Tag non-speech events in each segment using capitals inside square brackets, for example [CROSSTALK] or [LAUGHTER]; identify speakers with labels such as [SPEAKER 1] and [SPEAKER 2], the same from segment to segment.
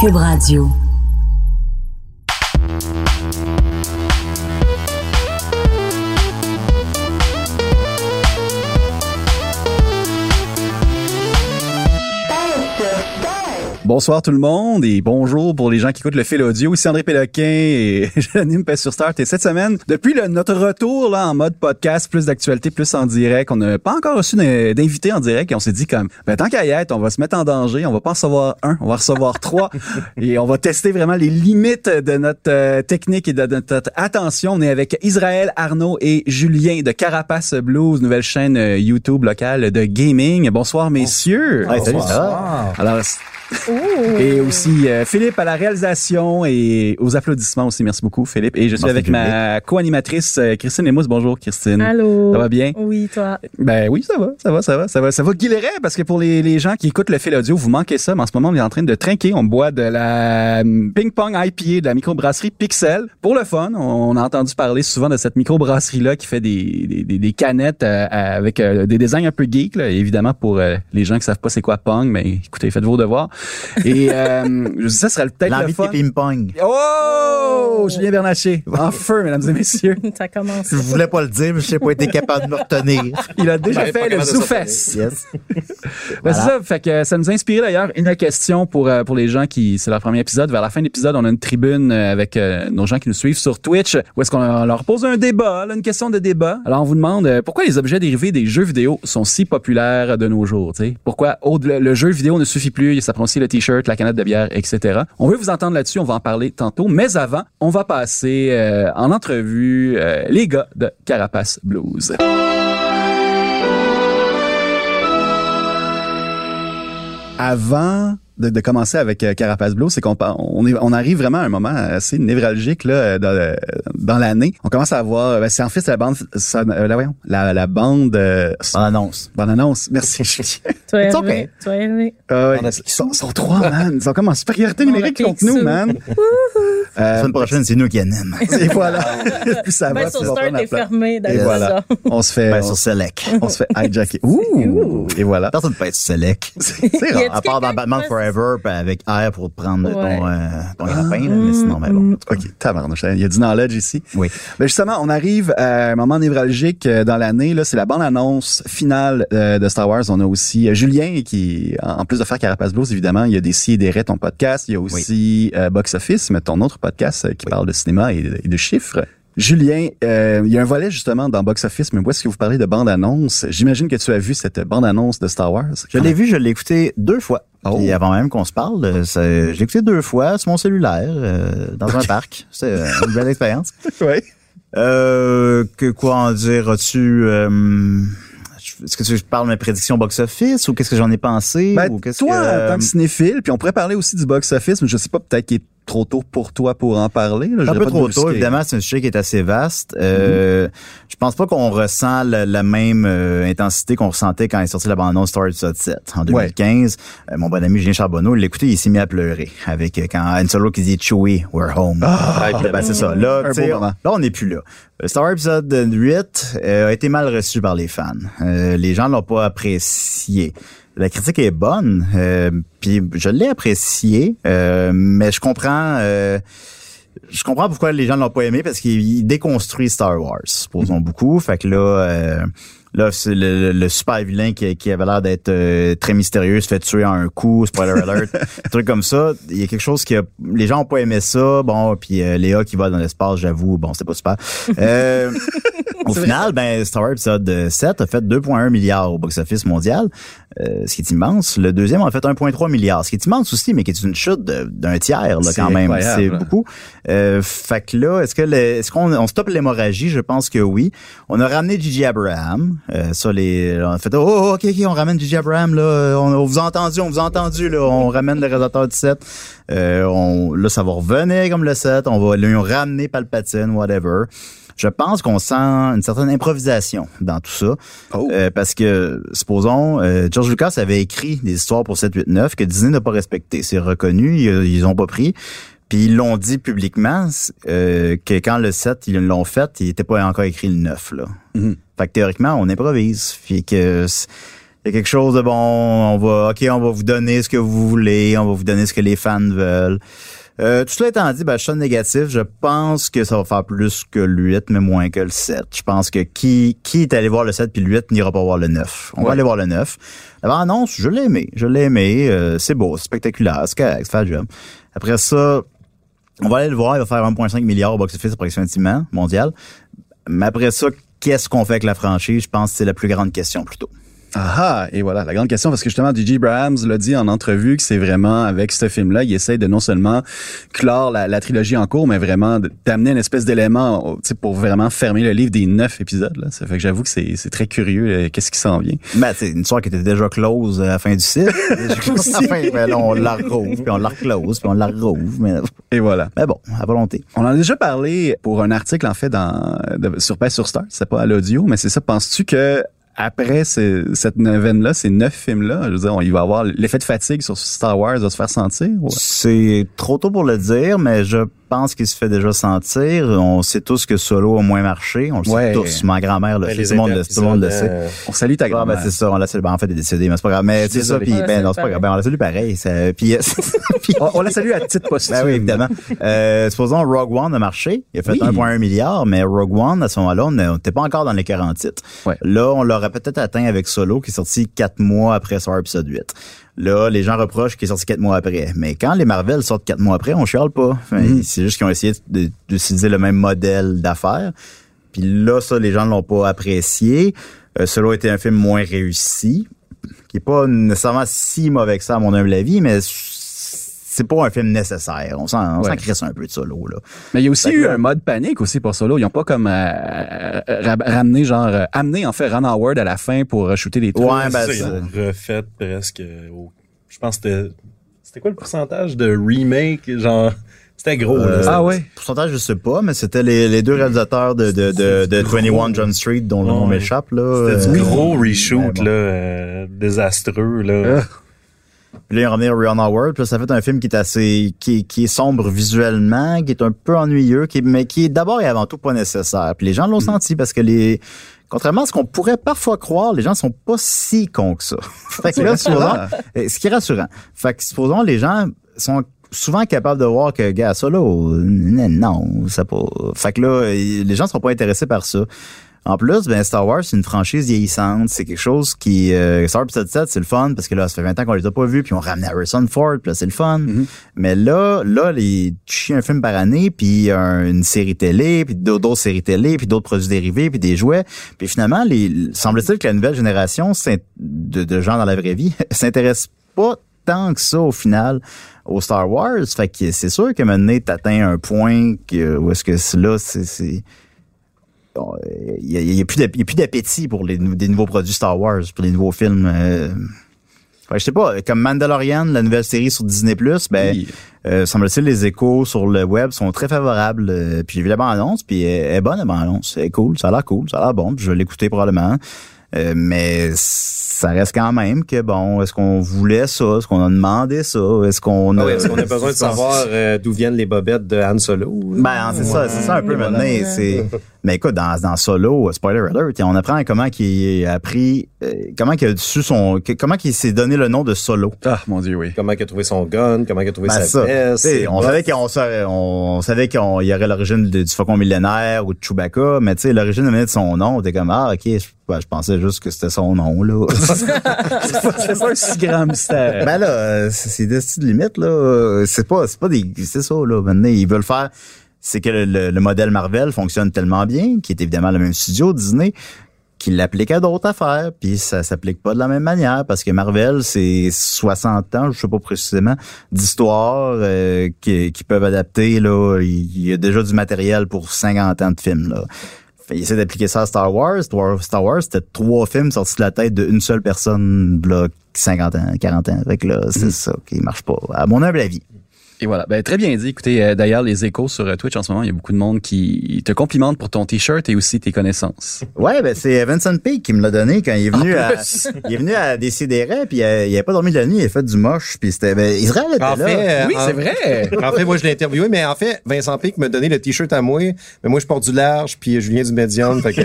[SPEAKER 1] Cube Radio.
[SPEAKER 2] Bonsoir tout le monde et bonjour pour les gens qui écoutent le fil audio. Ici André Péloquin et [LAUGHS] j'anime Paix sur Start. Et cette semaine, depuis le- notre retour là, en mode podcast, plus d'actualité, plus en direct, on n'a pas encore reçu d'in- d'invité en direct et on s'est dit comme, ben, tant qu'à y être, on va se mettre en danger, on va pas en recevoir un, on va recevoir [LAUGHS] trois et on va tester vraiment les limites de notre euh, technique et de notre attention. On est avec Israël, Arnaud et Julien de Carapace Blues, nouvelle chaîne euh, YouTube locale de gaming. Bonsoir messieurs. Ouais, salut, ça va? Alors, c- et aussi euh, Philippe à la réalisation et aux applaudissements aussi. Merci beaucoup, Philippe. Et je suis
[SPEAKER 3] Merci,
[SPEAKER 2] avec ma co-animatrice euh, Christine Lemousse. Bonjour, Christine.
[SPEAKER 4] Allô.
[SPEAKER 2] Mm. Ça va bien?
[SPEAKER 4] Oui, toi.
[SPEAKER 2] Ben oui, ça va, ça va, ça va, ça va. Ça va guilleret parce que pour les, les gens qui écoutent le fil audio, vous manquez ça, mais en ce moment, on est en train de trinquer. On boit de la hum, ping-pong IPA de la microbrasserie Pixel. Pour le fun, on, on a entendu parler souvent de cette microbrasserie-là qui fait des, des, des- des canettes euh, avec euh, des designs un peu geeks, là, évidemment, pour euh, les gens qui savent pas c'est quoi Pong, mais écoutez, faites vos devoirs. Et euh, je sais, ça serait peut-être le
[SPEAKER 3] L'envie de
[SPEAKER 2] fun.
[SPEAKER 3] ping-pong.
[SPEAKER 2] Oh! Julien Bernatchez, en feu, mesdames et messieurs.
[SPEAKER 4] Ça commence.
[SPEAKER 3] Je voulais pas le dire, mais je n'ai pas été capable de
[SPEAKER 2] [LAUGHS]
[SPEAKER 3] me retenir.
[SPEAKER 2] Il a déjà fait le sous-fesse.
[SPEAKER 3] Yes.
[SPEAKER 2] Ben, c'est ça, fait que euh, ça nous a inspiré d'ailleurs une question pour, euh, pour les gens qui, c'est leur premier épisode. Vers la fin de l'épisode, on a une tribune euh, avec euh, nos gens qui nous suivent sur Twitch où est-ce qu'on euh, leur pose un débat, là, une question de débat. Alors, on vous demande euh, pourquoi les objets dérivés des jeux vidéo sont si populaires de nos jours, tu sais? Pourquoi au- le, le jeu vidéo ne suffit plus, ça prend aussi le t-shirt, la canette de bière, etc. On veut vous entendre là-dessus, on va en parler tantôt. Mais avant, on va passer euh, en entrevue euh, les gars de Carapace Blues. avant de, de commencer avec euh, Carapace Bleu, c'est qu'on par- on, est- on arrive vraiment à un moment assez névralgique là, euh, dans, le- dans l'année. On commence à avoir, euh, ben, c'est en fait c'est la bande, ça- euh, la, voyons, la, la bande, euh,
[SPEAKER 3] On annonce.
[SPEAKER 2] bonne annonce,
[SPEAKER 3] [LAUGHS]
[SPEAKER 2] merci. Julien.
[SPEAKER 4] Toi,
[SPEAKER 3] It's
[SPEAKER 4] Hervé.
[SPEAKER 3] okay.
[SPEAKER 4] Toi, Hervé.
[SPEAKER 2] Ah ouais, ils sont, ils sont trois, man. Ils sont comme en supériorité
[SPEAKER 4] On
[SPEAKER 2] numérique
[SPEAKER 4] a
[SPEAKER 2] contre
[SPEAKER 4] fait
[SPEAKER 2] nous,
[SPEAKER 4] ça.
[SPEAKER 2] man. Euh,
[SPEAKER 3] La semaine prochaine, c'est nous qui anime.
[SPEAKER 2] et voilà.
[SPEAKER 3] [LAUGHS]
[SPEAKER 2] [LAUGHS] Puis ça va,
[SPEAKER 4] Ben,
[SPEAKER 2] puis
[SPEAKER 4] sur
[SPEAKER 2] ils vont
[SPEAKER 4] Start
[SPEAKER 2] prendre la
[SPEAKER 4] est
[SPEAKER 2] place.
[SPEAKER 4] fermé
[SPEAKER 2] Et
[SPEAKER 4] d'ailleurs.
[SPEAKER 2] voilà. On se fait,
[SPEAKER 3] Ben,
[SPEAKER 2] on,
[SPEAKER 3] sur Select.
[SPEAKER 2] on se fait hijacker.
[SPEAKER 3] [LAUGHS]
[SPEAKER 2] Ouh! Et voilà.
[SPEAKER 3] Personne ne peut être sur Select.
[SPEAKER 2] [LAUGHS] C'est
[SPEAKER 4] Y
[SPEAKER 3] [LAUGHS]
[SPEAKER 2] rare.
[SPEAKER 4] a-t-il
[SPEAKER 3] À part dans
[SPEAKER 4] quelqu'un
[SPEAKER 3] Batman
[SPEAKER 4] qui fasse-
[SPEAKER 3] Forever, ben, avec R pour te prendre ton,
[SPEAKER 4] Ouais. Mm.
[SPEAKER 3] euh, ton grappin, là, mais sinon, ben bon.
[SPEAKER 2] OK, tabarnouche. hein. Il y a du knowledge ici.
[SPEAKER 3] Oui.
[SPEAKER 2] Ben justement, on arrive à un moment névralgique euh, dans l'année. Là, c'est la bande-annonce finale euh, de Star Wars. On a aussi euh, Julien qui, en en plus de faire Carapace Blues, évidemment, il y a des si et des raies, ton podcast. Il y a aussi euh, Box Office, mais ton autre podcast euh, qui
[SPEAKER 3] Oui.
[SPEAKER 2] parle de cinéma et de, et de chiffres. Julien, euh, il y a un volet justement dans Box Office, mais où est-ce que vous parlez de bande-annonce? J'imagine que tu as vu cette bande-annonce de Star Wars.
[SPEAKER 3] Je l'ai vu, je l'ai écouté deux fois.
[SPEAKER 2] Oh.
[SPEAKER 3] Puis avant même qu'on se parle, euh, ça- je l'ai écouté deux fois sur mon cellulaire, euh, dans un parc. C'est euh, une belle expérience.
[SPEAKER 2] [LAUGHS] Ouais.
[SPEAKER 3] Euh, que quoi en dire tu Est-ce que tu parles de mes prédictions box-office ou qu'est-ce que j'en ai pensé
[SPEAKER 2] Ben,
[SPEAKER 3] ou qu'est-ce
[SPEAKER 2] toi,
[SPEAKER 3] que, euh,
[SPEAKER 2] en tant que cinéphile, puis on pourrait parler aussi du box-office, mais je sais pas, peut-être qu'il est trop tôt pour toi pour en parler. là. Je
[SPEAKER 3] C'est un
[SPEAKER 2] voudrais pas Mm-hmm.
[SPEAKER 3] peu
[SPEAKER 2] te
[SPEAKER 3] trop
[SPEAKER 2] brusquer.
[SPEAKER 3] tôt, évidemment, c'est un sujet qui est assez vaste. Euh, Je pense pas qu'on ressent la, la même euh, intensité qu'on ressentait quand est sorti l'abandon Star Episode 7 en 2015. Euh, mon bon ami Julien Charbonneau, il l'écoutait, il s'est mis à pleurer avec euh, quand Han Solo qui dit Chewie, we're home.
[SPEAKER 2] Ah,
[SPEAKER 3] Ben, c'est ça. Là,
[SPEAKER 2] Un
[SPEAKER 3] tu sais,
[SPEAKER 2] beau moment.
[SPEAKER 3] Là, on n'est plus là. Euh, Star Wars épisode 8 euh, a été mal reçu par les fans. Euh, les gens l'ont pas apprécié. La critique est bonne, euh, puis je l'ai apprécié, euh, mais je comprends. euh, je comprends pourquoi les gens l'ont pas aimé parce qu'il il déconstruit Star Wars, supposons beaucoup. Fait que là, euh, là c'est le, le- le super vilain qui, qui avait l'air d'être euh, très mystérieux se fait tuer en un coup, spoiler alert, [LAUGHS] des trucs comme ça. Il y a quelque chose qui a, les gens ont pas aimé ça. Bon, puis euh, Léa qui va dans l'espace, j'avoue, bon, c'était pas super. Euh, au final, ben Star Wars épisode 7 a fait 2,1 milliards au box-office mondial, euh, ce qui est immense. Le deuxième a fait 1,3 milliard, ce qui est immense aussi, mais qui est une chute de- d'un tiers là,
[SPEAKER 2] C'est
[SPEAKER 3] quand même.
[SPEAKER 2] incroyable. hein.
[SPEAKER 3] C'est beaucoup. Euh, fait que là, est-ce que le- est-ce qu'on on stoppe l'hémorragie Je pense que oui. On a ramené Gigi Abraham, Euh, ça, les, on a fait, oh, ok, ok, on ramène Gigi Abraham, là, on, on vous a entendu, on vous a entendu, là, on ramène le réalisateur du set. Euh, on, là, ça va revenir comme le set, on va lui ramener Palpatine, whatever. Je pense qu'on sent une certaine improvisation dans tout ça.
[SPEAKER 2] Oh.
[SPEAKER 3] Euh, parce que, supposons, euh, George Lucas avait écrit des histoires pour 789 que Disney n'a pas respecté. C'est reconnu, ils, ils ont pas pris. Puis ils l'ont dit publiquement euh, que quand le 7, ils l'ont fait, il n'était pas encore écrit le 9. Là.
[SPEAKER 2] Mhm.
[SPEAKER 3] Fait que théoriquement, on improvise. Fait que c'est- il y a quelque chose de bon, on va OK, on va vous donner ce que vous voulez, on va vous donner ce que les fans veulent. Euh, tout cela étant dit, ben, je suis négatif. Je pense que ça va faire plus que le 8, mais moins que le 7. Je pense que qui, qui est allé voir le 7 puis le 8 n'ira pas voir le 9. On
[SPEAKER 2] Ouais.
[SPEAKER 3] va aller voir le 9. Avant annonce, je l'ai aimé. Je l'ai aimé. euh, c'est beau, c'est spectaculaire, c'est correct, c'est fait le job. Après ça, on va aller le voir. Il va faire 1,5 milliard au box-office approximativement mondial. Mais après ça, qu'est-ce qu'on fait avec la franchise? Je pense que c'est la plus grande question plutôt.
[SPEAKER 2] Ah ah, et voilà, la grande question, parce que justement, J.J. Brahms l'a dit en entrevue que c'est vraiment, avec ce film-là, il essaie de non seulement clore la, la trilogie en cours, mais vraiment de- d'amener une espèce d'élément au- tu sais, pour vraiment fermer le livre des neuf épisodes. Là. Ça fait que j'avoue que c'est c'est très curieux, euh, qu'est-ce qui s'en vient.
[SPEAKER 3] Mais Ben, c'est une histoire qui était déjà close euh, à la fin du [LAUGHS] cycle. Déjà close à la fin, mais là, on la rouvre, puis on la reclose, puis on la rouvre. Mais,
[SPEAKER 2] Et voilà.
[SPEAKER 3] mais bon, à volonté.
[SPEAKER 2] On en a déjà parlé pour un article, en fait, dans, de- sur Paix sur Star. C'est pas à l'audio, mais c'est ça. Penses-tu que après ce- cette neuvaine-là, ces neuf films-là, je veux dire, on, il va avoir l'effet de fatigue sur Star Wars va se faire sentir? euh? Ouais.
[SPEAKER 3] C'est trop tôt pour le dire, mais je pense qu'il se fait déjà sentir. On sait tous que Solo a moins marché. On le
[SPEAKER 2] Ouais.
[SPEAKER 3] sait tous. Ma grand-mère le
[SPEAKER 4] Ben,
[SPEAKER 3] sait.
[SPEAKER 4] les
[SPEAKER 3] Tout le monde le, tout le monde le sait.
[SPEAKER 4] inter-épisodes,
[SPEAKER 2] On salue ta
[SPEAKER 3] Ah,
[SPEAKER 2] grand-mère.
[SPEAKER 3] ben, c'est ça, on l'a salué. Ben, en fait, elle est décédée, mais c'est pas grave. Mais c'est ça,
[SPEAKER 2] euh, désolé.
[SPEAKER 3] puis
[SPEAKER 4] On la
[SPEAKER 3] ben,
[SPEAKER 4] salue
[SPEAKER 3] non, c'est pas grave. Ben, on l'a salué pareil. Ça, puis, euh, [LAUGHS] puis-
[SPEAKER 2] on, on la salue à titre posthume.
[SPEAKER 3] Ben oui, évidemment. Euh, supposons Rogue One a marché. Il a fait
[SPEAKER 2] Oui.
[SPEAKER 3] 1,1 milliard, mais Rogue One, à ce moment-là, on n'était pas encore dans les 40 titres.
[SPEAKER 2] Ouais.
[SPEAKER 3] Là, on l'aurait peut-être atteint avec Solo, qui est sorti quatre mois après Star Episode 8. Là, les gens reprochent qu'il est sorti quatre mois après. Mais quand les Marvel sortent quatre mois après, on chiale pas. Enfin,
[SPEAKER 2] Mm-hmm.
[SPEAKER 3] C'est juste qu'ils ont essayé de- d'utiliser le même modèle d'affaires. Puis là, ça, les gens ne l'ont pas apprécié. Euh, Solo était un film moins réussi, qui est pas nécessairement si mauvais que ça, à mon humble avis, mais c'est pas un film nécessaire. On s'en, on s'en
[SPEAKER 2] Ouais.
[SPEAKER 3] crisse un peu de Solo, là.
[SPEAKER 2] Mais il y a aussi
[SPEAKER 3] Fait que
[SPEAKER 2] eu
[SPEAKER 3] là-
[SPEAKER 2] un mode panique aussi pour Solo. Ils n'ont pas comme euh, euh, ra- ramené, genre, euh, amené en fait Ron Howard à la fin pour euh, shooter les trucs.
[SPEAKER 3] Ouais, ben,
[SPEAKER 4] c'est
[SPEAKER 3] c'est-
[SPEAKER 4] ça, ils l'ont refait presque au- Je pense que c'était- c'était quoi le pourcentage de remake? Genre, c'était gros,
[SPEAKER 5] euh,
[SPEAKER 6] Euh,
[SPEAKER 4] là.
[SPEAKER 2] ah ouais?
[SPEAKER 3] Pourcentage, je sais pas, mais c'était les, les deux réalisateurs de, de, de, de 21 John Street, dont le nom
[SPEAKER 4] Ouais.
[SPEAKER 3] m'échappe, là.
[SPEAKER 4] C'était
[SPEAKER 3] Euh,
[SPEAKER 4] du gros
[SPEAKER 3] mais
[SPEAKER 4] reshoot,
[SPEAKER 3] bon.
[SPEAKER 4] là, euh, désastreux, là.
[SPEAKER 3] Puis là, ils ont ramené Rihanna Howard, puis là, ça fait un film qui est assez, qui, est- qui est sombre visuellement, qui est un peu ennuyeux, qui, est- mais qui est d'abord et avant tout pas nécessaire. Puis les gens l'ont senti parce que les, contrairement à ce qu'on pourrait parfois croire, les gens sont pas si cons que ça. [LAUGHS] fait que là, souvent, Euh, Ce qui est rassurant. Fait que, supposons, les gens sont souvent capables de voir que, gars, ça là, euh, non, ça pas. Fait que là, euh, les gens sont pas intéressés par ça. En plus, ben Star Wars, c'est une franchise vieillissante. C'est quelque chose qui... Euh, Star Wars épisode 7, c'est le fun, parce que là, ça fait 20 ans qu'on les a pas vus, puis on ramène Harrison Ford, puis là, c'est le fun. Mais là, là, les, tu chies un film par année, puis un- une série télé, puis d'autres d'autres séries télé, puis d'autres produits dérivés, puis des jouets. Puis finalement, les semble-t-il que la nouvelle génération s'in- de, de gens dans la vraie vie [LAUGHS] s'intéresse pas tant que ça au final au Star Wars. Fait que c'est sûr que maintenant, t'atteins un point que, où est-ce que c'est- là, c'est... c'est- Bon, euh, Il n'y a, il y a plus d'app- il y a plus d'appétit pour les, nou- des nouveaux produits Star Wars, pour les nouveaux films. euh. Fait que je sais pas, comme Mandalorian, la nouvelle série sur Disney+, ben,
[SPEAKER 2] Oui.
[SPEAKER 3] euh, semble-t-il, les échos sur le web sont très favorables. Euh, puis j'ai vu la bande-annonce, puis elle elle est bonne la bande-annonce. Elle est cool, ça a l'air cool, ça a l'air bon, puis je vais l'écouter probablement. Euh, mais ça reste quand même que, bon, est-ce qu'on voulait ça? Est-ce qu'on a demandé ça? Est-ce qu'on a...
[SPEAKER 6] Ah oui,
[SPEAKER 4] [LAUGHS]
[SPEAKER 6] est-ce qu'on
[SPEAKER 3] [LAUGHS]
[SPEAKER 6] a besoin de savoir euh, d'où viennent les bobettes de Han Solo?
[SPEAKER 3] Ben, c'est ça, c'est ça un peu maintenant. c'est- Mais écoute, dans, dans Solo, euh, spoiler alert, on apprend comment qu'il a appris, euh, comment qu'il a su son, que- comment qu'il s'est donné le nom de Solo.
[SPEAKER 2] Ah, mon Dieu, oui.
[SPEAKER 6] Comment il a trouvé son gun? Comment il a trouvé
[SPEAKER 3] Ben,
[SPEAKER 6] sa
[SPEAKER 3] ça.
[SPEAKER 6] veste?
[SPEAKER 3] Tu sais,
[SPEAKER 6] ses
[SPEAKER 3] on
[SPEAKER 6] bottes?
[SPEAKER 3] savait qu'on savait, on, on savait qu'on y aurait l'origine de- du faucon millénaire ou de Chewbacca, mais tu sais, l'origine venait de son nom. T'es comme, ah, ok, je, ben, je pensais juste que c'était son nom, là.
[SPEAKER 2] c'est pas, c'est pas un si grand mystère. [LAUGHS]
[SPEAKER 3] ben là, euh, c'est c'est des petites limites, là. Euh, C'est pas, c'est pas des, c'est ça, là. Maintenant, ils veulent faire, c'est que le, le- le modèle Marvel fonctionne tellement bien, qui est évidemment le même studio, Disney, qu'il l'applique à d'autres affaires, puis ça s'applique pas de la même manière, parce que Marvel, c'est 60 ans, je sais pas précisément, d'histoire euh, qui, qui peuvent adapter, là. Il y a déjà du matériel pour 50 ans de films, là. Fait, Il essaie d'appliquer ça à Star Wars. Trois- Star Wars, c'était trois films sortis de la tête d'une seule personne, là, 50 ans, 40 ans. Fait que là, c'est ça qui marche pas, à mon humble avis.
[SPEAKER 2] Et voilà. Ben, très bien dit. Écoutez, euh, d'ailleurs, les échos sur euh, Twitch en ce moment, il y a beaucoup de monde qui te complimente pour ton T-shirt et aussi tes connaissances.
[SPEAKER 3] Ouais, ben c'est Vincent Peake qui me l'a donné quand il est venu à
[SPEAKER 4] plus.
[SPEAKER 3] [LAUGHS] il est venu à Décideret, puis euh, il avait pas dormi de la nuit, il a fait du moche, puis c'était ben, Israël était
[SPEAKER 6] En
[SPEAKER 3] là.
[SPEAKER 6] fait, euh,
[SPEAKER 4] Oui,
[SPEAKER 6] en-
[SPEAKER 4] c'est vrai.
[SPEAKER 6] [LAUGHS] En fait, moi, je l'ai interviewé, mais en fait, Vincent Pic me donnait le t-shirt à moi, mais moi, je porte du large, puis Julien du médium. Fait que,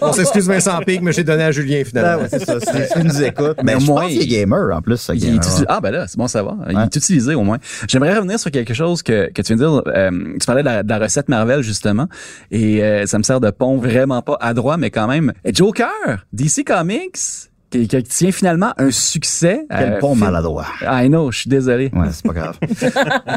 [SPEAKER 6] on s'excuse, Vincent Pic, mais j'ai donné à Julien,
[SPEAKER 3] Ben
[SPEAKER 6] finalement.
[SPEAKER 3] ouais, c'est ça, c'est c'est nous écoute.
[SPEAKER 2] euh, Mais
[SPEAKER 3] Mais
[SPEAKER 2] au
[SPEAKER 3] je
[SPEAKER 2] moins,
[SPEAKER 3] pense qu'il est gamer en plus, ce
[SPEAKER 2] Il est
[SPEAKER 3] gamer,
[SPEAKER 2] utilisé-
[SPEAKER 3] ouais.
[SPEAKER 2] Ah, ben là, c'est bon à savoir. Il
[SPEAKER 3] Ouais.
[SPEAKER 2] est utilisé au moins. J'aimerais revenir sur quelque chose que, que tu viens de dire. Euh, tu parlais de la, de la recette Marvel, justement. Et euh, ça me sert de pont vraiment pas adroit, mais quand même. Joker, DC Comics, qui, qui tient finalement un succès.
[SPEAKER 3] Quel
[SPEAKER 2] euh,
[SPEAKER 3] pont
[SPEAKER 2] fi-
[SPEAKER 3] maladroit.
[SPEAKER 2] I know, je suis désolé.
[SPEAKER 3] Ouais, c'est
[SPEAKER 2] [LAUGHS]
[SPEAKER 3] pas grave.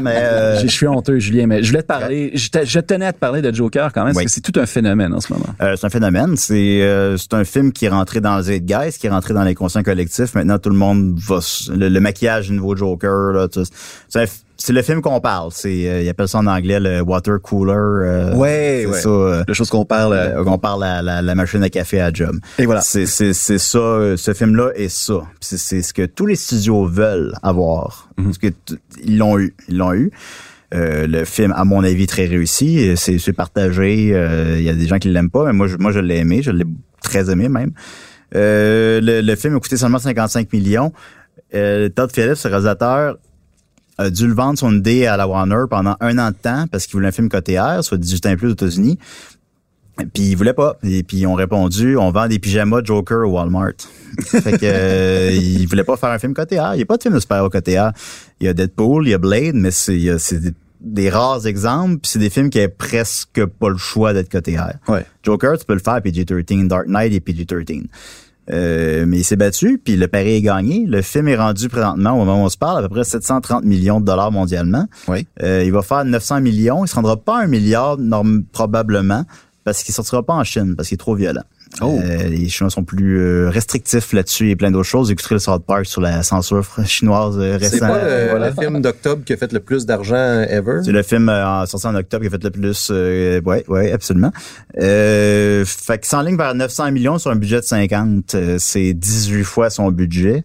[SPEAKER 3] mais euh,
[SPEAKER 2] Je je suis honteux, Julien, mais je voulais te parler, je, te- je tenais à te parler de Joker quand même, parce
[SPEAKER 3] Oui.
[SPEAKER 2] que c'est tout un phénomène en ce moment.
[SPEAKER 3] Euh, c'est un phénomène. C'est euh, c'est un film qui est rentré dans le zeitgeist, qui est rentré dans l'inconscient collectif. Maintenant, tout le monde va s- le, le maquillage du nouveau Joker. là, tu sais, c'est un f- c'est le film qu'on parle. C'est euh, ils appellent ça en anglais le water cooler. euh,
[SPEAKER 2] Ouais,
[SPEAKER 3] c'est
[SPEAKER 2] ouais.
[SPEAKER 3] ça. euh,
[SPEAKER 2] La chose qu'on parle, euh,
[SPEAKER 3] euh, on parle à la, la machine à café à job.
[SPEAKER 2] Et voilà.
[SPEAKER 3] C'est c'est- c'est ça, euh, ce film-là est ça. Puis C'est c'est ce que tous les studios veulent avoir.
[SPEAKER 2] Mhm.
[SPEAKER 3] Parce que t- ils l'ont eu. Ils l'ont eu. Euh, le film, à mon avis, très réussi. Euh, C'est c'est partagé. Euh, Il y a des gens qui l'aiment pas, mais moi, je, moi, je l'ai aimé. Je l'ai très aimé même. Euh, le, le film a coûté seulement 55 millions. Euh, Todd Phillips, le réalisateur, a dû le vendre son idée à la Warner pendant un an de temps parce qu'il voulait un film côté R, soit 18 ans et plus aux États-Unis. Puis ils voulaient pas. Et puis ils ont répondu, on vend des pyjamas Joker au Walmart. [LAUGHS] fait que euh, ils voulaient pas faire un film côté A. Il n'y a pas de film de super-héros côté A. Il y a Deadpool, il y a Blade, mais c'est il y a- c'est des, des rares exemples. Puis c'est des films qui avaient presque pas le choix d'être côté A.
[SPEAKER 2] Ouais.
[SPEAKER 3] Joker, tu peux le faire PG-13, Dark Knight et PG-13. Euh, mais il s'est battu, puis le pari est gagné. Le film est rendu présentement, au moment où on se parle, à peu près 730 millions de dollars mondialement.
[SPEAKER 2] Oui.
[SPEAKER 3] Euh, il va faire 900 millions. Il se rendra pas à un milliard, norm- probablement, parce qu'il sortira pas en Chine, parce qu'il est trop violent.
[SPEAKER 2] Oh.
[SPEAKER 3] Euh, les Chinois sont plus euh, restrictifs là-dessus et plein d'autres choses. Écouterez le South Park sur la censure fr- chinoise euh,
[SPEAKER 6] C'est
[SPEAKER 3] récente.
[SPEAKER 6] pas le, le film d'octobre qui a fait le plus d'argent ever.
[SPEAKER 3] C'est le film euh, en- sorti en octobre qui a fait le plus. Euh, ouais, ouais, absolument. Euh, fait que ligne vers 900 millions sur un budget de 50, euh, c'est 18 fois son budget.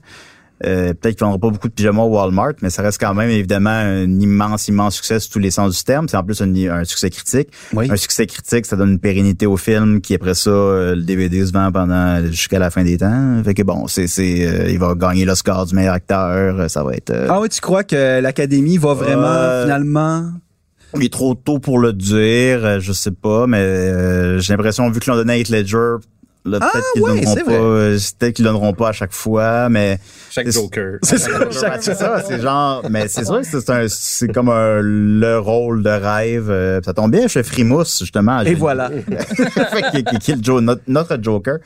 [SPEAKER 3] Euh, Peut-être qu'ils vendront pas beaucoup de pyjamas au Walmart, mais ça reste quand même évidemment un immense, immense succès sous tous les sens du terme. C'est en plus un, un succès critique.
[SPEAKER 2] Oui.
[SPEAKER 3] Un succès critique, ça donne une pérennité au film qui après ça, euh, le DVD se vend pendant jusqu'à la fin des temps. Fait que bon, c'est, c'est, euh, il va gagner l'Oscar du meilleur acteur. euh, Ça va être. euh,
[SPEAKER 2] Ah oui, tu crois que l'Académie va vraiment,
[SPEAKER 3] Euh,
[SPEAKER 2] finalement...
[SPEAKER 3] Il est trop tôt pour le dire, euh, je sais pas, mais euh, j'ai l'impression, vu qu'ils l'ont donné à Heath Ledger, là, peut-être qu'ils le
[SPEAKER 2] Ah, ouais,
[SPEAKER 3] donneront
[SPEAKER 2] c'est
[SPEAKER 3] pas,
[SPEAKER 2] vrai.
[SPEAKER 3] euh, peut-être qu'ils le donneront pas à chaque fois, mais
[SPEAKER 4] Chaque
[SPEAKER 3] C'est-
[SPEAKER 4] Joker.
[SPEAKER 2] C'est ça,
[SPEAKER 3] Ouais, [LAUGHS] c'est ça, c'est genre, mais c'est sûr que c'est un, c'est comme un, le rôle de rêve. euh, ça tombe bien chez Frimousse, justement.
[SPEAKER 2] Et
[SPEAKER 3] J'ai-
[SPEAKER 2] voilà.
[SPEAKER 3] [LAUGHS] Fait qui, qui- qui est le Jo- notre, notre Joker.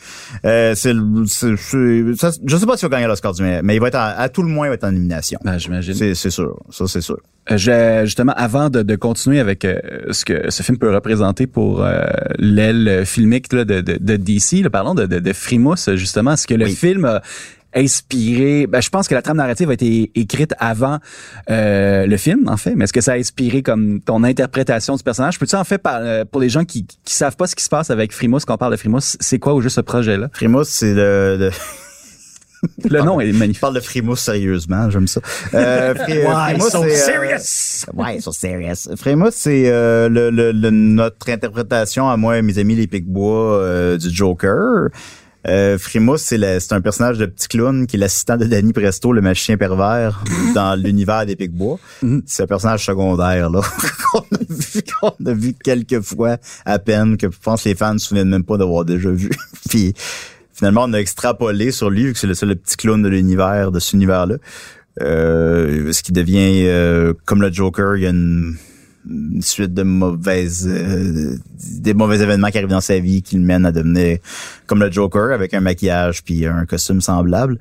[SPEAKER 3] Euh, c'est, le- c'est- c'est- ça- je sais pas s'il va gagner l'Oscar du meilleur, mais il va être, en- à tout le moins, il va être en élimination.
[SPEAKER 2] Ben, j'imagine.
[SPEAKER 3] C'est, c'est sûr. Ça, c'est sûr.
[SPEAKER 2] Euh, je- justement, avant de, de continuer avec euh, ce que ce film peut représenter pour euh, l'aile filmique là, de, de, de DC, là, parlons de, de, de Frimousse, justement, est-ce que le
[SPEAKER 3] Oui.
[SPEAKER 2] film a inspiré, ben, je pense que la trame narrative a été écrite avant euh, le film, en fait, mais est-ce que ça a inspiré comme ton interprétation du personnage? Peux-tu en fait, par- euh, pour les gens qui qui savent pas ce qui se passe avec Frimousse, quand on parle de Frimousse, c'est quoi au juste ce projet-là?
[SPEAKER 3] Frimousse, c'est le- le,
[SPEAKER 2] Le nom est
[SPEAKER 3] Je
[SPEAKER 2] magnifique.
[SPEAKER 3] parle de Frimousse sérieusement, j'aime ça. Euh, Fri- Frimousse, c'est, euh, [LAUGHS] Ouais, so serious. Frimousse, c'est euh, le, le- le- notre interprétation à moi et mes amis les Picbois euh, du Joker. Euh, Frimousse, c'est la- c'est un personnage de petit clown qui est l'assistant de Danny Presto, le magicien pervers dans [LAUGHS] l'univers des Picbois. C'est un personnage secondaire là [LAUGHS] qu'on a, vu- qu'on a vu quelques fois à peine, que je pense que les fans ne se souviennent même pas d'avoir déjà vu. [LAUGHS] Puis finalement, on a extrapolé sur lui, vu que c'est le seul petit clown de l'univers, de cet univers-là. Euh, ce qui devient, euh, comme le Joker, il y a une, une suite de mauvaises, euh, des mauvais événements qui arrivent dans sa vie qui le mènent à devenir comme le Joker, avec un maquillage puis un costume semblable.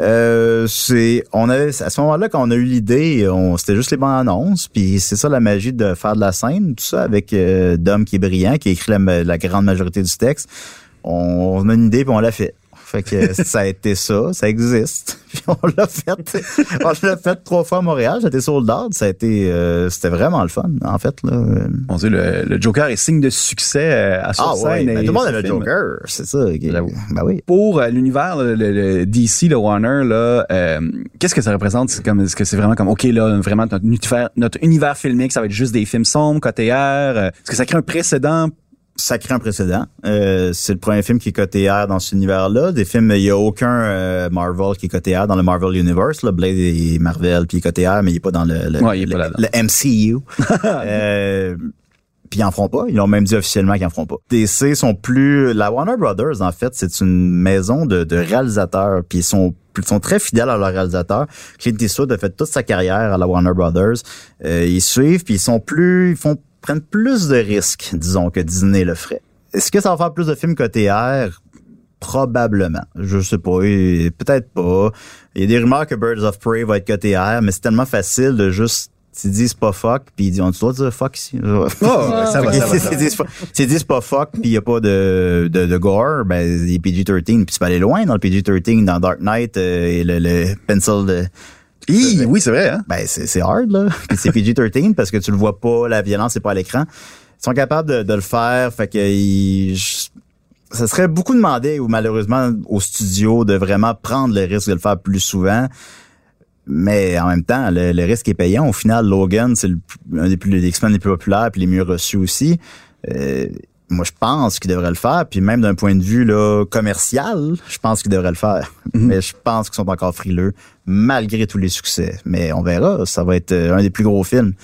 [SPEAKER 3] Euh, c'est on avait à ce moment-là quand on a eu l'idée, on c'était juste les bandes annonces, puis c'est ça la magie de faire de la scène, tout ça avec euh, Dom qui est brillant, qui écrit la, ma- la grande majorité du texte. On, on a une idée puis on l'a fait.
[SPEAKER 2] [LAUGHS]
[SPEAKER 3] Fait que ça a été ça, ça existe. [LAUGHS] Puis on l'a fait, on l'a fait trois fois à Montréal, c'était sold out, ça a été, euh, c'était vraiment le fun, en fait là.
[SPEAKER 2] Mon Dieu, le, le Joker est signe de succès euh, à sur
[SPEAKER 3] Ah ouais,
[SPEAKER 2] scène et
[SPEAKER 3] ben, tout le monde
[SPEAKER 2] sur
[SPEAKER 3] avait le
[SPEAKER 2] film.
[SPEAKER 3] Joker, c'est ça. ok.
[SPEAKER 2] J'avoue.
[SPEAKER 3] Ben oui.
[SPEAKER 2] Pour euh, l'univers, le, le- le DC, le Warner, là, euh, qu'est-ce que ça représente? C'est comme, est-ce que c'est vraiment comme, OK, là, vraiment, notre univers, notre univers filmique, ça va être juste des films sombres, côté R, euh, est-ce que ça crée un précédent?
[SPEAKER 3] ça crée un précédent. Euh, c'est le premier film qui est coté R dans cet univers-là. Des films, il n'y a aucun euh, Marvel qui est coté R dans le Marvel Universe. Là. Blade et Marvel, puis il est coté R, mais il n'est pas dans le, le,
[SPEAKER 2] Ouais, il est
[SPEAKER 3] le-
[SPEAKER 2] pas là-dedans. [LAUGHS]
[SPEAKER 3] le MCU. euh, puis ils en feront pas. Ils l'ont même dit officiellement qu'ils en feront pas. DC sont plus... La Warner Brothers, en fait, c'est une maison de, de réalisateurs. Puis ils sont, ils sont très fidèles à leurs réalisateurs. Clint Eastwood a fait toute sa carrière à la Warner Brothers. Euh, ils suivent, puis ils sont plus... Ils font prennent plus de risques, disons, que Disney le ferait. Est-ce que ça va faire plus de films côté R? Probablement. Je sais pas. et Peut-être pas. Il y a des rumeurs que Birds of Prey va être côté R, mais c'est tellement facile de juste... Ils disent pas fuck, puis ils disent, on doit dire fuck ici.
[SPEAKER 6] Ah,
[SPEAKER 2] ça va, ça va, ça va.
[SPEAKER 3] [LAUGHS]
[SPEAKER 6] [LAUGHS]
[SPEAKER 3] S'ils disent pas- s'ils disent pas fuck puis il n'y a pas de, de, de gore, ben, il est PG-13 puis tu peux aller loin dans le PG-13, dans Dark Knight euh, et le, le pencil de,
[SPEAKER 2] Hi, oui, c'est vrai, hein?
[SPEAKER 3] ben c'est c'est hard là. [LAUGHS] Puis c'est PG-13 parce que tu le vois pas, la violence n'est pas à l'écran. Ils sont capables de, de le faire, fait que ils- je- ça serait beaucoup demandé ou malheureusement au studio de vraiment prendre le risque de le faire plus souvent. Mais en même temps, le, le risque est payant. Au final, Logan, c'est le plus- un des plus des X-Men les plus populaires puis les mieux reçus aussi. Euh, moi, je pense qu'il devrait le faire. Puis même d'un point de vue là, commercial, je pense qu'il devrait le faire. Mais je pense qu'ils sont encore frileux, malgré tous les succès. Mais on verra. Ça va être euh, un des plus gros films.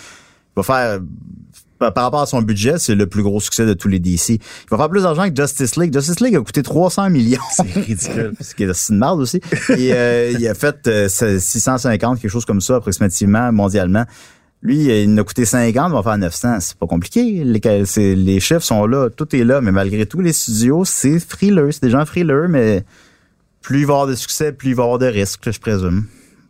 [SPEAKER 3] Il va faire... Ben, Par par rapport à son budget, c'est le plus gros succès de tous les DC. Il va faire plus d'argent que Justice League. Justice League a coûté 300 millions.
[SPEAKER 2] C'est ridicule.
[SPEAKER 3] [LAUGHS] Ce qui est aussi de merde aussi. Et euh, il a fait euh, ce- 650, quelque chose comme ça, approximativement, mondialement. Lui, euh, il en a coûté 50, il va faire 900. C'est pas compliqué. Les, ca- c'est- les chiffres sont là, tout est là, mais malgré tout, les studios, c'est frileux. C'est des gens frileux, mais plus il va y avoir de succès, plus il va y avoir de risques, je présume.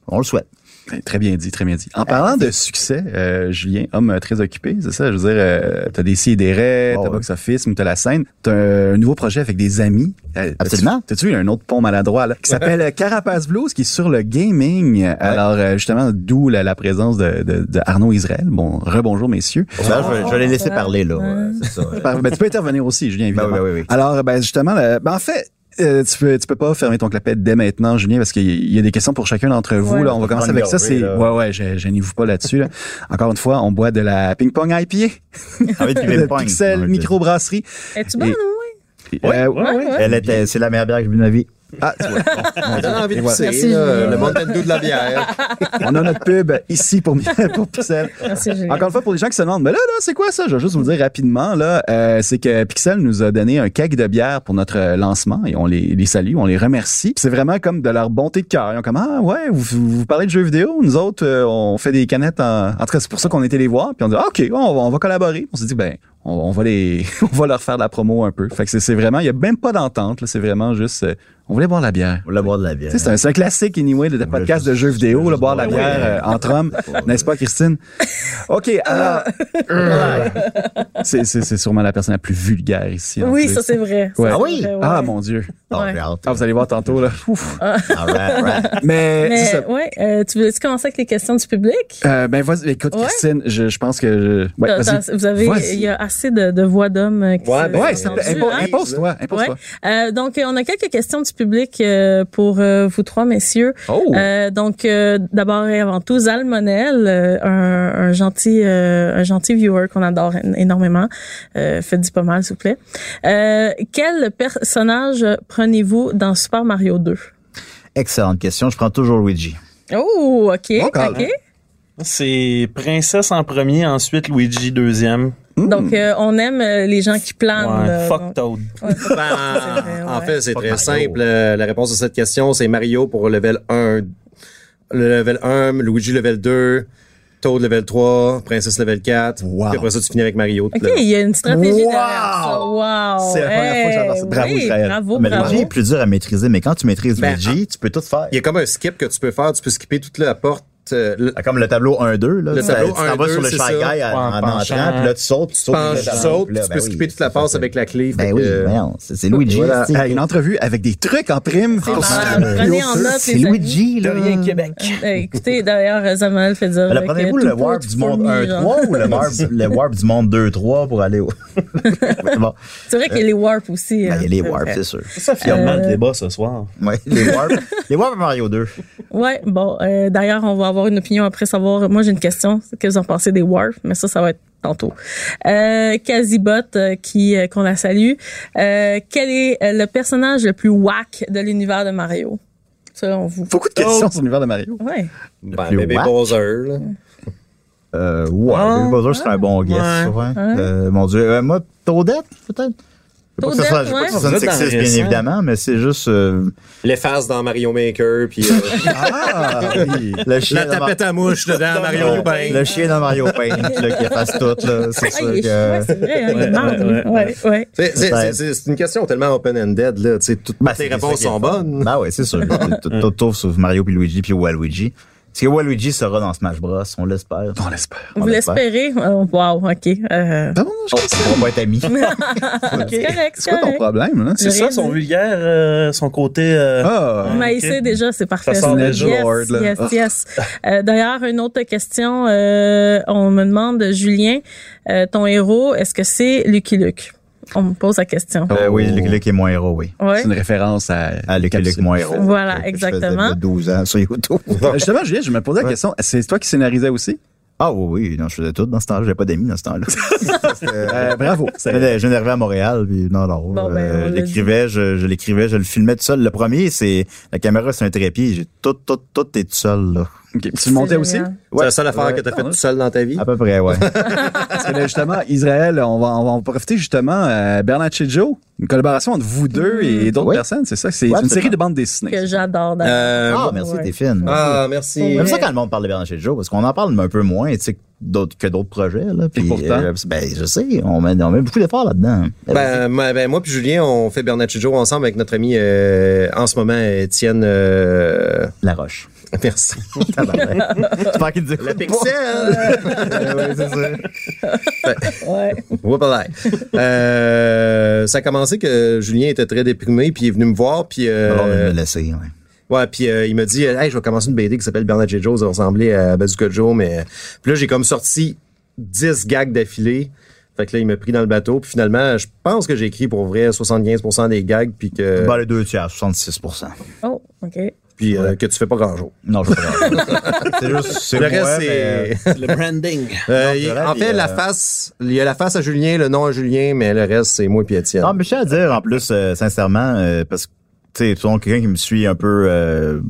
[SPEAKER 3] On le souhaite.
[SPEAKER 2] Ben, Très bien dit, très bien dit. En parlant de succès, euh, Julien, homme très occupé, c'est ça, je veux dire, euh, t'as des si et des raies,
[SPEAKER 3] Oh,
[SPEAKER 2] t'as
[SPEAKER 3] ouais.
[SPEAKER 2] box office, mais t'as la scène, t'as un nouveau projet avec des amis. Euh,
[SPEAKER 3] Absolument.
[SPEAKER 2] T'as-tu t'as-tu eu un autre pont maladroit, là, qui s'appelle euh, Carapace Blues, qui est sur le gaming. Alors, euh, justement, d'où la, la présence de, de- de Arnaud Israël. Bon, rebonjour, messieurs.
[SPEAKER 3] Ça, je, vais- je vais les laisser parler, là. Ouais, c'est ça.
[SPEAKER 2] Par- ben, tu peux intervenir aussi, Julien, évidemment.
[SPEAKER 3] Ben oui, ben oui, oui.
[SPEAKER 2] Alors, ben, justement, le- ben, en fait, euh, tu peux tu peux pas fermer ton clapet dès maintenant, Julien, parce qu'il y a- il y a des questions pour chacun d'entre vous.
[SPEAKER 7] Ouais.
[SPEAKER 2] Là, on va commencer avec ça.
[SPEAKER 3] Prendre
[SPEAKER 2] C'est
[SPEAKER 3] le
[SPEAKER 2] ouais, ouais, je, je n'y vous pas là-dessus. là. Encore une fois, on boit de la ping-pong à pied,
[SPEAKER 3] Ah oui, tu
[SPEAKER 2] de
[SPEAKER 3] les pognes.
[SPEAKER 2] Pixel Microbrasserie.
[SPEAKER 7] Es-tu bonne,
[SPEAKER 2] Et-
[SPEAKER 7] oui?
[SPEAKER 2] Euh,
[SPEAKER 3] Elle était, c'est la meilleure bière que j'ai bu de ma vie.
[SPEAKER 2] Ah, tu vois.
[SPEAKER 6] Ça donne envie de pousser,
[SPEAKER 7] Merci,
[SPEAKER 6] là,
[SPEAKER 7] Julien.
[SPEAKER 6] le Mountain Dew de la bière.
[SPEAKER 2] on a notre pub ici pour [LAUGHS] pour Pixel.
[SPEAKER 7] Merci, Julien.
[SPEAKER 2] Encore une fois, pour les gens qui se demandent, mais là, là, c'est quoi ça? Je vais juste vous le dire rapidement, là, euh, c'est que Pixel nous a donné un keg de bière pour notre euh, lancement et on les, les salue, on les remercie. Puis C'est vraiment comme de leur bonté de cœur. Ils ont comme, ah ouais, vous, vous- vous parlez de jeux vidéo, nous autres, euh, on fait des canettes en... En tout cas, c'est pour ça qu'on était les voir, puis on dit, Ah, OK, on va, on va collaborer. On s'est dit, ben, on, on va les, [LAUGHS] on va leur faire de la promo un peu. Fait que c'est- c'est vraiment, il y a même pas d'entente, là, c'est vraiment juste, euh, on voulait boire de la bière.
[SPEAKER 3] On va boire de la
[SPEAKER 2] Tu
[SPEAKER 3] bière.
[SPEAKER 2] sais, C'est un, c'est un classique, anyway, de, de
[SPEAKER 3] Ouais,
[SPEAKER 2] podcast
[SPEAKER 3] je-
[SPEAKER 2] de jeux vidéo,
[SPEAKER 3] je-
[SPEAKER 2] le boire de la
[SPEAKER 3] ouais,
[SPEAKER 2] bière
[SPEAKER 3] [LAUGHS] ouais. Ah.
[SPEAKER 2] euh, entre hommes. N'est-ce pas, Christine?
[SPEAKER 3] [LAUGHS]
[SPEAKER 2] OK, alors... c'est, c'est, c'est sûrement la personne la plus vulgaire ici. en
[SPEAKER 7] Oui,
[SPEAKER 2] plus.
[SPEAKER 7] ça, c'est vrai.
[SPEAKER 2] Ouais. Ah
[SPEAKER 7] Ça, c'est
[SPEAKER 3] oui?
[SPEAKER 7] vrai, ouais.
[SPEAKER 2] Ah, mon Dieu.
[SPEAKER 3] Oh,
[SPEAKER 7] Ouais.
[SPEAKER 3] j'ai hâte.
[SPEAKER 2] Ah, vous allez voir tantôt, là. Ouf.
[SPEAKER 3] All right, right.
[SPEAKER 2] Mais... c'est ça.
[SPEAKER 7] Mais, ouais, euh, tu voulais-tu commencer avec les questions du public?
[SPEAKER 2] Euh, ben, vas-y, écoute,
[SPEAKER 7] Ouais.
[SPEAKER 2] Christine, je, je pense que... je- Ouais,
[SPEAKER 7] T'as-
[SPEAKER 2] vas-y.
[SPEAKER 7] t'as- vous avez,
[SPEAKER 2] Vas-y.
[SPEAKER 7] il y a assez de, de voix d'hommes euh, qui
[SPEAKER 6] Ouais,
[SPEAKER 7] se
[SPEAKER 6] ben
[SPEAKER 7] sont
[SPEAKER 2] Ouais, s'il te plaît,
[SPEAKER 7] entendues,
[SPEAKER 2] impo-
[SPEAKER 7] hein?
[SPEAKER 2] impose-toi, impose-toi.
[SPEAKER 7] Ouais. Euh, donc, euh, on a quelques questions du public euh, pour euh, vous trois messieurs.
[SPEAKER 2] Oh!
[SPEAKER 7] Euh, donc, euh, d'abord et avant tout, Zalmonel, euh, un, un gentil, euh, un gentil viewer qu'on adore é- énormément. Euh, Faites-y pas mal, s'il vous plaît. Euh, quel personnage prenez-vous dans Super Mario 2?
[SPEAKER 3] Excellente question. Je prends toujours Luigi.
[SPEAKER 7] Oh, ok,
[SPEAKER 2] Bon call.
[SPEAKER 7] ok.
[SPEAKER 5] C'est Princesse en premier, ensuite Luigi deuxième.
[SPEAKER 3] Hmm.
[SPEAKER 7] Donc, euh, on aime euh, les gens qui planent.
[SPEAKER 5] Ouais,
[SPEAKER 7] euh, donc-
[SPEAKER 5] fuck Toad.
[SPEAKER 7] Ouais, fuck
[SPEAKER 6] Ben,
[SPEAKER 7] C'est vrai,
[SPEAKER 6] en
[SPEAKER 7] ouais.
[SPEAKER 6] fait, c'est
[SPEAKER 3] Pas
[SPEAKER 6] très
[SPEAKER 3] Mario.
[SPEAKER 6] simple. Euh, La réponse à cette question, c'est Mario pour level 1. Le level 1, Luigi level 2, Toad level 3, Princesse level 4.
[SPEAKER 2] Wow.
[SPEAKER 6] Puis après ça, tu finis avec Mario. tout
[SPEAKER 7] OK,
[SPEAKER 6] le-
[SPEAKER 7] il y a une stratégie
[SPEAKER 3] Wow!
[SPEAKER 7] derrière ça. Wow!
[SPEAKER 2] C'est la première fois que j'entends ça.
[SPEAKER 7] Eh,
[SPEAKER 2] Bravo,
[SPEAKER 7] oui,
[SPEAKER 2] Israël.
[SPEAKER 7] Bravo,
[SPEAKER 3] mais
[SPEAKER 7] bravo.
[SPEAKER 3] Luigi est plus dur à maîtriser, mais quand tu maîtrises
[SPEAKER 6] Ben,
[SPEAKER 3] Luigi, tu peux tout faire.
[SPEAKER 6] Il y a comme un skip que tu peux faire. Tu peux skipper toute la porte euh, le-
[SPEAKER 3] Ah, Comme le tableau 1-2, là.
[SPEAKER 6] Le
[SPEAKER 3] Ça-
[SPEAKER 6] tableau
[SPEAKER 3] tu t'en vas
[SPEAKER 6] 1-2,
[SPEAKER 3] sur le Shy
[SPEAKER 6] c'est
[SPEAKER 3] Guy
[SPEAKER 6] ça.
[SPEAKER 3] à- en,
[SPEAKER 5] Ouais, en
[SPEAKER 3] entrant, puis
[SPEAKER 5] penchant.
[SPEAKER 3] là, ben tu sautes, tu sautes.
[SPEAKER 6] penches,
[SPEAKER 3] tu
[SPEAKER 6] tu sautes, tu peux skipper toute la passe avec la clé. fait
[SPEAKER 3] Ben
[SPEAKER 6] que,
[SPEAKER 3] oui,
[SPEAKER 6] euh,
[SPEAKER 3] merde, c'est c'est Luigi.
[SPEAKER 2] Voilà.
[SPEAKER 3] c'est-
[SPEAKER 2] Hey, Euh, une entrevue avec des trucs en prime.
[SPEAKER 7] C'est
[SPEAKER 2] Franchement,
[SPEAKER 7] malade.
[SPEAKER 2] euh,
[SPEAKER 7] Prenez Ah, en note,
[SPEAKER 3] C'est
[SPEAKER 7] les amis.
[SPEAKER 3] Luigi, là.
[SPEAKER 5] Québec.
[SPEAKER 7] Euh, écoutez, d'ailleurs, Samuel fait dire.
[SPEAKER 3] Alors,
[SPEAKER 7] que
[SPEAKER 3] Ben, prenez-vous
[SPEAKER 7] tout
[SPEAKER 3] le
[SPEAKER 7] peut
[SPEAKER 3] warp
[SPEAKER 7] être
[SPEAKER 3] du monde
[SPEAKER 7] fourni, genre.
[SPEAKER 3] 1-3 ou le warp, le warp du monde 2-3 pour aller au. [LAUGHS] bon,
[SPEAKER 7] C'est vrai qu'il y a les warps aussi.
[SPEAKER 3] ben,
[SPEAKER 7] hein.
[SPEAKER 3] il y a les
[SPEAKER 7] C'est
[SPEAKER 3] warps,
[SPEAKER 7] vrai.
[SPEAKER 3] c'est sûr.
[SPEAKER 5] C'est ça, finalement, le débat ce soir.
[SPEAKER 3] Ouais, les warps. les warps à Mario 2.
[SPEAKER 7] Ouais, bon, euh, d'ailleurs, on va avoir une opinion après savoir. Moi, j'ai une question. Qu'est-ce que vous en pensez des warps? Mais ça, ça va être tantôt. Euh, Casibot, euh, qui euh, qu'on la salue. Euh, quel est euh, le personnage le plus whack de l'univers de Mario? Selon vous.
[SPEAKER 2] beaucoup de questions
[SPEAKER 7] Oh.
[SPEAKER 2] sur l'univers de Mario.
[SPEAKER 7] Ouais.
[SPEAKER 6] Ben,
[SPEAKER 3] plus
[SPEAKER 6] bébé
[SPEAKER 3] whack.
[SPEAKER 6] Bowser, là.
[SPEAKER 3] Euh, ouais,
[SPEAKER 5] Ah,
[SPEAKER 3] Bill Bowser, c'est un bon guess,
[SPEAKER 5] ouais.
[SPEAKER 3] ouais. Euh, mon Dieu. Euh, moi, Toadette, peut-être? Je veux pas que ça soit- je veux pas que ça
[SPEAKER 5] Toadette,
[SPEAKER 3] sonne
[SPEAKER 5] ouais.
[SPEAKER 3] sexiste, bien
[SPEAKER 5] Intéressant.
[SPEAKER 3] évidemment, mais c'est juste euh,
[SPEAKER 6] L'efface dans Mario Maker, puis euh,
[SPEAKER 3] [LAUGHS]
[SPEAKER 2] Ah, oui.
[SPEAKER 3] le chien
[SPEAKER 6] [LAUGHS] la
[SPEAKER 3] de Mar-
[SPEAKER 6] tapette à mouche dedans, Mario
[SPEAKER 3] Ouais,
[SPEAKER 6] Paint.
[SPEAKER 3] Le chien dans Mario Paint, là, qui efface tout, là. C'est
[SPEAKER 7] Ah,
[SPEAKER 3] sûr
[SPEAKER 7] il est
[SPEAKER 3] que. euh,
[SPEAKER 7] chouette, c'est vrai, hein, il est
[SPEAKER 5] Ouais,
[SPEAKER 7] marde,
[SPEAKER 5] ouais,
[SPEAKER 7] hein. Ouais, ouais.
[SPEAKER 6] C'est- c'est- C'est c'est- c'est une question tellement open-ended, là. tu sais, Toutes
[SPEAKER 3] Bah,
[SPEAKER 6] tes
[SPEAKER 3] Ben. c'est-
[SPEAKER 6] réponses
[SPEAKER 3] c'est-
[SPEAKER 6] sont bonnes.
[SPEAKER 3] Ah ouais, c'est
[SPEAKER 2] [LAUGHS]
[SPEAKER 3] sûr. Toto sauf Mario puis Luigi puis Waluigi. Est-ce que Waluigi sera dans Smash Bros? On l'espère.
[SPEAKER 2] On l'espère.
[SPEAKER 7] Vous
[SPEAKER 3] On l'espère.
[SPEAKER 7] l'espérez? Oh, wow, OK. Euh,
[SPEAKER 2] Ah bon, je-
[SPEAKER 3] On va pas être amis.
[SPEAKER 7] C'est correct,
[SPEAKER 2] C'est quoi ton
[SPEAKER 7] correct.
[SPEAKER 2] problème, là?
[SPEAKER 5] C'est ça, son vulgaire, euh, son côté. euh,
[SPEAKER 2] Ah,
[SPEAKER 7] Mais il
[SPEAKER 5] Ok.
[SPEAKER 7] sait déjà, c'est parfait.
[SPEAKER 5] Ça
[SPEAKER 7] ça.
[SPEAKER 5] sort déjà,
[SPEAKER 7] yes,
[SPEAKER 2] Howard, là.
[SPEAKER 7] yes,
[SPEAKER 2] Ah.
[SPEAKER 7] yes. Euh, D'ailleurs, une autre question. euh, on me demande, Julien, euh, ton héros, est-ce que c'est Lucky Luke? On me pose la question.
[SPEAKER 3] Euh, oui,
[SPEAKER 2] Oh.
[SPEAKER 3] Lucky Luke est mon héros, oui.
[SPEAKER 7] Ouais.
[SPEAKER 2] c'est une référence à,
[SPEAKER 3] Ah, Lucky Luke
[SPEAKER 2] Capsule.
[SPEAKER 3] mon héros.
[SPEAKER 7] Oh. Voilà,
[SPEAKER 3] Que- que je
[SPEAKER 7] exactement.
[SPEAKER 3] faisais de 12 ans sur YouTube.
[SPEAKER 2] [LAUGHS]
[SPEAKER 3] [LAUGHS]
[SPEAKER 2] Euh, Justement, Julien, je me posais la question. C'est toi qui scénarisais aussi?
[SPEAKER 3] Ah oui, oui, non, je faisais tout dans ce temps-là. J'avais pas d'amis dans ce
[SPEAKER 2] [LAUGHS]
[SPEAKER 3] temps-là.
[SPEAKER 2] Euh, bravo.
[SPEAKER 3] Je venais- je venais d'arriver à Montréal, puis non, non.
[SPEAKER 7] Bon, ben,
[SPEAKER 3] euh,
[SPEAKER 7] on
[SPEAKER 3] je
[SPEAKER 7] l'a
[SPEAKER 3] l'écrivais, je, je l'écrivais, je le filmais tout seul. Le premier, c'est la caméra, c'est un trépied. J'ai tout, tout, tout est tout seul, là.
[SPEAKER 2] Ok. Tu le montais
[SPEAKER 7] C'est
[SPEAKER 2] aussi?
[SPEAKER 7] génial.
[SPEAKER 6] C'est la seule affaire que t'as faite tout seul dans ta vie.
[SPEAKER 3] À peu
[SPEAKER 2] [LAUGHS]
[SPEAKER 3] près, ouais.
[SPEAKER 2] Parce que là, justement, Israël, on va, on va en profiter justement. Euh, Bernard Chidjo, une collaboration entre vous deux et d'autres
[SPEAKER 3] Oui.
[SPEAKER 2] personnes, c'est ça? C'est
[SPEAKER 3] Ouais,
[SPEAKER 2] une
[SPEAKER 3] absolument.
[SPEAKER 2] série de bandes dessinées.
[SPEAKER 7] hein, Que j'adore. d'ailleurs.
[SPEAKER 6] Euh,
[SPEAKER 3] ah,
[SPEAKER 6] bon.
[SPEAKER 3] merci,
[SPEAKER 7] ouais.
[SPEAKER 3] t'es fine.
[SPEAKER 6] Ah, merci.
[SPEAKER 3] J'aime ça quand le monde parle de Bernard chez Joe, parce qu'on en parle un peu moins, tu sais, que d'autres- que d'autres projets, là. Puis,
[SPEAKER 2] pourtant.
[SPEAKER 3] euh, ben, je sais, on met, on met beaucoup d'efforts là-dedans. Euh,
[SPEAKER 6] Ben, moi, ben, moi puis Julien, on fait Bernard Joe ensemble avec notre ami euh, en ce moment Étienne. euh, [LAUGHS]
[SPEAKER 3] La roche.
[SPEAKER 6] merci.
[SPEAKER 3] tu parles qu'il dit
[SPEAKER 6] Le [LAUGHS] pixel.
[SPEAKER 7] Ouais.
[SPEAKER 6] Whoop-a-lay. Euh, ça a commencé que Julien était très déprimé puis il est venu me voir puis euh,
[SPEAKER 3] Alors, il me laisser, ouais.
[SPEAKER 6] ouais puis euh, il m'a dit euh, hey je vais commencer une BD qui s'appelle Bernard J. Joe ça va ressembler à Bazooka Joe mais euh, puis là j'ai comme sorti 10 gags d'affilée fait que là il m'a pris dans le bateau puis finalement je pense que j'ai écrit pour vrai 75% des gags puis que
[SPEAKER 3] Ben, les deux tiers, 66
[SPEAKER 7] Oh, OK.
[SPEAKER 6] puis euh, que tu fais pas grand jour
[SPEAKER 3] Non, je sais
[SPEAKER 6] [LAUGHS]
[SPEAKER 3] pas. c'est juste, c'est
[SPEAKER 6] le
[SPEAKER 3] moi,
[SPEAKER 6] reste
[SPEAKER 3] mais-
[SPEAKER 6] c'est [LAUGHS]
[SPEAKER 5] Le branding.
[SPEAKER 6] Euh,
[SPEAKER 3] Non,
[SPEAKER 6] il-
[SPEAKER 3] c'est vrai,
[SPEAKER 6] en
[SPEAKER 3] puis,
[SPEAKER 6] fait, la
[SPEAKER 3] euh,
[SPEAKER 6] face, il y a la face à Julien, le nom à Julien, mais le reste, c'est moi et Étienne.
[SPEAKER 3] Non, mais je tiens à dire, en plus, euh, sincèrement, euh, parce que, tu sais, souvent, quelqu'un qui me suit un peu, euh,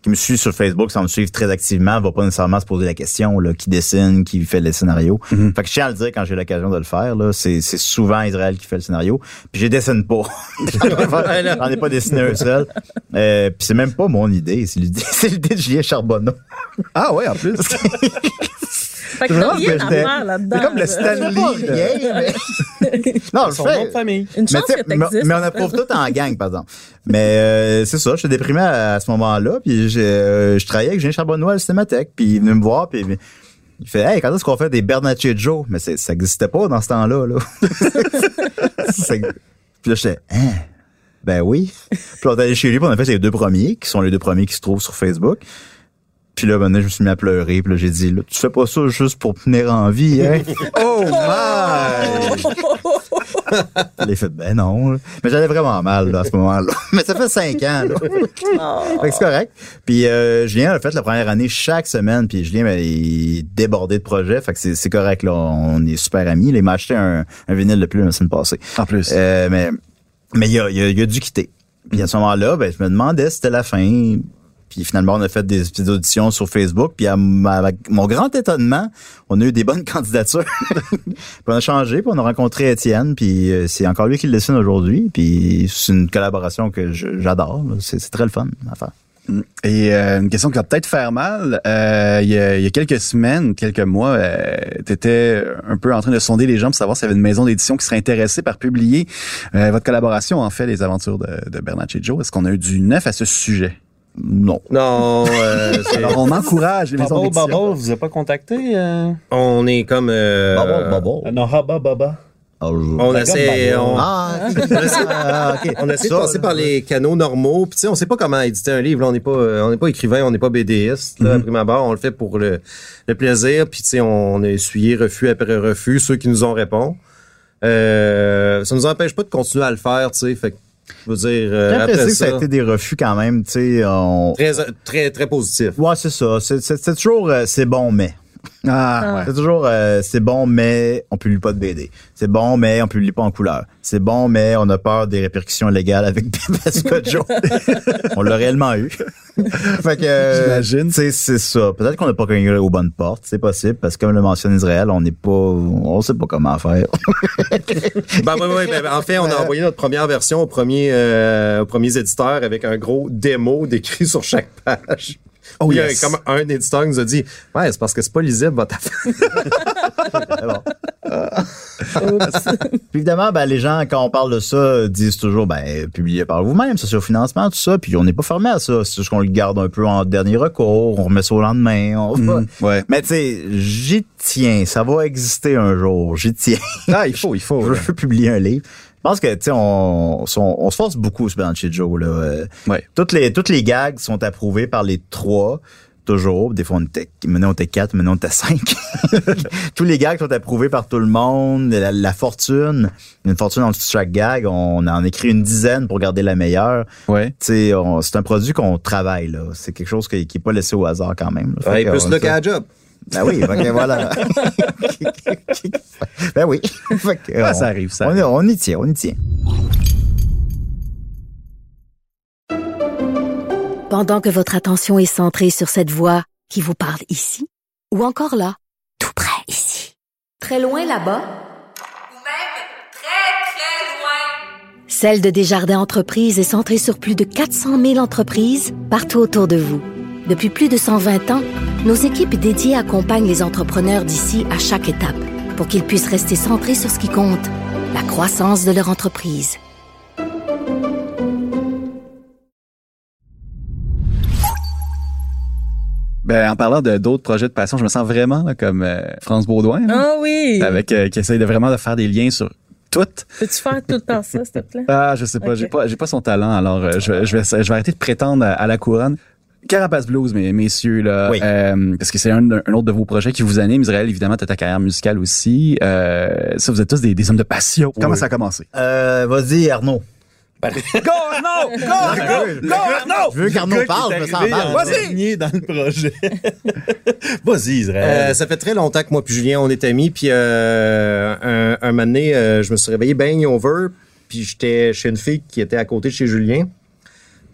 [SPEAKER 3] qui me suit sur Facebook, sans me suivre très activement, va pas nécessairement se poser la question, là, qui dessine, qui fait les scénarios. Fait que je tiens à le dire quand j'ai l'occasion de le faire, là, c'est, c'est souvent Israël qui fait le scénario, puis je dessine pas. [LAUGHS] J'en ai pas dessiné un seul. Euh, puis c'est même pas mon idée, c'est l'idée, [LAUGHS] c'est l'idée de Julien Charbonneau. [LAUGHS]
[SPEAKER 2] Ah ouais, en plus.
[SPEAKER 7] Fait que t'as
[SPEAKER 3] Vraiment,
[SPEAKER 7] rien
[SPEAKER 3] que
[SPEAKER 7] à
[SPEAKER 3] j'étais-
[SPEAKER 7] faire là-dedans.
[SPEAKER 2] c'est comme le
[SPEAKER 7] là.
[SPEAKER 2] Stanley.
[SPEAKER 3] Non, je
[SPEAKER 5] Son
[SPEAKER 3] fais-
[SPEAKER 5] nom de famille.
[SPEAKER 7] Une chance
[SPEAKER 3] tu sais,
[SPEAKER 7] que t'existes.
[SPEAKER 3] mais on approuve tout en gang, par exemple. Mais euh, c'est ça, j'étais déprimé à, à ce moment-là, puis j'ai, euh, je travaillais avec Julien Charbonneau à la Cinémathèque, puis il est venu me voir, puis il fait Hey, quand est-ce qu'on fait des Bernatchez Joe? Mais c'est- ça n'existait pas dans ce temps-là.
[SPEAKER 7] [LAUGHS]
[SPEAKER 3] Là. C'est- puis là, j'étais Hein? Ben oui. Puis on est allé chez lui, puis on a fait les deux premiers, qui sont les deux premiers qui se trouvent sur Facebook. Puis là, maintenant, je me suis mis à pleurer. Puis là, j'ai dit, là, tu fais pas ça juste pour tenir en vie, hein? oh my! J'ai fait, ben non. là. Mais j'allais vraiment mal là, à ce moment-là. [LAUGHS] Mais ça fait cinq ans. Là. Fait que c'est correct. Puis euh, Julien a fait la première année chaque semaine. Puis Julien, ben, il débordait de projets. Fait que c'est, c'est correct. Là. On est super amis. Là, il m'a acheté un, un vinyle de plus la semaine passée.
[SPEAKER 2] En plus.
[SPEAKER 3] Euh, mais mais il, a, il a- il a dû quitter. Puis à ce moment-là, ben, je me demandais si c'était la fin. Puis finalement, on a fait des petites auditions sur Facebook. Puis à ma- ma- mon grand étonnement, on a eu des bonnes [LAUGHS] candidatures. puis on a changé, puis on a rencontré Étienne. Puis euh, c'est encore lui qui le dessine aujourd'hui. Puis c'est une collaboration que je- j'adore. là. C'est c'est très le fun à faire.
[SPEAKER 2] Et euh, une question qui va peut-être faire mal. Euh, il, y a, il y a quelques semaines, quelques mois, tu étais un peu en train de sonder les gens pour savoir s'il y avait une maison d'édition qui serait intéressée par publier euh, votre collaboration, en fait, les aventures de, de Bernard Joe. Est-ce qu'on a eu du neuf à ce sujet?
[SPEAKER 3] Non.
[SPEAKER 6] Non, euh, c'est-
[SPEAKER 2] Alors, on encourage les maisons
[SPEAKER 5] Bubble,
[SPEAKER 2] d'édition.
[SPEAKER 5] Bubble, vous n'avez pas contacté? euh?
[SPEAKER 6] on est comme. euh,
[SPEAKER 3] Bubble, bubble.
[SPEAKER 4] Non, Haba Baba.
[SPEAKER 3] Ah, je-
[SPEAKER 6] On
[SPEAKER 4] La
[SPEAKER 6] essaie.
[SPEAKER 4] gomme bubble.
[SPEAKER 6] on-
[SPEAKER 3] Ah, ah, ok.
[SPEAKER 6] On essaie de
[SPEAKER 3] Ça,
[SPEAKER 6] passer
[SPEAKER 3] là.
[SPEAKER 6] par les canaux normaux. Puis, tu sais, on sait pas comment éditer un livre. là. On n'est pas, euh, on n'est pas écrivain, on n'est pas BDiste. Là, à
[SPEAKER 3] Mm-hmm.
[SPEAKER 6] prime abord, on le fait pour le, le plaisir. Puis, tu sais, on a essuyé refus après refus, ceux qui nous ont répondu. Euh, ça nous empêche pas de continuer à le faire, tu sais. Fait que, je veux dire, euh,
[SPEAKER 3] J'ai
[SPEAKER 6] après
[SPEAKER 3] l'impression que ça
[SPEAKER 6] ça,
[SPEAKER 3] a été des refus quand même, tu sais. on-
[SPEAKER 6] très, très, très positif.
[SPEAKER 3] Ouais, c'est ça. C'est- C'est c'est toujours euh, c'est bon, mais. [LAUGHS]
[SPEAKER 2] Ah, ouais.
[SPEAKER 3] C'est toujours euh, c'est bon, mais on publie pas de BD. C'est bon, mais on publie pas en couleur. C'est bon, mais on a peur des répercussions légales avec [LAUGHS] Pascal Joe. on l'a réellement eu. [LAUGHS] fait que, euh,
[SPEAKER 2] J'imagine.
[SPEAKER 3] tu sais, c'est ça. Peut-être qu'on n'a pas cogné aux bonnes portes, c'est possible, parce que comme le mentionne Israël, on n'est pas, on sait pas comment faire.
[SPEAKER 6] Ben, ouais, ouais, ben, en
[SPEAKER 3] [LAUGHS]
[SPEAKER 6] fait, on a envoyé notre première version aux premiers, euh, aux premiers éditeurs avec un gros démo [LAUGHS] décrit sur chaque page.
[SPEAKER 2] Oh,
[SPEAKER 6] Puis,
[SPEAKER 2] yes.
[SPEAKER 6] euh, comme un éditeur nous a dit, ouais, c'est parce que c'est pas lisible votre affaire.
[SPEAKER 3] Puis évidemment, ben, les gens, quand on parle de ça, euh, disent toujours, ben, publiez par vous-même, ça, c'est au financement, tout ça. Puis on n'est pas fermé à ça. C'est juste qu'on le garde un peu en dernier recours, on remet ça au lendemain. On va-
[SPEAKER 2] Mhm, ouais.
[SPEAKER 3] Mais tu sais, j'y tiens. Ça va exister un jour. J'y tiens.
[SPEAKER 2] Ah, il faut, il faut.
[SPEAKER 3] [LAUGHS] Je veux publier un livre. Je pense que, tu sais, on, on, on se force beaucoup sur Banshee Joe, là. Euh,
[SPEAKER 2] Ouais.
[SPEAKER 3] Toutes les, toutes les gags sont approuvées par les trois. Toujours. Des fois, on était, maintenant, on était quatre, maintenant, on était cinq. [LAUGHS] Tous les gags sont approuvés par tout le monde. La, la fortune, une fortune en dessous de chaque gag, on en écrit une dizaine pour garder la meilleure.
[SPEAKER 2] Ouais.
[SPEAKER 3] Tu sais, on- c'est un produit qu'on travaille, là. C'est quelque chose qui, qui est pas laissé au hasard, quand même. là. Fait
[SPEAKER 6] Ouais,
[SPEAKER 3] que
[SPEAKER 6] plus
[SPEAKER 3] on-
[SPEAKER 6] le qu'à la job.
[SPEAKER 3] ben oui, fait que voilà. [LAUGHS] ben oui. Fait que,
[SPEAKER 2] Ah,
[SPEAKER 3] on-
[SPEAKER 2] ça arrive, ça
[SPEAKER 3] on,
[SPEAKER 2] arrive.
[SPEAKER 3] on y tient, on y tient.
[SPEAKER 8] Pendant que votre attention est centrée sur cette voix qui vous parle ici, ou encore là, tout près ici, très loin là-bas, Celle de Desjardins Entreprises est centrée sur plus de 400 000 entreprises partout autour de vous. Depuis plus de 120 ans, nos équipes dédiées accompagnent les entrepreneurs d'ici à chaque étape pour qu'ils puissent rester centrés sur ce qui compte, la croissance de leur entreprise.
[SPEAKER 2] Ben, en parlant de d'autres projets de passion, je me sens vraiment là, comme euh, France Baudouin, là,
[SPEAKER 7] Ah oui!
[SPEAKER 2] avec euh, qui essaye de vraiment de faire des liens sur tout.
[SPEAKER 7] Peux-tu faire tout le temps ça, s'il te
[SPEAKER 2] [LAUGHS]
[SPEAKER 7] plaît?
[SPEAKER 2] Ah, je sais pas,
[SPEAKER 7] Ok.
[SPEAKER 2] j'ai pas, j'ai pas son talent, alors euh, je, vais- je vais, je vais arrêter de prétendre à, à la couronne. Carapace Blues, mes messieurs, là,
[SPEAKER 3] Oui.
[SPEAKER 2] euh, parce que c'est un, un autre de vos projets qui vous anime. Israël, évidemment, t'as ta carrière musicale aussi. Euh, ça, vous êtes tous des, des hommes de passion. Comment ça a commencé?
[SPEAKER 3] Euh, Vas-y, Arnaud.
[SPEAKER 2] Go, Arnaud! Go, [LAUGHS] Arnaud! Go, Arnaud!
[SPEAKER 3] Je veux qu'Arnaud
[SPEAKER 4] Le gars qui
[SPEAKER 3] parle,
[SPEAKER 4] est
[SPEAKER 3] je me sens
[SPEAKER 4] arrivé euh,
[SPEAKER 3] mal.
[SPEAKER 4] en dernier dans le
[SPEAKER 5] [LAUGHS]
[SPEAKER 4] projet. Vas-y, Israël.
[SPEAKER 6] Euh, ça fait très longtemps que moi puis Julien, on est amis. Puis euh, un, un moment donné, euh, je me suis réveillé bang over. Puis j'étais chez une fille qui était à côté de chez Julien.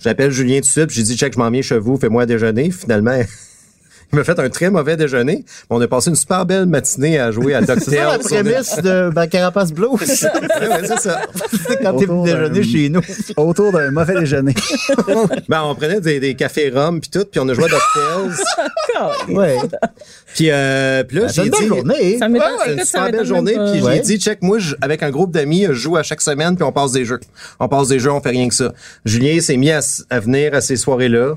[SPEAKER 6] J'appelle Julien tout de suite. puis J'ai dit, check, je m'en viens chez vous, fais-moi déjeuner. Finalement, [LAUGHS] il m'a fait un très mauvais déjeuner. mais On a passé une super belle matinée à jouer à
[SPEAKER 3] [LAUGHS]
[SPEAKER 6] Docteur.
[SPEAKER 3] C'est ça la prémisse de ben, Carapace Blues.
[SPEAKER 6] [LAUGHS] c'est
[SPEAKER 3] [LAUGHS]
[SPEAKER 6] ça.
[SPEAKER 3] C'est quand t'es venu
[SPEAKER 2] Autour
[SPEAKER 3] déjeuner
[SPEAKER 2] d'un-
[SPEAKER 3] chez nous.
[SPEAKER 6] [LAUGHS]
[SPEAKER 2] Autour d'un mauvais déjeuner.
[SPEAKER 6] Ben, on prenait des, des cafés rhum puis tout, puis on a joué à DuckTales.
[SPEAKER 3] Ouais.
[SPEAKER 6] puis, euh, puis là,
[SPEAKER 3] Ben, C'est
[SPEAKER 6] j'ai
[SPEAKER 3] une
[SPEAKER 6] dit...
[SPEAKER 3] bonne journée.
[SPEAKER 7] Ça
[SPEAKER 6] Ouais,
[SPEAKER 7] m'étonne.
[SPEAKER 6] c'est une
[SPEAKER 7] écoute, ça
[SPEAKER 6] super belle
[SPEAKER 7] m'étonne même
[SPEAKER 6] journée.
[SPEAKER 7] pas.
[SPEAKER 6] Puis
[SPEAKER 3] Ouais.
[SPEAKER 6] j'ai dit, check, moi, je- avec un groupe d'amis, je joue à chaque semaine, puis on passe des jeux. On passe des jeux, on fait rien que ça. Julien s'est mis à, s- à venir à ces soirées-là.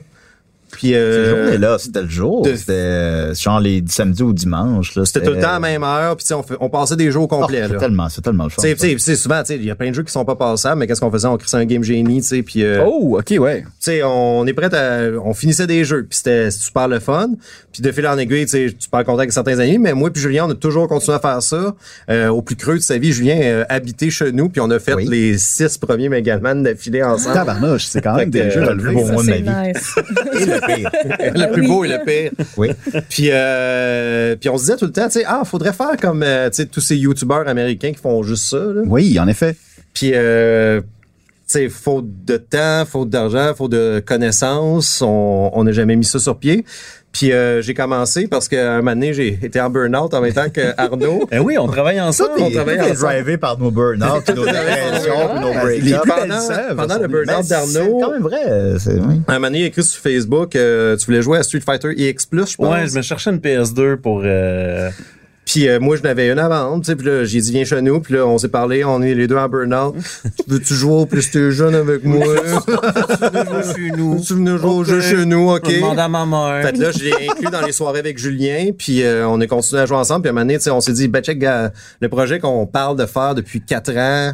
[SPEAKER 6] Puis
[SPEAKER 3] Cette
[SPEAKER 6] euh,
[SPEAKER 3] journée-là, c'était le jour.
[SPEAKER 6] de-
[SPEAKER 3] C'était euh, genre les samedis ou dimanches. là,
[SPEAKER 6] c'était tout le temps à la même heure, puis tu sais, on, fait- on passait des jeux au
[SPEAKER 3] Oh,
[SPEAKER 6] complet.
[SPEAKER 3] euh, c'est
[SPEAKER 6] là.
[SPEAKER 3] tellement, c'est tellement le fun.
[SPEAKER 6] Tu sais,
[SPEAKER 3] ça.
[SPEAKER 6] tu sais, c'est souvent, tu sais, il y a plein de jeux qui sont pas passables, mais qu'est-ce qu'on faisait? On crissait un game génie, tu sais, puis euh,
[SPEAKER 2] Oh, OK, ouais.
[SPEAKER 6] tu sais, on est prêt à, on finissait des jeux, puis c'était super le fun. Puis de fil en aiguille, tu sais, tu parles contact avec certains amis, mais moi puis Julien, on a toujours continué à faire ça. Euh, au plus creux de sa vie, Julien euh, habitait chez nous, puis on a fait
[SPEAKER 3] Oui. Ah,
[SPEAKER 6] les six premiers Megaman d'affilée ensemble.
[SPEAKER 2] Tabarnouche, c'est quand même
[SPEAKER 6] Hein? Fait que,
[SPEAKER 2] des jeux
[SPEAKER 6] euh,
[SPEAKER 3] le
[SPEAKER 2] relevés.
[SPEAKER 3] beau
[SPEAKER 2] ça.
[SPEAKER 3] mois de ma
[SPEAKER 7] C'est
[SPEAKER 3] vie.
[SPEAKER 7] nice.
[SPEAKER 3] Et le [LAUGHS] pire.
[SPEAKER 6] [LAUGHS] le plus beau et le pire.
[SPEAKER 3] Oui.
[SPEAKER 6] Puis, euh, puis on se disait tout le temps, tu sais, ah, faudrait faire comme euh, tu sais, tous ces youtubeurs américains qui font juste ça. là.
[SPEAKER 2] Oui, en effet.
[SPEAKER 6] Puis, euh, tu sais, faute de temps, faute d'argent, faute de connaissances, on on n'a jamais mis ça sur pied. Puis euh, j'ai commencé parce qu'à un moment donné, j'ai été en burn-out en même temps que Arnaud.
[SPEAKER 5] Eh oui, on travaille ensemble.
[SPEAKER 3] Tout
[SPEAKER 6] On
[SPEAKER 3] est-
[SPEAKER 6] travaille
[SPEAKER 3] tout est
[SPEAKER 6] ensemble.
[SPEAKER 3] drivé par nos
[SPEAKER 6] [LAUGHS]
[SPEAKER 3] burn-out, puis nos dépressions, puis nos break-ups.
[SPEAKER 2] Les plus
[SPEAKER 6] Pendant-
[SPEAKER 2] belles œuvres
[SPEAKER 6] pendant
[SPEAKER 2] sont
[SPEAKER 6] le
[SPEAKER 2] des-
[SPEAKER 6] burn-out,
[SPEAKER 3] Ben,
[SPEAKER 6] d'Arnaud.
[SPEAKER 3] C'est quand même vrai. euh, c'est- oui.
[SPEAKER 6] À un moment donné, il a écrit sur Facebook, euh, tu voulais jouer à Street Fighter EX+, je pense.
[SPEAKER 5] Ouais, je me cherchais une PS2 pour. euh,
[SPEAKER 6] Puis euh, moi, je n'avais une à vendre. tu sais, Puis là, j'ai dit, viens chez nous. Puis là, on s'est parlé. On est les deux en burn-out. Tu Veux-tu jouer au PlayStation avec moi?
[SPEAKER 5] chez nous.
[SPEAKER 6] tu venais jouer au jeu chez nous, OK?
[SPEAKER 5] Demande à ma mère.
[SPEAKER 6] Fait que là, je l'ai inclus dans les soirées avec Julien, puis euh, on a continué à jouer ensemble. Puis à un moment donné, tu sais, on s'est dit, ben check, gars, le projet qu'on parle de faire depuis quatre ans,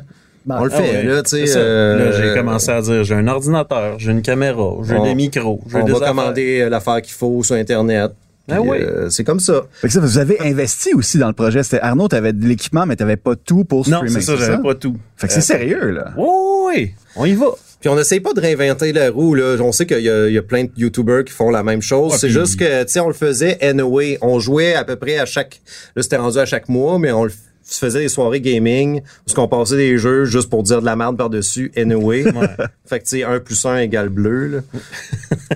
[SPEAKER 6] on le
[SPEAKER 5] Ah
[SPEAKER 6] fait,
[SPEAKER 5] ouais,
[SPEAKER 6] là, tu sais.
[SPEAKER 5] c'est ça.
[SPEAKER 6] euh,
[SPEAKER 5] Là, j'ai commencé à dire, j'ai un ordinateur, j'ai une caméra, j'ai
[SPEAKER 6] on-
[SPEAKER 5] des micros, j'ai
[SPEAKER 6] On
[SPEAKER 5] des
[SPEAKER 6] va
[SPEAKER 5] affaires.
[SPEAKER 6] commander euh, l'affaire qu'il faut sur Internet.
[SPEAKER 5] Ah
[SPEAKER 6] Puis,
[SPEAKER 5] oui.
[SPEAKER 6] euh, c'est comme ça.
[SPEAKER 2] Fait que ça, vous avez investi aussi dans le projet. C'était Arnaud, t'avais de l'équipement, mais t'avais pas tout pour
[SPEAKER 5] Non,
[SPEAKER 2] streamer.
[SPEAKER 5] c'est ça, j'avais pas Euh, tout.
[SPEAKER 2] Fait que c'est sérieux, là.
[SPEAKER 5] Oui, oui, oui, on y va.
[SPEAKER 6] Puis on n'essaye pas de réinventer la roue. Là. On sait qu'il y, a- il y a plein de YouTubers qui font la même chose.
[SPEAKER 3] Ah,
[SPEAKER 6] c'est juste que, tu sais, on le faisait anyway. On jouait à peu près à chaque... Là, c'était rendu à chaque mois, mais on le f- se faisait des soirées gaming parce qu'on passait des jeux juste pour dire de la merde par-dessus anyway. [LAUGHS] Fait que, tu sais, 1 plus 1 égale bleu. Là.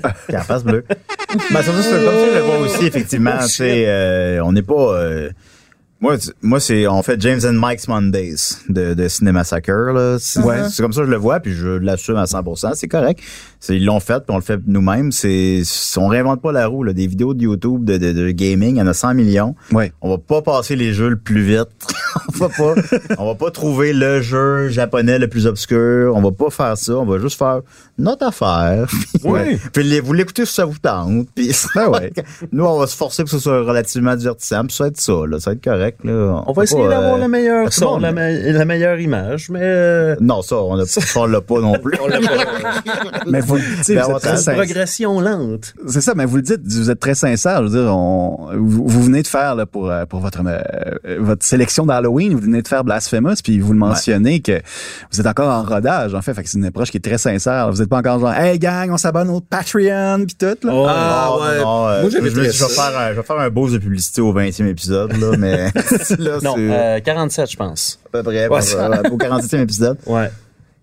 [SPEAKER 3] Oh, La face bleue. Mais surtout, c'est comme tu le vois aussi, effectivement. tu sais, euh, on n'est pas. euh, moi, tu- moi c'est on fait James and Mike's Mondays de, de Cinéma Soccer. Là. C'est, c'est comme ça que je le vois, puis je l'assume à 100 C'est correct. C'est, ils l'ont fait, puis on le fait nous-mêmes. C'est, c'est- on réinvente pas la roue. Là. Des vidéos de YouTube, de, de, de gaming, il y en a 100 millions.
[SPEAKER 2] Ouais.
[SPEAKER 3] On va pas passer les jeux le plus vite. [LAUGHS] on va pas, on va pas trouver le jeu japonais le plus obscur. On va pas faire ça. On va juste faire notre affaire. [LAUGHS]
[SPEAKER 2] Oui.
[SPEAKER 3] puis les- vous l'écoutez si ça vous tente. Puis
[SPEAKER 2] Ben ouais.
[SPEAKER 3] nous, on va se forcer pour que ce soit relativement divertissant. Puis ça va être ça. Là. Ça va être correct. Là. euh,
[SPEAKER 5] On va essayer d'avoir le
[SPEAKER 3] tout
[SPEAKER 5] meilleur
[SPEAKER 3] le
[SPEAKER 5] son,
[SPEAKER 3] monde.
[SPEAKER 5] euh, la, me- la meilleure image, mais euh,
[SPEAKER 3] Non, ça, on a- on l'a pas non plus.
[SPEAKER 6] On l'a pas-
[SPEAKER 2] Mais vous, tu sais,
[SPEAKER 3] Ben,
[SPEAKER 2] vous
[SPEAKER 3] on
[SPEAKER 2] êtes très
[SPEAKER 3] t'en-
[SPEAKER 2] sincère.
[SPEAKER 5] progression lente.
[SPEAKER 2] C'est ça, mais vous le dites, vous êtes très sincère. Je veux dire, on, vous, vous venez de faire là, pour, euh, pour votre, euh, votre sélection d'Halloween, vous venez de faire Blasphemous, puis vous le mentionnez que vous êtes encore en rodage, en fait. Fait que c'est une approche qui est très sincère. Vous n'êtes pas encore genre, hey gang, on s'abonne au Patreon, puis tout. Là.
[SPEAKER 6] Ah,
[SPEAKER 3] Non,
[SPEAKER 6] ouais.
[SPEAKER 3] non, euh,
[SPEAKER 6] Moi,
[SPEAKER 3] je, me suis
[SPEAKER 6] j'avais
[SPEAKER 3] dit,
[SPEAKER 6] très
[SPEAKER 3] je vais
[SPEAKER 6] ça.
[SPEAKER 3] faire un, je vais faire un buzz de publicité au 20e épisode, là, mais [LAUGHS] là,
[SPEAKER 5] non,
[SPEAKER 3] c'est
[SPEAKER 5] euh, 47, je pense.
[SPEAKER 3] à peu près
[SPEAKER 5] ouais,
[SPEAKER 3] pour- euh, au 47e épisode.
[SPEAKER 5] Ouais.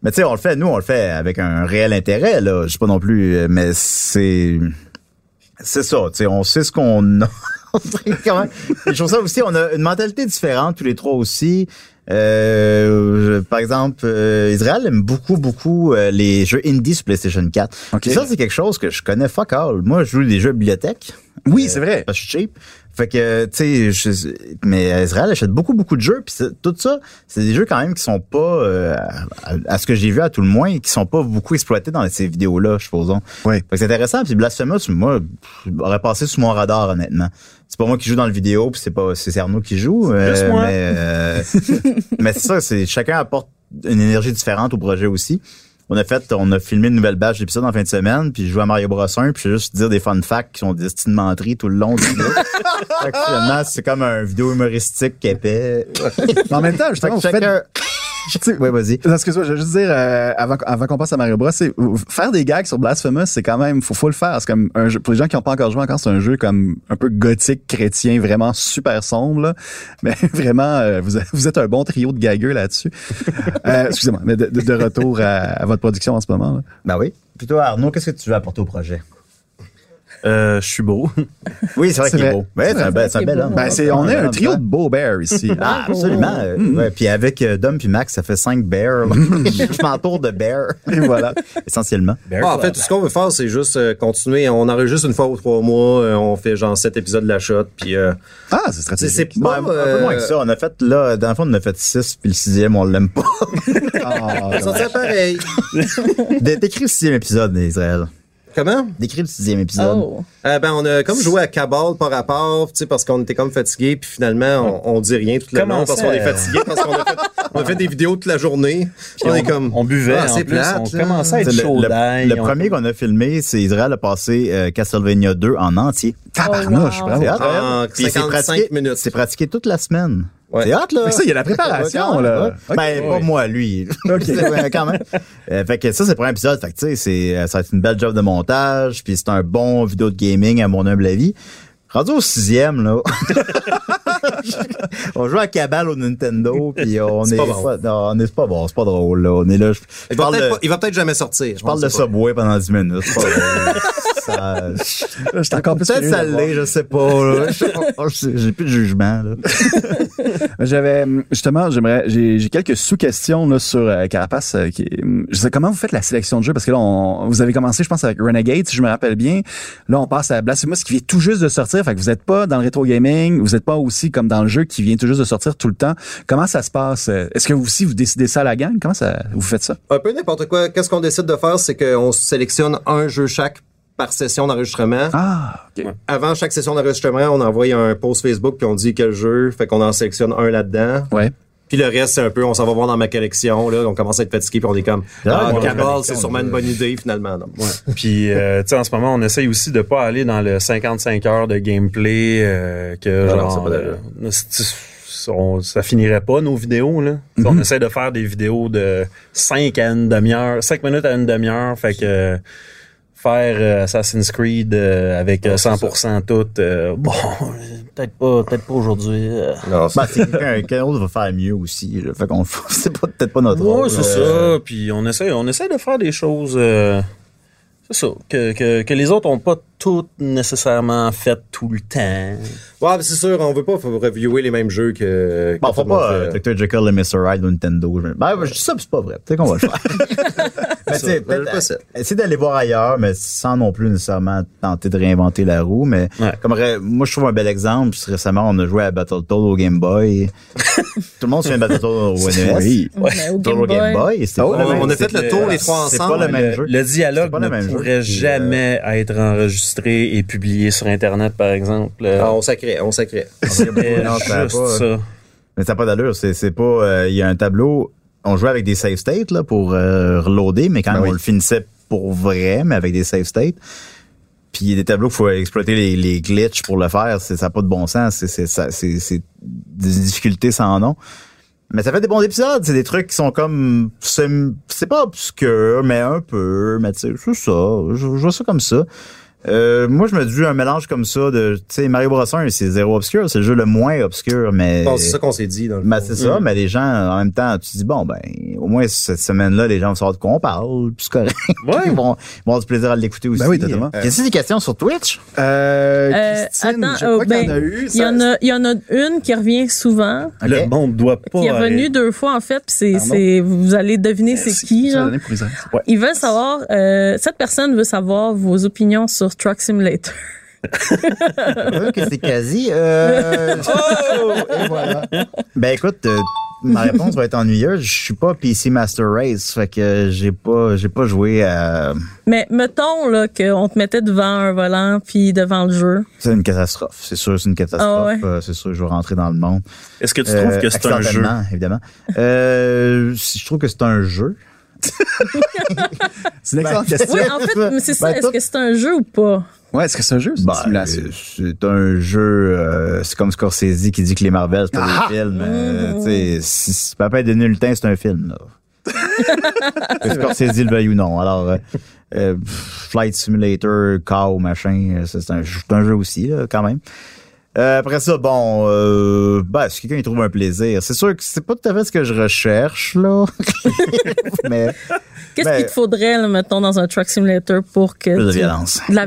[SPEAKER 3] Mais tu sais, on le fait, nous, on le fait avec un réel intérêt, là. Je sais pas non plus, euh, mais c'est. C'est ça, tu sais, on sait ce qu'on a. [LAUGHS] Quand même. Et je trouve ça aussi, on a une mentalité différente, tous les trois aussi. Euh, je- par exemple, euh, Israël aime beaucoup, beaucoup euh, les jeux indie sur PlayStation 4.
[SPEAKER 2] Ok.
[SPEAKER 3] Puis Ça, c'est quelque chose que je connais fuck all. Moi, je joue des jeux bibliothèque.
[SPEAKER 2] oui, c'est
[SPEAKER 3] [LAUGHS]
[SPEAKER 2] vrai.
[SPEAKER 3] Parce que je suis cheap. Fait que, tu sais, je- mais Israël achète beaucoup, beaucoup de jeux. Puis c'est- tout ça, c'est des jeux quand même qui sont pas, euh, à, à ce que j'ai vu à tout le moins, qui sont pas beaucoup exploités dans ces vidéos-là, supposons.
[SPEAKER 2] Oui.
[SPEAKER 3] Fait que c'est intéressant. Puis Blasphemous, moi, pff, aurait passé sous mon radar, honnêtement. C'est pas moi qui joue dans le vidéo, puis c'est pas c'est Arnaud qui joue.
[SPEAKER 5] juste moi.
[SPEAKER 3] Mais, euh, [LAUGHS] mais c'est ça, c'est chacun apporte une énergie différente au projet aussi. On a fait, on a filmé une nouvelle batch d'épisodes en fin de semaine, puis je joue à Mario Bros 1, puis je vais juste dire des fun facts qui sont des petites menteries tout le long du [LAUGHS] jeu. Fait que finalement, c'est comme un vidéo humoristique qui épais.
[SPEAKER 2] Mais en même temps,
[SPEAKER 3] Fait que
[SPEAKER 2] justement, vous faites
[SPEAKER 3] chacun... Oui, vas-y.
[SPEAKER 2] Non, Excuse-moi, je veux juste dire, euh, avant, avant qu'on passe à Mario Bros, c'est- euh, faire des gags sur Blasphemous, c'est quand même, faut, faut le faire. C'est comme un jeu, pour les gens qui n'ont pas encore joué encore, c'est un jeu comme un peu gothique, chrétien, vraiment super sombre, là. [LAUGHS] Mais vraiment, euh, vous, êtes- vous êtes un bon trio de gagueux
[SPEAKER 3] [LAUGHS]
[SPEAKER 2] là-dessus. Euh, excusez-moi, mais de, de- de retour à, à votre production en ce moment, là.
[SPEAKER 3] Ben oui. Plutôt Arnaud, qu'est-ce que tu veux apporter au projet?
[SPEAKER 5] Euh, je suis beau.
[SPEAKER 3] Oui, c'est vrai
[SPEAKER 2] C'est
[SPEAKER 3] qu'il est
[SPEAKER 2] vrai.
[SPEAKER 3] beau. Ouais, c'est un bel, c'est un
[SPEAKER 7] qu'il est
[SPEAKER 3] bel
[SPEAKER 7] beau.
[SPEAKER 3] homme.
[SPEAKER 2] Ben, c'est, on est un trio de beaux bears ici. là.
[SPEAKER 3] Ah, absolument. euh, ouais, puis avec euh, Dom puis Max, ça fait cinq bears. [LAUGHS] là. Je m'entoure de bears,
[SPEAKER 2] Et voilà.
[SPEAKER 3] essentiellement.
[SPEAKER 6] Ah, en fait, tout ce qu'on veut faire, c'est juste euh, continuer. On enregistre une fois ou trois mois. euh, on fait genre sept épisodes de la shot. Puis euh,
[SPEAKER 2] Ah, c'est
[SPEAKER 6] c'est- c'est
[SPEAKER 2] stratégique.
[SPEAKER 3] Bon, euh,
[SPEAKER 6] pas...
[SPEAKER 3] un peu moins que ça. On a fait, là, dans le fond, on a fait six, puis le sixième, on l'aime [LAUGHS] pas.
[SPEAKER 2] Ah,
[SPEAKER 6] Ça
[SPEAKER 2] dommage.
[SPEAKER 6] sortait pareil.
[SPEAKER 3] [LAUGHS] Dé- Décris le sixième épisode, Israël.
[SPEAKER 6] Comment?
[SPEAKER 3] Décris le sixième épisode.
[SPEAKER 7] Oh.
[SPEAKER 6] Euh, ben, on a comme joué à Cabal par rapport, tu sais, parce qu'on était comme fatigué, puis finalement, on, on dit rien toute la
[SPEAKER 5] Comment
[SPEAKER 6] nuit parce
[SPEAKER 5] ça,
[SPEAKER 6] qu'on est
[SPEAKER 5] euh?
[SPEAKER 6] fatigué, parce qu'on a, fait- on a fait des vidéos toute la journée.
[SPEAKER 5] Puis
[SPEAKER 6] on, est comme.
[SPEAKER 5] on buvait,
[SPEAKER 6] ah,
[SPEAKER 5] en
[SPEAKER 6] c'est
[SPEAKER 5] plus,
[SPEAKER 6] plate,
[SPEAKER 5] on
[SPEAKER 6] là.
[SPEAKER 5] commençait à
[SPEAKER 3] C'est
[SPEAKER 5] être
[SPEAKER 3] Le,
[SPEAKER 5] chaud
[SPEAKER 3] le-
[SPEAKER 5] d'ail,
[SPEAKER 3] le
[SPEAKER 5] on-
[SPEAKER 3] premier qu'on a filmé, c'est Israël a passé euh, Castlevania 2 en entier.
[SPEAKER 2] Tabarnouche,
[SPEAKER 7] wow.
[SPEAKER 2] bravo.
[SPEAKER 3] Ah, C'est hot,
[SPEAKER 6] En
[SPEAKER 3] hein? Puis c'est
[SPEAKER 6] 55
[SPEAKER 3] pratiqué-
[SPEAKER 6] minutes.
[SPEAKER 3] C'est pratiqué toute la semaine.
[SPEAKER 6] Ouais.
[SPEAKER 3] C'est hot, là.
[SPEAKER 2] Fait que ça, il y a la préparation,
[SPEAKER 3] [LAUGHS] Ouais,
[SPEAKER 2] là.
[SPEAKER 3] ouais. Ben,
[SPEAKER 5] Ok.
[SPEAKER 3] pas moi, lui.
[SPEAKER 2] Ok.
[SPEAKER 3] [LAUGHS] Ouais, quand même. Euh, fait que ça, c'est le premier épisode. Fait que, tu sais, c'est, euh, ça va être une belle job de montage, puis c'est un bon vidéo de gaming, à mon humble avis. Rendu au sixième, là. [LAUGHS] on joue à cabale au Nintendo, puis on est,
[SPEAKER 6] C'est pas bon.
[SPEAKER 3] non, on est c'est pas bon, c'est pas drôle, là. On est là. Je, je
[SPEAKER 6] Il va
[SPEAKER 3] parle
[SPEAKER 6] peut-être
[SPEAKER 3] de,
[SPEAKER 6] pas- il va peut-être jamais sortir.
[SPEAKER 3] je parle de Subway pendant 10 minutes. C'est pas drôle. ça,
[SPEAKER 2] Je suis encore plus
[SPEAKER 3] Peut-être
[SPEAKER 2] curieux
[SPEAKER 3] ça [LAUGHS]
[SPEAKER 2] de voir.
[SPEAKER 3] l'est, je sais pas. là. Je- je- J'ai plus de jugement. Là.
[SPEAKER 2] J'avais hum, justement, j'aimerais, j'ai j'ai quelques sous-questions là, sur euh, Carapace. euh, qui, hum, je sais comment vous faites la sélection de jeu parce que là, on, vous avez commencé, je pense, avec Renegade, si je me rappelle bien. Là, on passe à Blasphemous qui vient tout juste de sortir. Fait que vous n'êtes pas dans le rétro gaming, vous n'êtes pas aussi comme dans le jeu qui vient tout juste de sortir tout le temps. Comment ça se passe euh, Est-ce que vous aussi vous décidez ça à la gang Comment ça, vous faites ça
[SPEAKER 6] Un peu n'importe quoi. Qu'est-ce qu'on décide de faire, c'est qu'on sélectionne un jeu chaque par session d'enregistrement.
[SPEAKER 2] Ah, ok.
[SPEAKER 6] Avant chaque session d'enregistrement, on envoie un post Facebook puis on dit quel jeu, fait qu'on en sélectionne un là-dedans.
[SPEAKER 2] Ouais.
[SPEAKER 6] Puis le reste, c'est un peu, on s'en va voir dans ma collection. Là, on commence à être fatigué, puis on est comme,
[SPEAKER 3] Ah,
[SPEAKER 6] ah,
[SPEAKER 3] ouais,
[SPEAKER 6] Cabal,
[SPEAKER 3] collection,
[SPEAKER 6] c'est sûrement une bonne idée finalement. Non.
[SPEAKER 5] [LAUGHS] Puis, euh, tu sais, en ce moment, on essaye aussi de pas aller dans le 55 heures de gameplay euh, que
[SPEAKER 6] Non, non,
[SPEAKER 5] genre,
[SPEAKER 6] c'est pas d'allure.
[SPEAKER 5] euh, c'est- on- ça finirait pas nos vidéos là.
[SPEAKER 6] Mhm.
[SPEAKER 5] Tu sais, On essaie de faire des vidéos de 5 à une demi-heure, 5 minutes à une demi-heure, fait que euh, faire euh, Assassin's Creed euh, avec euh, 100% tout euh, bon, [LAUGHS] peut-être pas peut-être pas aujourd'hui. euh.
[SPEAKER 6] Non,
[SPEAKER 3] Bah, c'est quelqu'un [LAUGHS] quelqu'un d'autre va faire mieux aussi. là. Fait qu'on [LAUGHS] c'est pas- peut-être pas notre
[SPEAKER 5] Ouais,
[SPEAKER 3] rôle, euh,
[SPEAKER 5] c'est
[SPEAKER 3] là.
[SPEAKER 5] ça. Puis on essaie, on essaie de faire des choses. euh, c'est ça. Que, que, que les autres n'ont pas toutes nécessairement faites tout le temps.
[SPEAKER 6] Ouais, mais c'est sûr, on veut pas faut reviewer les mêmes jeux que. que
[SPEAKER 3] Bon,
[SPEAKER 6] tout
[SPEAKER 3] faut
[SPEAKER 6] le monde
[SPEAKER 3] pas
[SPEAKER 6] fait.
[SPEAKER 3] euh, Dr. Jekyll et Mr. Hyde ou Nintendo. Je- Ben, je dis ça, puis c'est pas vrai. Peut-être qu'on va le
[SPEAKER 6] [LAUGHS]
[SPEAKER 3] faire. mais tu sais,
[SPEAKER 6] Ben,
[SPEAKER 3] peut-être,
[SPEAKER 6] pas ça.
[SPEAKER 3] euh, essayer d'aller voir ailleurs, mais sans non plus nécessairement tenter de réinventer la roue. Mais
[SPEAKER 5] Ouais.
[SPEAKER 3] comme ré- moi, je trouve un bel exemple. c'est Récemment, on a joué à Battletoads au Game
[SPEAKER 6] [LAUGHS]
[SPEAKER 3] Boy. Tout le monde se souvient de Battletoads au E NES.
[SPEAKER 2] Oui.
[SPEAKER 7] Mais au
[SPEAKER 3] Toujours
[SPEAKER 7] Game Boy.
[SPEAKER 3] c'était
[SPEAKER 6] Oh,
[SPEAKER 3] pas
[SPEAKER 6] [LAUGHS]
[SPEAKER 3] le
[SPEAKER 6] on,
[SPEAKER 3] même-
[SPEAKER 6] a fait
[SPEAKER 3] c'était-
[SPEAKER 6] le tour les trois
[SPEAKER 3] c'est
[SPEAKER 6] ensemble.
[SPEAKER 3] pas le même
[SPEAKER 6] Euh,
[SPEAKER 3] jeu.
[SPEAKER 5] Le dialogue
[SPEAKER 3] pas le
[SPEAKER 5] ne
[SPEAKER 3] même jeu.
[SPEAKER 5] pourrait
[SPEAKER 3] Puis, euh,
[SPEAKER 5] jamais être enregistré et publié sur Internet, par exemple. Euh,
[SPEAKER 6] Ah, on sacrait, on sacrait.
[SPEAKER 5] c'était
[SPEAKER 3] non, ça va
[SPEAKER 5] juste
[SPEAKER 3] pas.
[SPEAKER 5] ça.
[SPEAKER 3] Mais ça n'a pas d'allure. C'est, c'est pas. euh, Il y a un tableau. On jouait avec des save states là, pour euh, reloader, mais quand
[SPEAKER 2] Ben
[SPEAKER 3] on
[SPEAKER 2] oui.
[SPEAKER 3] le finissait pour vrai, mais avec des save states. Puis il y a des tableaux qu'il faut exploiter les, les glitches pour le faire. C'est, ça n'a pas de bon sens. C'est, c'est, ça- c'est, c'est des difficultés sans nom. Mais ça fait des bons épisodes. C'est des trucs qui sont comme. C'est, c'est pas obscur, mais un peu. Mais tu sais, c'est ça. Je, je vois ça comme ça. Euh, moi, je me dis un mélange comme ça de. Tu sais, Mario Bros 1, c'est zéro obscur. C'est le jeu le moins obscur, mais.
[SPEAKER 6] Bon, c'est ça qu'on s'est dit. Dans le
[SPEAKER 3] Ben,
[SPEAKER 6] fond.
[SPEAKER 3] c'est
[SPEAKER 5] Mm.
[SPEAKER 3] ça, mais les gens, en même temps, tu te dis, bon, ben, au moins, cette semaine-là, les gens vont savoir de quoi on parle, puis c'est
[SPEAKER 5] [LAUGHS]
[SPEAKER 3] correct. ils, vont, ils vont avoir du plaisir à l'écouter aussi.
[SPEAKER 2] Ben oui, totalement.
[SPEAKER 3] Euh, Y a-t-il des questions sur Twitch?
[SPEAKER 2] Euh,
[SPEAKER 7] Euh,
[SPEAKER 2] Christine,
[SPEAKER 7] attends,
[SPEAKER 2] je
[SPEAKER 7] euh,
[SPEAKER 2] crois qu'il y en
[SPEAKER 7] ben,
[SPEAKER 2] a eu.
[SPEAKER 7] Il y,
[SPEAKER 2] ça-
[SPEAKER 7] en a, il y en a une qui revient souvent,
[SPEAKER 3] Ok.
[SPEAKER 5] Le monde doit pas.
[SPEAKER 7] qui est revenue
[SPEAKER 5] arrêter.
[SPEAKER 7] deux fois en fait, puis
[SPEAKER 3] Ah
[SPEAKER 7] c'est,
[SPEAKER 2] Pardon?
[SPEAKER 7] c'est- vous allez deviner c'est qui.
[SPEAKER 2] Ça
[SPEAKER 7] Genre.
[SPEAKER 2] a donné pour Isaac.
[SPEAKER 7] Ils veulent savoir, euh, cette personne veut savoir vos opinions sur Truck Simulator. [LAUGHS]
[SPEAKER 3] Euh, que c'est quasi.
[SPEAKER 2] [LAUGHS]
[SPEAKER 3] Euh...
[SPEAKER 2] Oh!
[SPEAKER 3] et voilà. Ben, écoute, euh, ma réponse va être ennuyeuse. Je suis pas PC Master Race, fait que j'ai pas, j'ai pas joué à.
[SPEAKER 7] Mais mettons là qu'on te mettait devant un volant puis devant
[SPEAKER 3] [LAUGHS]
[SPEAKER 7] le jeu.
[SPEAKER 3] C'est une catastrophe. C'est sûr, c'est une catastrophe.
[SPEAKER 7] Ah ouais.
[SPEAKER 3] Euh, C'est sûr, je vais rentrer dans le monde. Euh,
[SPEAKER 5] Est-ce que tu trouves que c'est un jeu?
[SPEAKER 3] accidentellement, évidemment. Euh, je trouve que c'est un jeu.
[SPEAKER 2] Ben, C'est une excellente question.
[SPEAKER 7] Oui, en fait,
[SPEAKER 3] [LAUGHS]
[SPEAKER 7] mais c'est ça.
[SPEAKER 3] Ben,
[SPEAKER 7] Est-ce
[SPEAKER 3] tout-
[SPEAKER 7] que c'est un jeu ou pas?
[SPEAKER 2] Ouais, est-ce que c'est un jeu ou c'est une
[SPEAKER 3] Ben,
[SPEAKER 2] simulation?
[SPEAKER 3] euh, c'est un jeu, euh, c'est comme Scorsese qui dit que les Marvel, c'est pas
[SPEAKER 7] Ah!
[SPEAKER 3] des films.
[SPEAKER 7] Mmh.
[SPEAKER 3] euh, tu sais, si, si Papa est devenu lutin, c'est un film. Là.
[SPEAKER 7] [LAUGHS]
[SPEAKER 3] que Scorsese le veuille ou non. Alors, euh, euh, pff, Flight Simulator, Cow, machin, euh, c'est un, jeu- c'est un jeu aussi, là, quand même. Euh, après ça, bon, euh, ben, si quelqu'un y trouve un plaisir, c'est sûr que c'est pas tout à fait ce que je recherche, là. [LAUGHS] Mais
[SPEAKER 7] Qu'est-ce
[SPEAKER 3] Ben,
[SPEAKER 7] qu'il te faudrait, là, mettons, dans un Truck Simulator pour que.
[SPEAKER 3] plus de
[SPEAKER 7] tu-
[SPEAKER 3] violence.
[SPEAKER 7] De la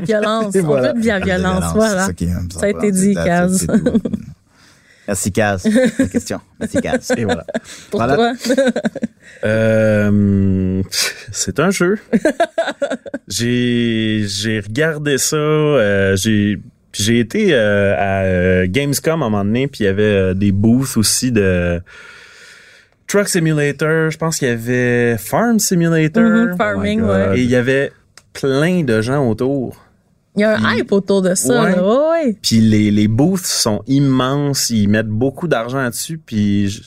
[SPEAKER 3] [LAUGHS]
[SPEAKER 7] violence.
[SPEAKER 3] Et
[SPEAKER 7] On
[SPEAKER 3] voilà.
[SPEAKER 7] veut de la
[SPEAKER 3] Plus de
[SPEAKER 7] violence,
[SPEAKER 3] violence,
[SPEAKER 7] voilà.
[SPEAKER 3] c'est ça qui-
[SPEAKER 7] Ça a été dit,
[SPEAKER 3] c'est-
[SPEAKER 7] Kaz.
[SPEAKER 3] c'est tout. Merci, Kaz.
[SPEAKER 2] [LAUGHS]
[SPEAKER 3] La question. Merci, Kaz. Et voilà.
[SPEAKER 7] Pour
[SPEAKER 2] Voilà.
[SPEAKER 7] toi. [LAUGHS]
[SPEAKER 5] Euh, c'est
[SPEAKER 7] [LAUGHS]
[SPEAKER 5] un jeu. j'ai j'ai regardé ça. euh, j'ai puis j'ai été euh, à euh, Gamescom à un moment donné, puis il y avait euh, des booths aussi de Truck Simulator. Je pense qu'il y avait Farm Simulator. Euh,
[SPEAKER 7] Mhm, farming,
[SPEAKER 3] Oh God.
[SPEAKER 7] ouais.
[SPEAKER 5] Et il y avait plein de gens autour.
[SPEAKER 7] Il y a
[SPEAKER 3] Mm.
[SPEAKER 7] un hype autour de ça,
[SPEAKER 5] Ouais.
[SPEAKER 7] là. Ouais, ouais.
[SPEAKER 5] Puis les, les booths sont immenses. Ils mettent beaucoup d'argent là-dessus. Puis je-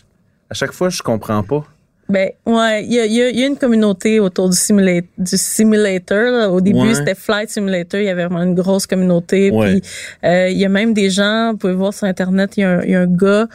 [SPEAKER 5] à chaque fois, je comprends pas.
[SPEAKER 7] Ben, ouais, il y a, il y a- il y a une communauté autour du, simula- du simulator. là. Au début,
[SPEAKER 5] Ouais.
[SPEAKER 7] c'était Flight Simulator. Il y avait vraiment une grosse communauté.
[SPEAKER 5] Ouais.
[SPEAKER 7] Puis, euh, il y a même des gens, vous pouvez voir sur Internet, il y a un, il y a un gars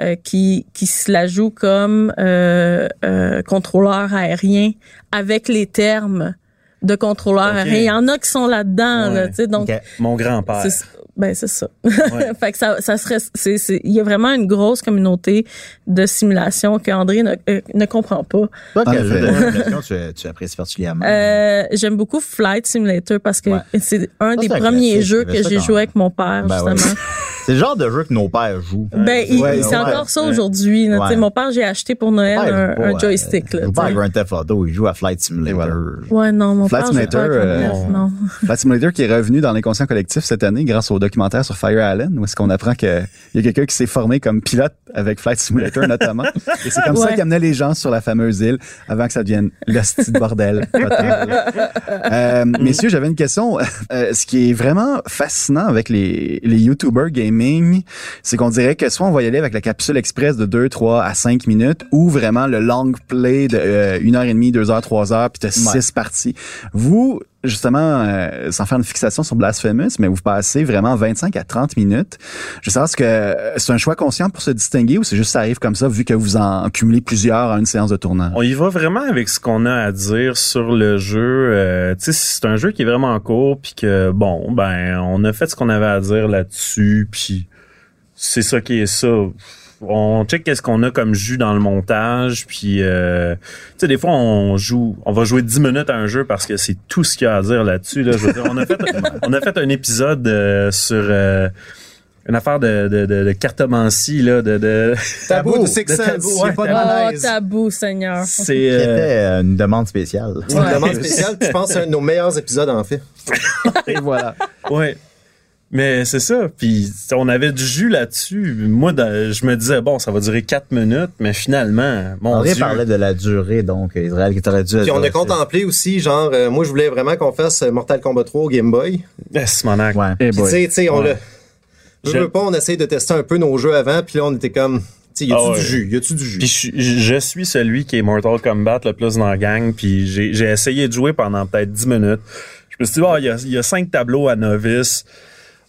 [SPEAKER 7] euh, qui, qui se la joue comme euh, euh, contrôleur aérien avec les termes de contrôleur
[SPEAKER 5] Ok.
[SPEAKER 7] aérien. Il y en a qui sont là-dedans, là,
[SPEAKER 5] Ouais.
[SPEAKER 7] tu sais. Donc,
[SPEAKER 3] Ok.
[SPEAKER 5] Mon grand-père.
[SPEAKER 7] c'est- ben c'est ça.
[SPEAKER 5] Ouais.
[SPEAKER 7] [LAUGHS] fait que ça, ça serait, c'est, c'est, il y a vraiment une grosse communauté de simulation que André ne, euh, ne comprend pas.
[SPEAKER 3] Toi,
[SPEAKER 2] En
[SPEAKER 3] quel jeu
[SPEAKER 2] effet.
[SPEAKER 3] de
[SPEAKER 7] [LAUGHS]
[SPEAKER 3] simulation tu, tu apprécies particulièrement?
[SPEAKER 7] Euh, j'aime beaucoup Flight Simulator parce que
[SPEAKER 3] Ouais.
[SPEAKER 7] c'est
[SPEAKER 3] Ça,
[SPEAKER 7] un des
[SPEAKER 3] c'est un
[SPEAKER 7] premiers
[SPEAKER 3] classique.
[SPEAKER 7] jeux
[SPEAKER 3] Il y avait
[SPEAKER 7] que
[SPEAKER 3] ça
[SPEAKER 7] j'ai
[SPEAKER 3] dans-
[SPEAKER 7] joué avec mon père
[SPEAKER 3] Ben ouais.
[SPEAKER 7] justement.
[SPEAKER 3] C'est le genre de jeu que nos pères jouent.
[SPEAKER 7] Ben, il-
[SPEAKER 3] Ouais,
[SPEAKER 7] c'est
[SPEAKER 3] ouais,
[SPEAKER 7] encore ça
[SPEAKER 3] ouais.
[SPEAKER 7] aujourd'hui. là.
[SPEAKER 3] Ouais.
[SPEAKER 7] Tu sais, Mon père, j'ai acheté pour Noël
[SPEAKER 3] Nos pères
[SPEAKER 7] un,
[SPEAKER 3] jouent
[SPEAKER 7] un
[SPEAKER 3] pas à-
[SPEAKER 7] joystick. Là,
[SPEAKER 3] Nos
[SPEAKER 7] tu
[SPEAKER 3] pères à
[SPEAKER 7] sais.
[SPEAKER 3] Grand Theft Auto, ils jouent à Flight Simulator.
[SPEAKER 2] voilà.
[SPEAKER 7] ouais, non, mon
[SPEAKER 2] Flight
[SPEAKER 7] père, j'ai pas
[SPEAKER 2] Simulator,
[SPEAKER 7] un
[SPEAKER 2] euh,
[SPEAKER 7] 39, non.
[SPEAKER 2] Flight Simulator qui est revenu dans l'inconscient collectif cette année grâce au documentaire sur Fire Island où est-ce qu'on apprend qu'il y a quelqu'un qui s'est formé comme pilote avec Flight Simulator notamment. Et c'est comme ça
[SPEAKER 7] Ouais.
[SPEAKER 2] qu'il amenait les gens sur la fameuse île avant que ça devienne le style bordel. total. Euh, messieurs, j'avais une question. Euh, ce qui est vraiment fascinant avec les, les YouTubers gaming, c'est qu'on dirait que soit on va y aller avec la capsule express de 2, 3 à 5 minutes ou vraiment le long play de 1 heure et demie, 2 heures, 3 heures, puis t'as
[SPEAKER 3] Ouais.
[SPEAKER 2] 6 parties. Vous, justement, euh, sans faire une fixation sur Blasphemous, mais vous passez vraiment 25 à 30 minutes. Je sais pas ce que euh, c'est un choix conscient pour se distinguer ou c'est juste ça arrive comme ça vu que vous en cumulez plusieurs à une séance de tournage.
[SPEAKER 5] On y va vraiment avec ce qu'on a à dire sur le jeu. Euh, tu sais, c'est un jeu qui est vraiment court, puis que bon, ben, on a fait ce qu'on avait à dire là-dessus, puis c'est ça qui est ça. On check qu'est-ce qu'on a comme jus dans le montage, puis euh, tu sais, des fois on joue, on va jouer 10 minutes à un jeu parce que c'est tout ce qu'il y a à dire là-dessus. Là, Je veux dire, on a fait, [LAUGHS] on a fait un épisode euh, sur euh, une affaire de, de, de, de cartomancie là, de, de
[SPEAKER 6] Tabou,
[SPEAKER 5] de
[SPEAKER 6] de Six Sense,
[SPEAKER 5] tabou,
[SPEAKER 6] y a
[SPEAKER 5] ouais,
[SPEAKER 6] pas de
[SPEAKER 5] tabou.
[SPEAKER 7] Oh,
[SPEAKER 6] malaise.
[SPEAKER 7] tabou, Seigneur.
[SPEAKER 5] c'est
[SPEAKER 3] Ah, Qui
[SPEAKER 5] euh,
[SPEAKER 3] était euh, une demande spéciale.
[SPEAKER 6] C'est une demande spéciale, puis je pense que c'est un de nos meilleurs épisodes en fait.
[SPEAKER 2] Et voilà.
[SPEAKER 5] Ouais. Mais c'est ça. Puis on avait du jus là-dessus. Moi, dans- je me disais, bon, ça va durer 4 minutes, mais finalement, mon
[SPEAKER 3] André
[SPEAKER 5] Dieu.
[SPEAKER 3] parlait de la durée, donc, Israël, qui t'aurait dû... euh,
[SPEAKER 6] Puis on a contemplé aussi, genre, euh, moi je voulais vraiment qu'on fasse euh, Mortal Kombat 3 au Game Boy.
[SPEAKER 5] Eh, c'est mon acte.
[SPEAKER 3] Ouais.
[SPEAKER 2] Eh
[SPEAKER 6] Puis tu
[SPEAKER 2] boy.
[SPEAKER 6] sais, tu sais, on
[SPEAKER 5] Ouais.
[SPEAKER 6] l'a. Je
[SPEAKER 5] Je-
[SPEAKER 6] veux pas, on essaye de tester un peu nos jeux avant, puis là on était comme, tu sais, y a-tu
[SPEAKER 5] Ah ouais.
[SPEAKER 6] du jus, y a-tu du jus?
[SPEAKER 5] Puis je, suis- je suis celui qui est Mortal Kombat le plus dans la gang. Puis j'ai j'ai essayé de jouer pendant peut-être 10 minutes. Je me suis dit, bon, il y a, il y a 5 tableaux à novice.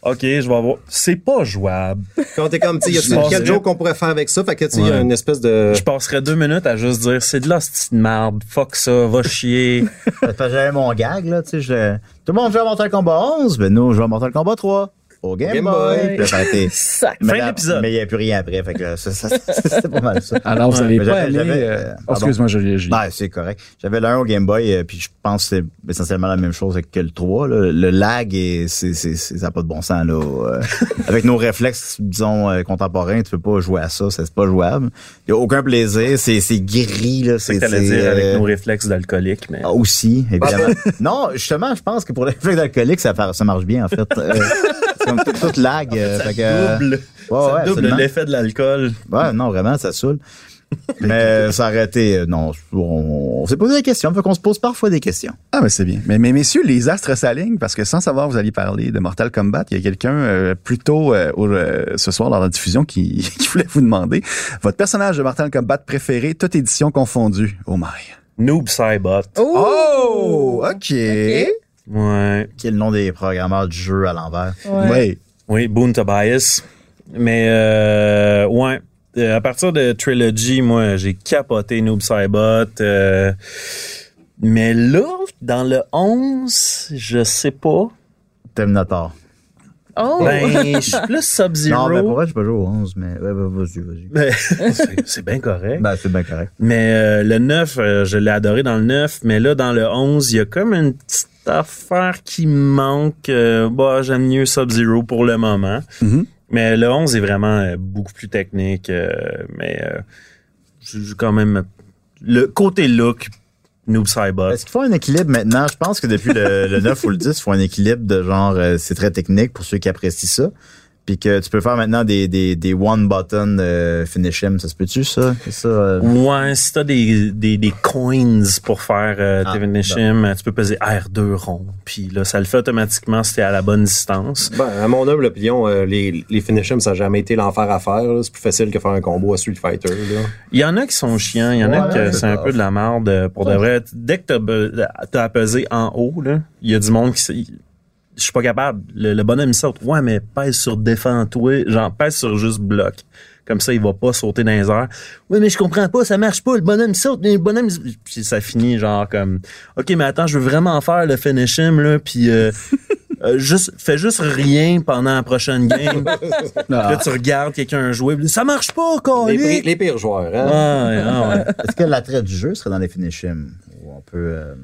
[SPEAKER 5] OK, je vais avoir. C'est pas jouable.
[SPEAKER 3] Euh.
[SPEAKER 6] Puis on était comme, tu sais, y
[SPEAKER 5] Je
[SPEAKER 6] a-tu
[SPEAKER 5] pense-
[SPEAKER 6] quatre jokes qu'on pourrait faire avec ça? Fait que tu sais, y a
[SPEAKER 5] Ouais.
[SPEAKER 6] une espèce de.
[SPEAKER 5] Je passerais deux minutes à juste dire, c'est de la petite merde. Fuck ça,
[SPEAKER 3] [LAUGHS]
[SPEAKER 5] va chier.
[SPEAKER 3] Parce que j'avais mon gag, là, tu sais, je- tout le monde joue à Mortal Kombat 11, ben nous, on joue à Mortal Kombat 3. Au Game,
[SPEAKER 6] Game
[SPEAKER 3] Boy.
[SPEAKER 6] Boy.
[SPEAKER 3] Puis là, ça a été-
[SPEAKER 7] Sac.
[SPEAKER 3] Mais
[SPEAKER 5] Fin
[SPEAKER 3] là-
[SPEAKER 5] de l'épisode.
[SPEAKER 3] Mais il n'y a plus rien après, fait que là, ça, [LAUGHS] ça- ça- c'était pas mal ça.
[SPEAKER 2] Alors, vous
[SPEAKER 3] Ouais,
[SPEAKER 2] avez
[SPEAKER 3] mais
[SPEAKER 2] pas
[SPEAKER 3] j'avais-
[SPEAKER 2] aimé...
[SPEAKER 3] j'avais-
[SPEAKER 2] euh,
[SPEAKER 3] euh,
[SPEAKER 2] oh,
[SPEAKER 3] pardon.
[SPEAKER 2] Excuse-moi, je, je-
[SPEAKER 3] Ben, c'est correct. J'avais l'un au Game Boy, euh, puis je pense que c'est essentiellement la même chose que le 3. là. Le lag, et c'est, c'est, c'est- ça n'a pas de bon sens. Là.
[SPEAKER 5] [LAUGHS]
[SPEAKER 3] Euh, avec nos réflexes, disons, euh, contemporains, tu peux pas jouer à ça, ça, c'est pas jouable. Il n'y a aucun plaisir, c'est, c'est gris. Là, c'est,
[SPEAKER 5] C'est ce que t'allais
[SPEAKER 3] c'est,
[SPEAKER 5] dire
[SPEAKER 3] euh,
[SPEAKER 5] avec nos ben. réflexes d'alcoolique. Mais...
[SPEAKER 3] ah, aussi, évidemment. non, justement, je pense que pour les réflexes d'alcoolique, ça, fa- ça marche bien, en fait. Euh, c'est comme tout, tout lag.
[SPEAKER 5] [LAUGHS]
[SPEAKER 3] euh, fait que, euh,
[SPEAKER 5] double
[SPEAKER 3] ouais,
[SPEAKER 5] ça
[SPEAKER 3] ouais,
[SPEAKER 5] double
[SPEAKER 3] absolument.
[SPEAKER 5] l'effet de l'alcool.
[SPEAKER 3] Ouais, non, vraiment, ça saoule. Mais ça aurait été... euh, Non, on, on s'est posé des questions, fait qu'on se pose parfois des questions.
[SPEAKER 2] Ah, mais c'est bien. Mais, mais messieurs, les astres s'alignent parce que sans savoir, vous allez parler de Mortal Kombat. Il y a quelqu'un euh, plus tôt euh, au- euh, ce soir dans la diffusion qui, [LAUGHS] qui voulait vous demander votre personnage de Mortal Kombat préféré, toute édition confondue. Oh my.
[SPEAKER 5] Noob Cybot.
[SPEAKER 2] Oh, OK. Oui.
[SPEAKER 5] Ouais.
[SPEAKER 3] qui est le nom des programmeurs du jeu à l'envers.
[SPEAKER 7] Ouais.
[SPEAKER 5] Oui, Boone Tobias. Mais euh, ouais. Euh, à partir de Trilogy, moi, j'ai capoté Noob Cybot. euh, mais là, dans le 11, je sais pas.
[SPEAKER 3] Terminator.
[SPEAKER 7] Oh!
[SPEAKER 3] [LAUGHS]
[SPEAKER 5] Ben, je suis plus
[SPEAKER 3] Non, mais pour
[SPEAKER 5] Sub-Zero. Ben,
[SPEAKER 3] vrai, je peux jouer au 11, mais ouais, bah, vas-y, vas-y.
[SPEAKER 5] Mais- c'est c'est bien correct.
[SPEAKER 3] Ben, c'est bien correct.
[SPEAKER 5] Mais euh, le 9, euh, je l'ai adoré dans le 9, mais là, dans le 11, il y a comme une petite affaire qui manque. Euh, bah, J'aime mieux Sub-Zero pour le moment.
[SPEAKER 3] Mm-hmm.
[SPEAKER 2] Mhm.
[SPEAKER 5] Mais le 11 est vraiment euh, beaucoup plus technique. euh, mais euh, je- je- quand même, le côté look, Noob Cybot.
[SPEAKER 3] Est-ce qu'il faut un équilibre maintenant? Je pense que depuis le, le 9 ou le 10, il faut un équilibre de genre, euh, c'est très technique pour ceux qui apprécient ça. Puis que tu peux faire maintenant des, des, des one-button euh, finish him, ça se peut-tu, ça? C'est ça euh,
[SPEAKER 5] Ouais, si t'as des, des, des coins pour faire euh,
[SPEAKER 3] Ah,
[SPEAKER 5] Divination, tu peux peser R2 rond. Puis là, ça le fait automatiquement si t'es à la bonne distance.
[SPEAKER 6] Ben, à mon humble opinion, euh, les, les finish 'em, ça n'a jamais été l'enfer à faire. là. C'est plus facile que faire un combo à Street Fighter. Là.
[SPEAKER 5] Il y en a qui sont chiants, il y en
[SPEAKER 3] Ouais,
[SPEAKER 5] a que
[SPEAKER 3] c'est
[SPEAKER 5] c'est un
[SPEAKER 3] ça.
[SPEAKER 5] peu de la merde euh, pour de vrai. Dès que t'as be- t'as à peser en haut, là, il y a du monde qui s'est- je suis pas capable. Le, le bonhomme il saute. Ouais, mais pèse sur défends-toi, genre pèse sur juste bloc. Comme ça, il va pas sauter dans les airs. Oui, mais je comprends pas, ça marche pas. Le bonhomme il saute, mais le bonhomme. il- Puis ça finit genre comme OK, mais attends, je veux vraiment faire le finish him là,
[SPEAKER 3] [LAUGHS]
[SPEAKER 5] puis euh, euh, juste fais juste rien pendant la prochaine
[SPEAKER 3] [LAUGHS]
[SPEAKER 5] game. Puis Là, tu regardes quelqu'un jouer, puis ça marche pas,
[SPEAKER 6] Les,
[SPEAKER 5] calique!
[SPEAKER 6] pri- les pires joueurs. Hein?
[SPEAKER 5] Ah,
[SPEAKER 7] [LAUGHS]
[SPEAKER 5] Ouais, ouais, ouais.
[SPEAKER 3] Est-ce que l'attrait du jeu serait dans les finish him? Ou on peut... euh,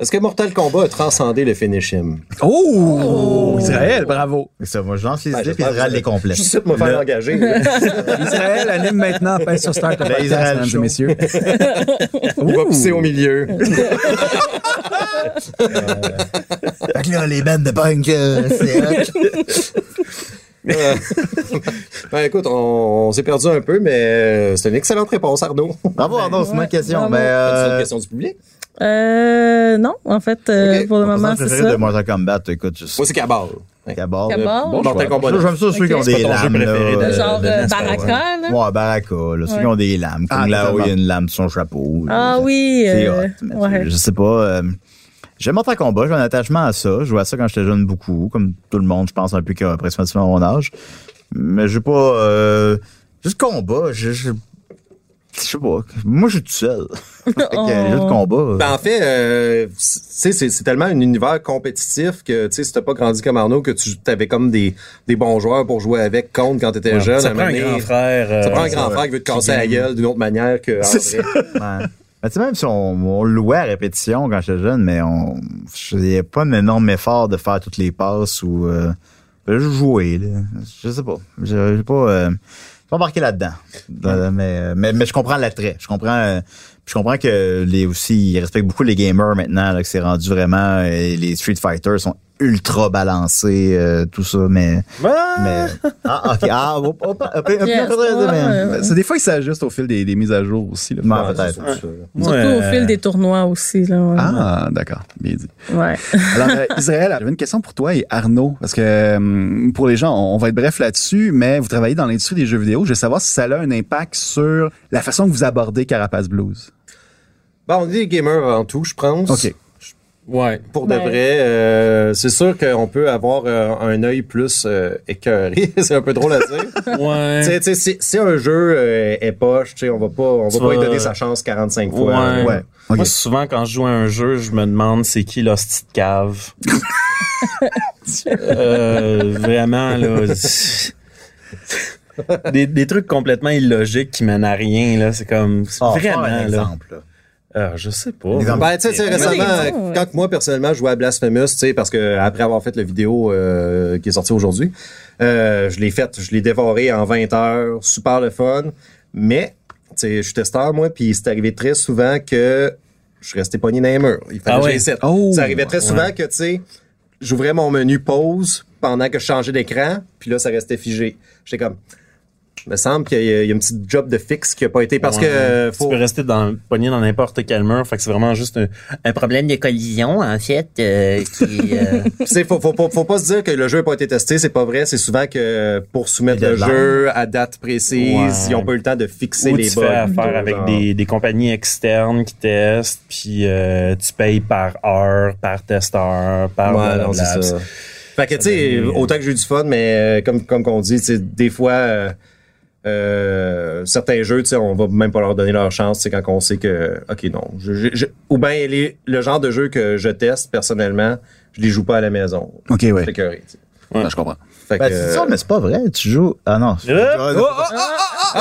[SPEAKER 6] Est-ce que Mortal Kombat a transcendé le finish him?
[SPEAKER 2] Oh! Israël, bravo.
[SPEAKER 3] Ça, moi, je lance les
[SPEAKER 6] Ben,
[SPEAKER 3] idées puis
[SPEAKER 6] j'espère
[SPEAKER 3] je râle
[SPEAKER 6] que-
[SPEAKER 3] les complets.
[SPEAKER 6] Je suis sûr de me faire engager. [LAUGHS]
[SPEAKER 2] Israël anime maintenant Pince sur Start, le podcast,
[SPEAKER 3] Israël
[SPEAKER 2] mesdames et [LAUGHS]
[SPEAKER 3] Show.
[SPEAKER 2] messieurs.
[SPEAKER 6] On va pousser au milieu.
[SPEAKER 3] Fait que là, les bandes de punk, euh, c'est hot.
[SPEAKER 6] Euh, ben écoute, on, on s'est perdu un peu, mais euh, c'est une excellente réponse, Arnaud.
[SPEAKER 3] [LAUGHS] Bravo, Arnaud, c'est ma
[SPEAKER 7] Ouais,
[SPEAKER 3] question.
[SPEAKER 7] bravo.
[SPEAKER 3] Ben,
[SPEAKER 6] C'est une
[SPEAKER 3] euh,
[SPEAKER 6] question du public.
[SPEAKER 7] Euh, non, en fait, euh,
[SPEAKER 6] Ok.
[SPEAKER 7] pour le
[SPEAKER 3] mon
[SPEAKER 7] moment,
[SPEAKER 3] personnage
[SPEAKER 7] c'est
[SPEAKER 3] préféré
[SPEAKER 7] ça.
[SPEAKER 3] de Mortal Kombat, écoute, je
[SPEAKER 6] Moi, c'est Cabal. Ouais.
[SPEAKER 3] Cabal.
[SPEAKER 7] Cabal.
[SPEAKER 3] euh, bon
[SPEAKER 6] Mortal
[SPEAKER 3] choix.
[SPEAKER 6] Kombat.
[SPEAKER 3] Je- J'aime ça ceux
[SPEAKER 7] Ok.
[SPEAKER 3] qui ont
[SPEAKER 7] C'est
[SPEAKER 3] des
[SPEAKER 4] pas ton jeu
[SPEAKER 3] lames.
[SPEAKER 4] préféré
[SPEAKER 3] là,
[SPEAKER 4] de-
[SPEAKER 7] Genre
[SPEAKER 4] de
[SPEAKER 7] euh,
[SPEAKER 4] Nestor,
[SPEAKER 7] Baraka, là.
[SPEAKER 3] Ouais, Baraka, là, ceux
[SPEAKER 7] Ouais.
[SPEAKER 3] qui ont des lames. Comme
[SPEAKER 2] Ah,
[SPEAKER 3] là où il y a
[SPEAKER 2] totalement.
[SPEAKER 3] une lame sur son chapeau.
[SPEAKER 7] Ah oui.
[SPEAKER 3] C'est hot.
[SPEAKER 7] euh,
[SPEAKER 3] mais
[SPEAKER 7] ouais.
[SPEAKER 3] Je sais pas. euh, J'aime Mortal Kombat, j'ai un attachement à ça. Je jouais à ça quand j'étais jeune beaucoup, comme tout le monde, je pense, un peu qui a approximativement mon âge. Mais j'ai pas. euh, juste combat, je. Je je sais pas. Moi, je suis tout seul. [LAUGHS] fait que, les
[SPEAKER 7] Oh.
[SPEAKER 3] jeux de combat.
[SPEAKER 6] Ben, en fait, euh, c- tu sais, c'est c'est tellement un univers compétitif que tu sais, si t'as pas grandi comme Arnaud, que tu avais comme des, des bons joueurs pour jouer avec, contre quand t'étais jeune. à
[SPEAKER 5] ça prend un
[SPEAKER 6] moment donné.
[SPEAKER 5] grand frère.
[SPEAKER 6] Ça
[SPEAKER 5] euh,
[SPEAKER 6] prend un grand frère qui veut te casser la gueule d'une autre manière que. en vrai.
[SPEAKER 3] Ouais. Mais tu sais, même si on, on louait à répétition quand j'étais jeune, mais on je faisais pas un énorme effort de faire toutes les passes ou euh, je jouais. Là. Je sais pas. Je- J'ai pas, euh, j'ai pas embarqué là-dedans. Euh, Mais, euh, mais, mais je comprends l'attrait. Je comprends. euh, puis je comprends que les aussi, ils respectent beaucoup les gamers maintenant, là, que c'est rendu vraiment. euh, les Street Fighter sont ultra balancés, euh, tout ça, mais.
[SPEAKER 7] Bah,
[SPEAKER 3] mais ah, ok. Ah, hop, hop, hop, hop, hop,
[SPEAKER 7] Yes,
[SPEAKER 3] hop, hop,
[SPEAKER 7] ouais.
[SPEAKER 3] hop.
[SPEAKER 2] Ben, c'est des fois, ils s'ajustent au fil des, des mises à jour aussi. là.
[SPEAKER 3] Ouais, peut-être.
[SPEAKER 7] Surtout au fil des tournois aussi. Là, ouais.
[SPEAKER 3] Hein?
[SPEAKER 2] Ah, d'accord. Bien dit.
[SPEAKER 7] Ouais.
[SPEAKER 2] Alors, euh, Israël, j'avais une question pour toi et Arnaud, parce que euh, pour les gens, on, on va être bref là-dessus, mais vous travaillez dans l'industrie des jeux vidéo. Je veux savoir si ça a un impact sur la façon que vous abordez Carapace Blues.
[SPEAKER 6] Bon, Ben, on est des gamers avant tout, je pense.
[SPEAKER 2] OK.
[SPEAKER 7] [LAUGHS]
[SPEAKER 5] Ouais.
[SPEAKER 6] Pour de
[SPEAKER 7] Ouais.
[SPEAKER 6] vrai, euh, c'est sûr qu'on peut avoir euh, un œil plus euh, écœuré. [LAUGHS] c'est un peu drôle
[SPEAKER 5] [LAUGHS]
[SPEAKER 6] à dire.
[SPEAKER 5] Ouais.
[SPEAKER 6] Tu sais, tu sais, si, si un jeu euh, est poche, tu sais, on va pas, on va
[SPEAKER 5] Tu
[SPEAKER 6] pas lui
[SPEAKER 5] vas-
[SPEAKER 6] donner sa chance 45 fois.
[SPEAKER 5] Ouais.
[SPEAKER 2] Ouais.
[SPEAKER 5] Moi,
[SPEAKER 2] OK.
[SPEAKER 5] souvent, quand je joue à un jeu, je me demande c'est qui l'hostie
[SPEAKER 7] [LAUGHS]
[SPEAKER 5] de cave. Euh, vraiment, là. c'est- Des, des trucs complètement illogiques qui mènent à rien, là. C'est comme.
[SPEAKER 3] Ah,
[SPEAKER 5] vraiment,
[SPEAKER 3] prends un
[SPEAKER 5] là.
[SPEAKER 3] exemple. là.
[SPEAKER 5] Ah, je sais pas.
[SPEAKER 3] exemple.
[SPEAKER 6] Ben, tu sais, tu sais, récemment,
[SPEAKER 7] Ouais, ouais.
[SPEAKER 6] euh, quand moi, personnellement, je jouais à Blasphemous, tu sais, parce que après avoir fait la vidéo euh, qui est sortie aujourd'hui, euh, je l'ai faite, je l'ai dévorée en 20 heures, super le fun. Mais, tu sais, je suis testeur, moi, puis c'est arrivé très souvent que je restais pogné dans les murs. Il fallait
[SPEAKER 5] Ah
[SPEAKER 6] que
[SPEAKER 5] ouais.
[SPEAKER 6] j'essaie.
[SPEAKER 2] Oh.
[SPEAKER 6] ça arrivait très souvent que, tu sais, j'ouvrais mon menu pause pendant que je changeais d'écran, puis là, ça restait figé. J'étais comme... Il me semble qu'il y, a il y a une petite job de fixe qui n'a pas été parce que
[SPEAKER 5] Ouais.
[SPEAKER 6] euh, faut,
[SPEAKER 5] Tu peux rester dans, pogné dans n'importe quel mur. Fait que c'est vraiment juste un, un problème de collision, en fait, euh, qui. euh,
[SPEAKER 6] Puis c'est- faut, faut, faut, faut pas se dire que le jeu n'a pas été testé, c'est pas vrai. C'est souvent que pour soumettre
[SPEAKER 3] Il y a
[SPEAKER 6] le
[SPEAKER 3] de l'âme.
[SPEAKER 6] jeu à date précise,
[SPEAKER 5] Ouais.
[SPEAKER 6] ils ont pas eu le temps de fixer
[SPEAKER 5] Ou
[SPEAKER 6] les
[SPEAKER 5] tu
[SPEAKER 6] bugs.
[SPEAKER 5] fais affaire avec
[SPEAKER 6] Genre.
[SPEAKER 5] des, des compagnies externes qui testent, puis euh, tu payes par heure, par testeur, par
[SPEAKER 6] Ouais,
[SPEAKER 5] blablabla.
[SPEAKER 6] non, c'est ça. Fait que, tu sais,
[SPEAKER 5] donne-
[SPEAKER 6] autant que j'ai eu du fun, mais euh, comme, comme qu'on dit, tu sais, des fois, euh, euh, certains jeux, tu sais, on va même pas leur donner leur chance, tu sais, quand on sait que, OK, non. je- je- je- ou bien les- le genre de jeu que je teste personnellement, je les joue pas à la maison.
[SPEAKER 2] OK, ouais.
[SPEAKER 6] Fait que, ouais, tu sais.
[SPEAKER 2] Ah, je comprends.
[SPEAKER 6] Fait
[SPEAKER 3] Ben,
[SPEAKER 6] que,
[SPEAKER 3] c'est ça, mais c'est pas vrai. Tu joues. Ah non. Je
[SPEAKER 6] Euh,
[SPEAKER 5] Hop! Oh, oh,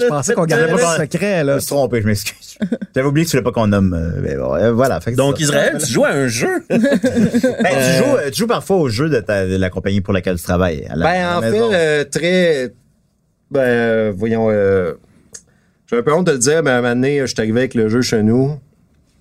[SPEAKER 2] Je pensais qu'on gardait pas le secret, là.
[SPEAKER 3] me suis trompé, je m'excuse. J'avais oublié que tu voulais pas qu'on nomme. euh, mais bon, euh, voilà. fait que
[SPEAKER 5] Donc,
[SPEAKER 3] c'est ça.
[SPEAKER 5] Israël, tu joues à un jeu.
[SPEAKER 3] Ben, tu, joues, euh, tu joues parfois au jeu de, ta- de la compagnie pour laquelle tu travailles. à la- à
[SPEAKER 6] Ben, en
[SPEAKER 3] la
[SPEAKER 6] fait,
[SPEAKER 3] maison.
[SPEAKER 6] euh, très. Ben, euh, voyons. Euh, J'ai un peu honte de le dire, mais à un moment donné, je suis arrivé avec le jeu chez nous.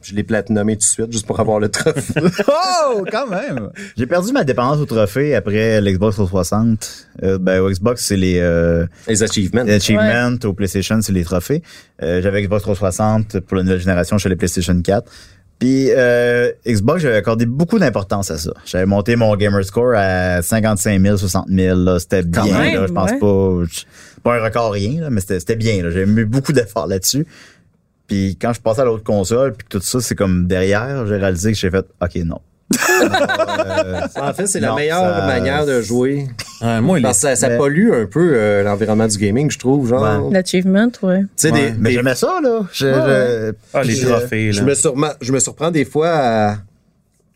[SPEAKER 6] Je l'ai platinomé tout de suite, juste pour avoir le trophée.
[SPEAKER 2] [LAUGHS] Oh, quand même!
[SPEAKER 3] J'ai perdu ma dépendance au trophée après l'Xbox 360. Euh, ben, au Xbox, c'est [LAUGHS] les euh,
[SPEAKER 6] Les achievements.
[SPEAKER 3] achievements. Au PlayStation, c'est les trophées. Euh, j'avais Xbox 360 pour la nouvelle génération chez les PlayStation 4. Puis euh, Xbox, j'avais accordé beaucoup d'importance à ça. J'avais monté mon gamer score à 55 000, 60 000. là. C'était bien.
[SPEAKER 7] même,
[SPEAKER 3] là. je pense
[SPEAKER 7] ouais.
[SPEAKER 3] pas, je- pas un record rien, là, mais c'était c'était bien. là. J'avais mis beaucoup d'efforts là-dessus. Puis quand je passais à l'autre console, puis que tout ça, c'est comme derrière, j'ai réalisé que j'ai fait, OK,
[SPEAKER 6] [LAUGHS]
[SPEAKER 3] non. Euh,
[SPEAKER 6] En fait, c'est la
[SPEAKER 3] Non,
[SPEAKER 6] meilleure
[SPEAKER 3] ça-
[SPEAKER 6] manière de jouer.
[SPEAKER 5] [LAUGHS] Ouais, moi, il
[SPEAKER 6] Parce que ça, ça
[SPEAKER 3] Mais-
[SPEAKER 6] pollue un peu euh, l'environnement du gaming, je trouve. Genre, tu
[SPEAKER 7] L'achievement, ouais.
[SPEAKER 6] sais, des-
[SPEAKER 3] mais
[SPEAKER 6] des-
[SPEAKER 3] j'aimais ça, là. Je- je-
[SPEAKER 5] Ah, les
[SPEAKER 3] puis, euh,
[SPEAKER 5] trophées,
[SPEAKER 6] je,
[SPEAKER 5] là.
[SPEAKER 6] me surma- je me surprends des fois à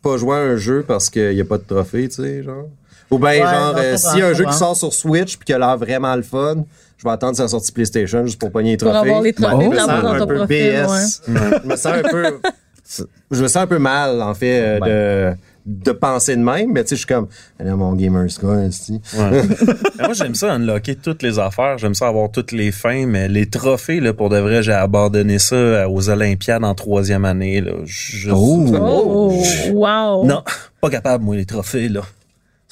[SPEAKER 6] pas jouer à un jeu parce qu'il n'y a pas de trophée, tu sais, genre. Ou bien,
[SPEAKER 3] Ouais,
[SPEAKER 6] genre,
[SPEAKER 3] non, je
[SPEAKER 6] euh,
[SPEAKER 3] comprends,
[SPEAKER 6] s'il y a un
[SPEAKER 3] je
[SPEAKER 6] jeu qui
[SPEAKER 3] comprends.
[SPEAKER 6] sort sur Switch puis qui a l'air vraiment le fun, je vais attendre sa sortie PlayStation juste pour pogner les
[SPEAKER 7] Pour
[SPEAKER 6] trophées.
[SPEAKER 7] avoir les trophées,
[SPEAKER 6] Je me
[SPEAKER 7] pour
[SPEAKER 6] sens
[SPEAKER 7] avoir
[SPEAKER 6] un
[SPEAKER 7] ton
[SPEAKER 6] peu
[SPEAKER 7] profil.
[SPEAKER 6] BS. Je me sens un peu. je me sens un peu mal, en fait, euh, de, de penser de même, mais tu sais, je suis comme, allez, mon gamer score, esti. [LAUGHS]
[SPEAKER 5] Ouais. Mais moi, j'aime ça unlocker toutes les affaires. J'aime ça avoir toutes les fins, mais les trophées, là, pour de vrai, j'ai abandonné ça euh, aux Olympiades en troisième année. Là. Je-
[SPEAKER 7] Oh, wow.
[SPEAKER 5] Non, pas capable, moi, les trophées. là.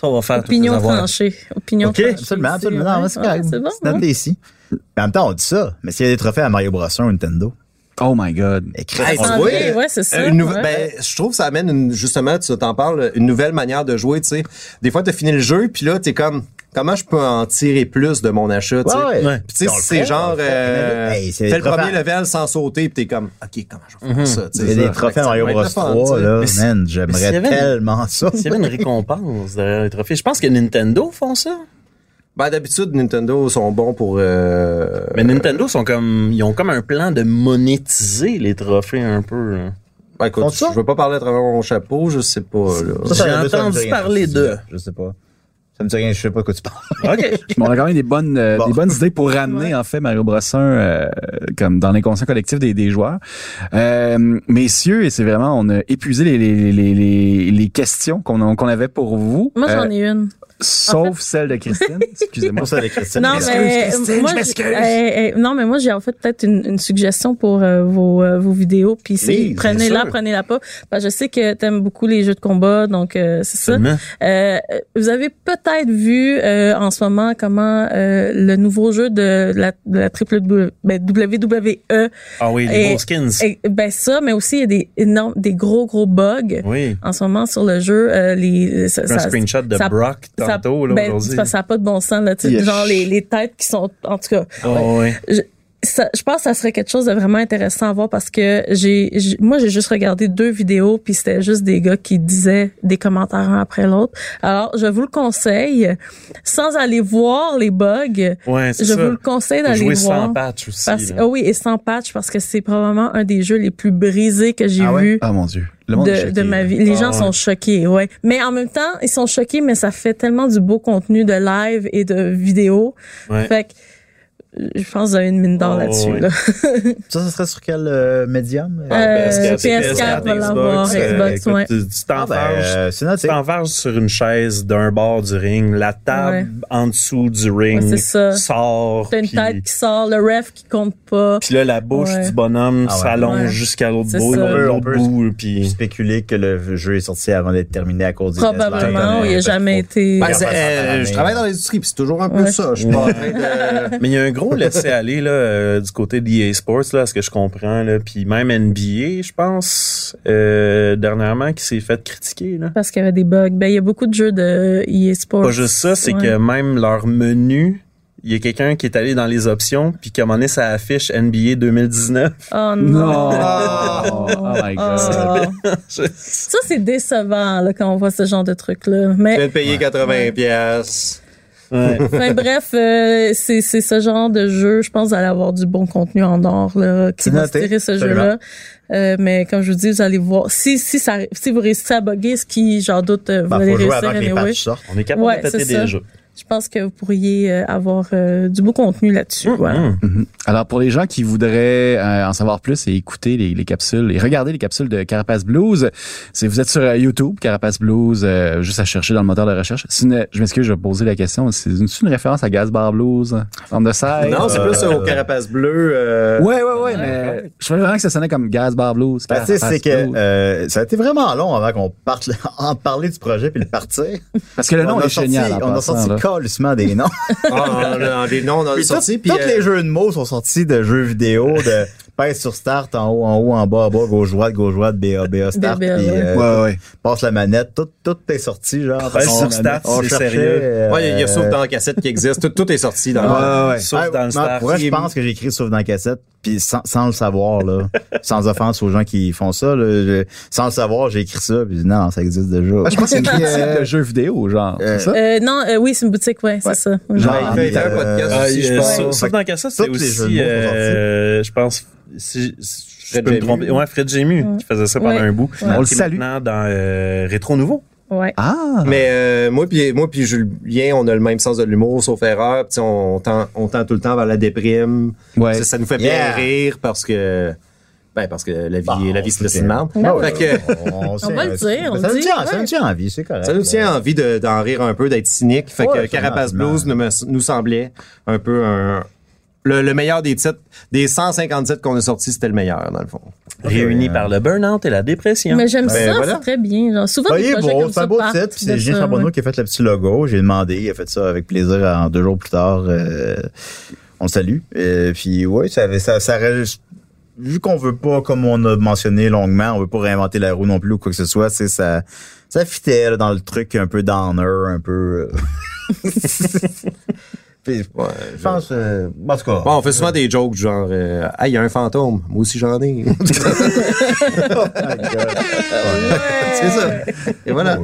[SPEAKER 5] Ça, on va faire
[SPEAKER 7] Opinion
[SPEAKER 5] toutes les avoir.
[SPEAKER 7] tranchée. Opinion
[SPEAKER 5] Ok,
[SPEAKER 7] tranchée.
[SPEAKER 3] Absolument,
[SPEAKER 7] c'est-
[SPEAKER 3] absolument. Non,
[SPEAKER 7] ouais,
[SPEAKER 3] mais c'est correct.
[SPEAKER 7] ouais, C'est
[SPEAKER 3] C'est
[SPEAKER 7] bon. hein. ouais.
[SPEAKER 3] noté ici. Mais en même temps, on dit ça. Mais s'il y a des trophées à Mario Bros 1 ou Nintendo,
[SPEAKER 2] Oh my God.
[SPEAKER 3] eh, Christ,
[SPEAKER 6] Hey,
[SPEAKER 3] on-
[SPEAKER 7] Ah,
[SPEAKER 6] tu vois,
[SPEAKER 7] ouais, ouais, c'est ça,
[SPEAKER 6] une nouvelle-
[SPEAKER 7] ouais.
[SPEAKER 6] ben, je trouve que ça amène, une- justement, tu t'en parles, une nouvelle manière de jouer, tu sais. Des fois, t'as fini le jeu, puis là, t'es comme, comment je peux en tirer plus de mon achat, tu sais.
[SPEAKER 3] Ouais, ouais.
[SPEAKER 6] Puis tu sais,
[SPEAKER 3] On le
[SPEAKER 6] c'est
[SPEAKER 3] fait, on
[SPEAKER 6] genre,
[SPEAKER 3] le fait.
[SPEAKER 6] euh,
[SPEAKER 3] Hey, c'est
[SPEAKER 6] fais le
[SPEAKER 3] trop
[SPEAKER 6] premier
[SPEAKER 3] fort.
[SPEAKER 6] level sans sauter, puis t'es comme, OK, comment je vais faire ça, tu
[SPEAKER 3] il
[SPEAKER 6] sais.
[SPEAKER 3] y a
[SPEAKER 6] ça.
[SPEAKER 3] des trophées à
[SPEAKER 6] Ça
[SPEAKER 3] Mario
[SPEAKER 6] va être
[SPEAKER 3] Bros
[SPEAKER 6] le fun,
[SPEAKER 3] 3,
[SPEAKER 6] tu sais.
[SPEAKER 3] là.
[SPEAKER 5] Mais si-
[SPEAKER 3] Man,
[SPEAKER 5] mais s'il y
[SPEAKER 3] j'aimerais
[SPEAKER 5] avait une-
[SPEAKER 3] tellement ça.
[SPEAKER 5] S'il y avait une récompense derrière les trophées, je pense que Nintendo font ça.
[SPEAKER 6] Ben, d'habitude, Nintendo sont bons pour, euh,
[SPEAKER 5] Mais Nintendo sont comme, ils ont comme un plan de monétiser les trophées un peu. hein. là.
[SPEAKER 6] ben, écoute,
[SPEAKER 3] Font
[SPEAKER 6] je
[SPEAKER 3] ça?
[SPEAKER 6] veux pas parler à travers mon chapeau, je sais pas, là.
[SPEAKER 3] Ça, ça,
[SPEAKER 5] J'ai
[SPEAKER 3] ça me dit
[SPEAKER 5] entendu
[SPEAKER 3] rien,
[SPEAKER 5] parler
[SPEAKER 3] ça me dit
[SPEAKER 5] d'eux.
[SPEAKER 3] rien. Je sais pas. Ça me dit rien, je sais pas de quoi tu parles.
[SPEAKER 7] [LAUGHS]
[SPEAKER 5] Ok.
[SPEAKER 2] Bon, on a quand même des bonnes, euh,
[SPEAKER 3] Bon.
[SPEAKER 2] des bonnes idées pour ramener en fait Mario Bros 1 euh, comme dans l'inconscient collectif des, des joueurs. Euh, messieurs, et c'est vraiment, on a épuisé les, les, les, les, les questions qu'on a- qu'on avait pour vous,
[SPEAKER 7] Moi, j'en
[SPEAKER 2] euh,
[SPEAKER 7] ai une.
[SPEAKER 2] sauf celle de Christine. Excusez-moi.
[SPEAKER 3] Pour ça, avec Christine.
[SPEAKER 7] Non, mais euh, moi, j'ai- eh, eh, non, mais moi, j'ai en fait peut-être une, une suggestion pour euh, vos, euh, vos vidéos. Puis c'est
[SPEAKER 6] Oui, bien
[SPEAKER 7] prenez-la,
[SPEAKER 6] sûr.
[SPEAKER 7] prenez-la pas. Parce que je sais que t'aimes beaucoup les jeux de combat, donc euh, c'est ça.
[SPEAKER 5] Seulement.
[SPEAKER 7] Euh, vous avez peut-être vu euh, en ce moment comment euh, le nouveau jeu de la, de la triple W- ben, WWE,
[SPEAKER 5] Ah oui, les
[SPEAKER 7] Et-
[SPEAKER 5] beaux skins.
[SPEAKER 7] eh, ben ça, mais aussi il y a des énormes, des gros gros bugs
[SPEAKER 5] oui.
[SPEAKER 7] en ce moment sur le jeu. euh, les, ça-
[SPEAKER 5] un
[SPEAKER 7] ça-
[SPEAKER 5] screenshot de
[SPEAKER 7] ça-
[SPEAKER 5] Brock
[SPEAKER 7] ça-
[SPEAKER 5] tantôt, là,
[SPEAKER 7] ben,
[SPEAKER 5] aujourd'hui.
[SPEAKER 7] c'est parce que ça n'a pas de bon sens, là, tu sais,
[SPEAKER 2] Yes.
[SPEAKER 7] genre les, les têtes qui sont, en tout cas,
[SPEAKER 5] Ah ouais.
[SPEAKER 7] ça- je pense que ça serait quelque chose de vraiment intéressant à voir parce que j'ai, j'- moi j'ai juste regardé deux vidéos puis c'était juste des gars qui disaient des commentaires un après l'autre. Alors je vous le conseille sans aller voir les bugs.
[SPEAKER 5] Ouais, c'est
[SPEAKER 7] Je
[SPEAKER 5] ça.
[SPEAKER 7] vous le conseille
[SPEAKER 5] Faut
[SPEAKER 7] d'aller
[SPEAKER 5] jouer
[SPEAKER 7] voir.
[SPEAKER 5] sans patch aussi.
[SPEAKER 7] Parce-
[SPEAKER 5] là.
[SPEAKER 7] ah oui, et sans patch parce que c'est probablement un des jeux les plus brisés que j'ai
[SPEAKER 2] Ah ouais?
[SPEAKER 7] vu.
[SPEAKER 2] Ah mon Dieu. Le monde est
[SPEAKER 7] De,
[SPEAKER 2] choqué.
[SPEAKER 7] de ma vie.
[SPEAKER 5] Ah
[SPEAKER 7] Les gens sont choqués, ouais. Mais en même temps, ils sont choqués, mais ça fait tellement du beau contenu de live et de vidéo.
[SPEAKER 5] Ouais.
[SPEAKER 7] Fait que euh, je pense que vous avez une mine d'or
[SPEAKER 5] Oh,
[SPEAKER 7] là-dessus.
[SPEAKER 5] ouais.
[SPEAKER 7] là.
[SPEAKER 3] Ça, ça serait sur quel euh, médium?
[SPEAKER 7] Euh,
[SPEAKER 5] PS4,
[SPEAKER 7] PS4 va
[SPEAKER 5] Xbox,
[SPEAKER 7] l'avoir,
[SPEAKER 5] euh,
[SPEAKER 7] Xbox, ouais.
[SPEAKER 5] écoute, Tu tu
[SPEAKER 3] Ah, ben,
[SPEAKER 5] t'enfarges
[SPEAKER 3] euh, c'est noté.
[SPEAKER 5] Tu t'enverges sur une chaise d'un bord du ring, la table
[SPEAKER 7] Ouais.
[SPEAKER 5] en dessous du ring
[SPEAKER 7] Ouais, c'est ça.
[SPEAKER 5] sort.
[SPEAKER 7] T'as une
[SPEAKER 5] puis-
[SPEAKER 7] tête qui sort, le ref qui compte pas.
[SPEAKER 5] Puis là, la bouche
[SPEAKER 7] Ouais.
[SPEAKER 5] du bonhomme
[SPEAKER 3] Ah ouais.
[SPEAKER 5] s'allonge
[SPEAKER 7] Ouais.
[SPEAKER 5] jusqu'à l'autre
[SPEAKER 7] C'est
[SPEAKER 5] bout,
[SPEAKER 7] ça.
[SPEAKER 5] l'autre
[SPEAKER 3] On peut-
[SPEAKER 5] bout,
[SPEAKER 3] Puis
[SPEAKER 5] puis...
[SPEAKER 3] spéculer que le jeu est sorti avant d'être terminé à cause des
[SPEAKER 7] Probablement,
[SPEAKER 3] deadlines.
[SPEAKER 7] il a jamais été.
[SPEAKER 6] Ben,
[SPEAKER 3] Ouais.
[SPEAKER 6] c'est, euh, je travaille dans l'industrie, puis c'est toujours un peu
[SPEAKER 7] Ouais.
[SPEAKER 6] ça. Je suis pas en train de...
[SPEAKER 5] Mais il y a un gros laisser-aller là euh, du côté d'EA Sports, là, à ce que je comprends. Là. Puis même NBA, je pense, euh, dernièrement, qui s'est fait critiquer. Là.
[SPEAKER 7] Parce qu'il y avait des bugs. Ben, il y a beaucoup de jeux de EA Sports.
[SPEAKER 5] Pas juste ça, c'est
[SPEAKER 7] Ouais.
[SPEAKER 5] que même leur menu, il y a quelqu'un qui est allé dans les options, puis qu'à un moment donné, ça affiche NBA 2019.
[SPEAKER 7] Oh
[SPEAKER 2] Non.
[SPEAKER 7] non.
[SPEAKER 2] Oh, my God.
[SPEAKER 5] [LAUGHS]
[SPEAKER 7] Oh. Ça, c'est décevant là, quand on voit ce genre de truc-là.
[SPEAKER 6] Je
[SPEAKER 7] Mais
[SPEAKER 6] viens de payer 80 pièces.
[SPEAKER 5] Ouais.
[SPEAKER 7] enfin, bref, euh, c'est c'est ce genre de jeu. Je pense que vous allez avoir du bon contenu en or là, qui
[SPEAKER 3] C'est
[SPEAKER 7] va
[SPEAKER 3] noté,
[SPEAKER 7] tirer ce
[SPEAKER 3] absolument.
[SPEAKER 7] jeu-là. Euh, mais comme je vous dis, vous allez voir. Si, si, ça, si vous réussissez à bugger, ce qui, j'en doute, euh, vous
[SPEAKER 3] Ben,
[SPEAKER 7] allez
[SPEAKER 3] faut jouer
[SPEAKER 7] réussir
[SPEAKER 3] avant que les
[SPEAKER 7] anyway.
[SPEAKER 3] patchs sortent.
[SPEAKER 5] On est capable
[SPEAKER 7] Ouais,
[SPEAKER 5] de péter
[SPEAKER 7] c'est
[SPEAKER 5] des
[SPEAKER 7] ça.
[SPEAKER 5] jeux.
[SPEAKER 7] Je pense que vous pourriez euh, avoir euh, du beau contenu là-dessus.
[SPEAKER 3] Mm,
[SPEAKER 7] voilà.
[SPEAKER 5] Mmh.
[SPEAKER 2] Alors, pour les gens qui voudraient euh, en savoir plus et écouter les, les capsules et regarder les capsules de Carapace Blues, si vous êtes sur euh, YouTube, Carapace Blues, euh, juste à chercher dans le moteur de recherche. C'est une- je m'excuse, je vais poser la question. C'est une, c'est une référence à Gasbar Blues, on the side?
[SPEAKER 6] Non, c'est plus au carapace bleu. euh,
[SPEAKER 2] Ouais, ouais, ouais, mais je trouvais vraiment que ça sonnait comme Gasbar Blues.
[SPEAKER 3] Ben, tu sais,
[SPEAKER 2] Carapace
[SPEAKER 3] c'est que
[SPEAKER 2] Blues.
[SPEAKER 3] euh, ça a été vraiment long avant qu'on parte [LAUGHS] en parler du projet puis le partir.
[SPEAKER 2] Parce que le nom
[SPEAKER 3] euh, on
[SPEAKER 2] est
[SPEAKER 3] a sorti,
[SPEAKER 2] génial. en
[SPEAKER 3] on a
[SPEAKER 2] passant,
[SPEAKER 3] sorti
[SPEAKER 2] là.
[SPEAKER 3] calissement des noms.
[SPEAKER 6] Ah, on a- les noms, on en a
[SPEAKER 3] Puis
[SPEAKER 6] sorti.
[SPEAKER 3] tout-
[SPEAKER 6] puis,
[SPEAKER 3] tous
[SPEAKER 6] euh,
[SPEAKER 3] les jeux de mots sont sortis de jeux vidéo, de pèse sur start, en haut, en haut, en bas, en bas, gauche, droite, gauche, droite, BA,
[SPEAKER 7] [LAUGHS]
[SPEAKER 3] BA, start,
[SPEAKER 7] BA,
[SPEAKER 3] puis
[SPEAKER 7] ouais.
[SPEAKER 3] euh,
[SPEAKER 2] Ouais, ouais.
[SPEAKER 3] passe la manette, tout, tout est sorti, genre.
[SPEAKER 5] Pèse
[SPEAKER 3] on-
[SPEAKER 5] sur start,
[SPEAKER 3] on
[SPEAKER 5] c'est
[SPEAKER 3] cherchait,
[SPEAKER 5] sérieux.
[SPEAKER 3] euh,
[SPEAKER 6] Ouais, il y a sauf dans la cassette qui existe. Tout, tout est sorti dans
[SPEAKER 2] Ouais, ouais.
[SPEAKER 5] Sauf
[SPEAKER 3] Ouais,
[SPEAKER 5] dans le
[SPEAKER 3] Ben, non,
[SPEAKER 5] start.
[SPEAKER 3] Pour vrai, je pense que j'ai écrit sauf dans la cassette, puis sans, sans le savoir,
[SPEAKER 5] [LAUGHS]
[SPEAKER 3] là, sans offense aux gens qui font ça, là, je- sans le savoir, j'ai écrit ça, puis non, ça existe déjà.
[SPEAKER 6] Ben,
[SPEAKER 2] Ah, je pense que c'est une
[SPEAKER 6] euh,
[SPEAKER 2] critique de jeux vidéo, genre.
[SPEAKER 3] euh,
[SPEAKER 2] c'est ça?
[SPEAKER 7] Euh, non, euh, oui, c'est une boutique, ouais, c'est ça. Ouais.
[SPEAKER 6] Ouais,
[SPEAKER 3] genre,
[SPEAKER 6] Ben, il fait il fait un
[SPEAKER 3] euh,
[SPEAKER 6] podcast
[SPEAKER 5] Ah, euh,
[SPEAKER 6] aussi, je pense.
[SPEAKER 5] sauf- Sauf dans la cassette, c'est
[SPEAKER 3] Tous les jeux de
[SPEAKER 5] aussi,
[SPEAKER 3] mots sont
[SPEAKER 5] euh, je pense, si, si je
[SPEAKER 6] Fred
[SPEAKER 5] peux me
[SPEAKER 6] Gému.
[SPEAKER 5] tromper. Ouais, Fred Gému, qui faisait ça pendant
[SPEAKER 7] Ouais.
[SPEAKER 5] un bout.
[SPEAKER 2] On le
[SPEAKER 5] Qui est
[SPEAKER 2] salue.
[SPEAKER 5] maintenant dans euh, Rétro Nouveau.
[SPEAKER 7] Ouais.
[SPEAKER 2] Ah!
[SPEAKER 6] Mais euh, moi puis moi puis Julien, on a le même sens de l'humour, sauf erreur. Puis on tend, on tend tout le temps vers la déprime.
[SPEAKER 2] Ouais.
[SPEAKER 6] Ça, ça nous fait
[SPEAKER 3] Yeah. Bah,
[SPEAKER 6] bien rire parce que Ben, parce que la vie,
[SPEAKER 3] Bon,
[SPEAKER 6] la vie, c'est
[SPEAKER 3] c'est-
[SPEAKER 6] une marde.
[SPEAKER 3] Ah ouais,
[SPEAKER 6] Fait que-
[SPEAKER 3] on, on sait,
[SPEAKER 7] va le
[SPEAKER 3] euh,
[SPEAKER 7] dire, on
[SPEAKER 3] ça
[SPEAKER 7] le
[SPEAKER 3] nous
[SPEAKER 7] dit,
[SPEAKER 3] tient, ça
[SPEAKER 7] ouais.
[SPEAKER 3] nous tient en vie, c'est correct.
[SPEAKER 6] Ça nous tient envie de- d'en rire un peu, d'être cynique. Fait
[SPEAKER 3] Ouais,
[SPEAKER 6] que Carapace
[SPEAKER 3] absolument.
[SPEAKER 6] Blues nous, me- nous semblait un peu un- le, le meilleur des titres. Des 157 qu'on a sortis, c'était le meilleur, dans le fond.
[SPEAKER 5] Réunis par le burn-out et la dépression.
[SPEAKER 7] Mais j'aime
[SPEAKER 6] Ben,
[SPEAKER 7] ça,
[SPEAKER 6] voilà.
[SPEAKER 7] c'est très bien. Genre, souvent,
[SPEAKER 3] Ah, il
[SPEAKER 7] des
[SPEAKER 3] est
[SPEAKER 7] projets
[SPEAKER 3] beau,
[SPEAKER 7] comme
[SPEAKER 3] c'est
[SPEAKER 7] ça
[SPEAKER 3] un beau
[SPEAKER 7] partent,
[SPEAKER 3] titre.
[SPEAKER 7] puis
[SPEAKER 3] puis
[SPEAKER 7] de euh,
[SPEAKER 3] C'est Julien
[SPEAKER 7] ça,
[SPEAKER 3] Charbonneau
[SPEAKER 7] ouais.
[SPEAKER 3] qui a fait le petit logo. J'ai demandé, il a fait ça avec plaisir en deux jours plus tard. euh, on le salue. Euh, puis oui, ça, avait- ça, ça aurait- vu qu'on veut pas, comme on a mentionné longuement, on veut pas réinventer la roue non plus ou quoi que ce soit, c'est ça, ça fitait là, dans le truc un peu downer, un
[SPEAKER 7] [LAUGHS]
[SPEAKER 3] peu. euh. Puis,
[SPEAKER 6] Ouais,
[SPEAKER 3] je pense, euh, en tout cas,
[SPEAKER 6] Bon, on fait souvent des jokes genre euh, Ah, il y a un fantôme. Moi aussi, j'en ai. [LAUGHS] Oh c'est ça. Et voilà.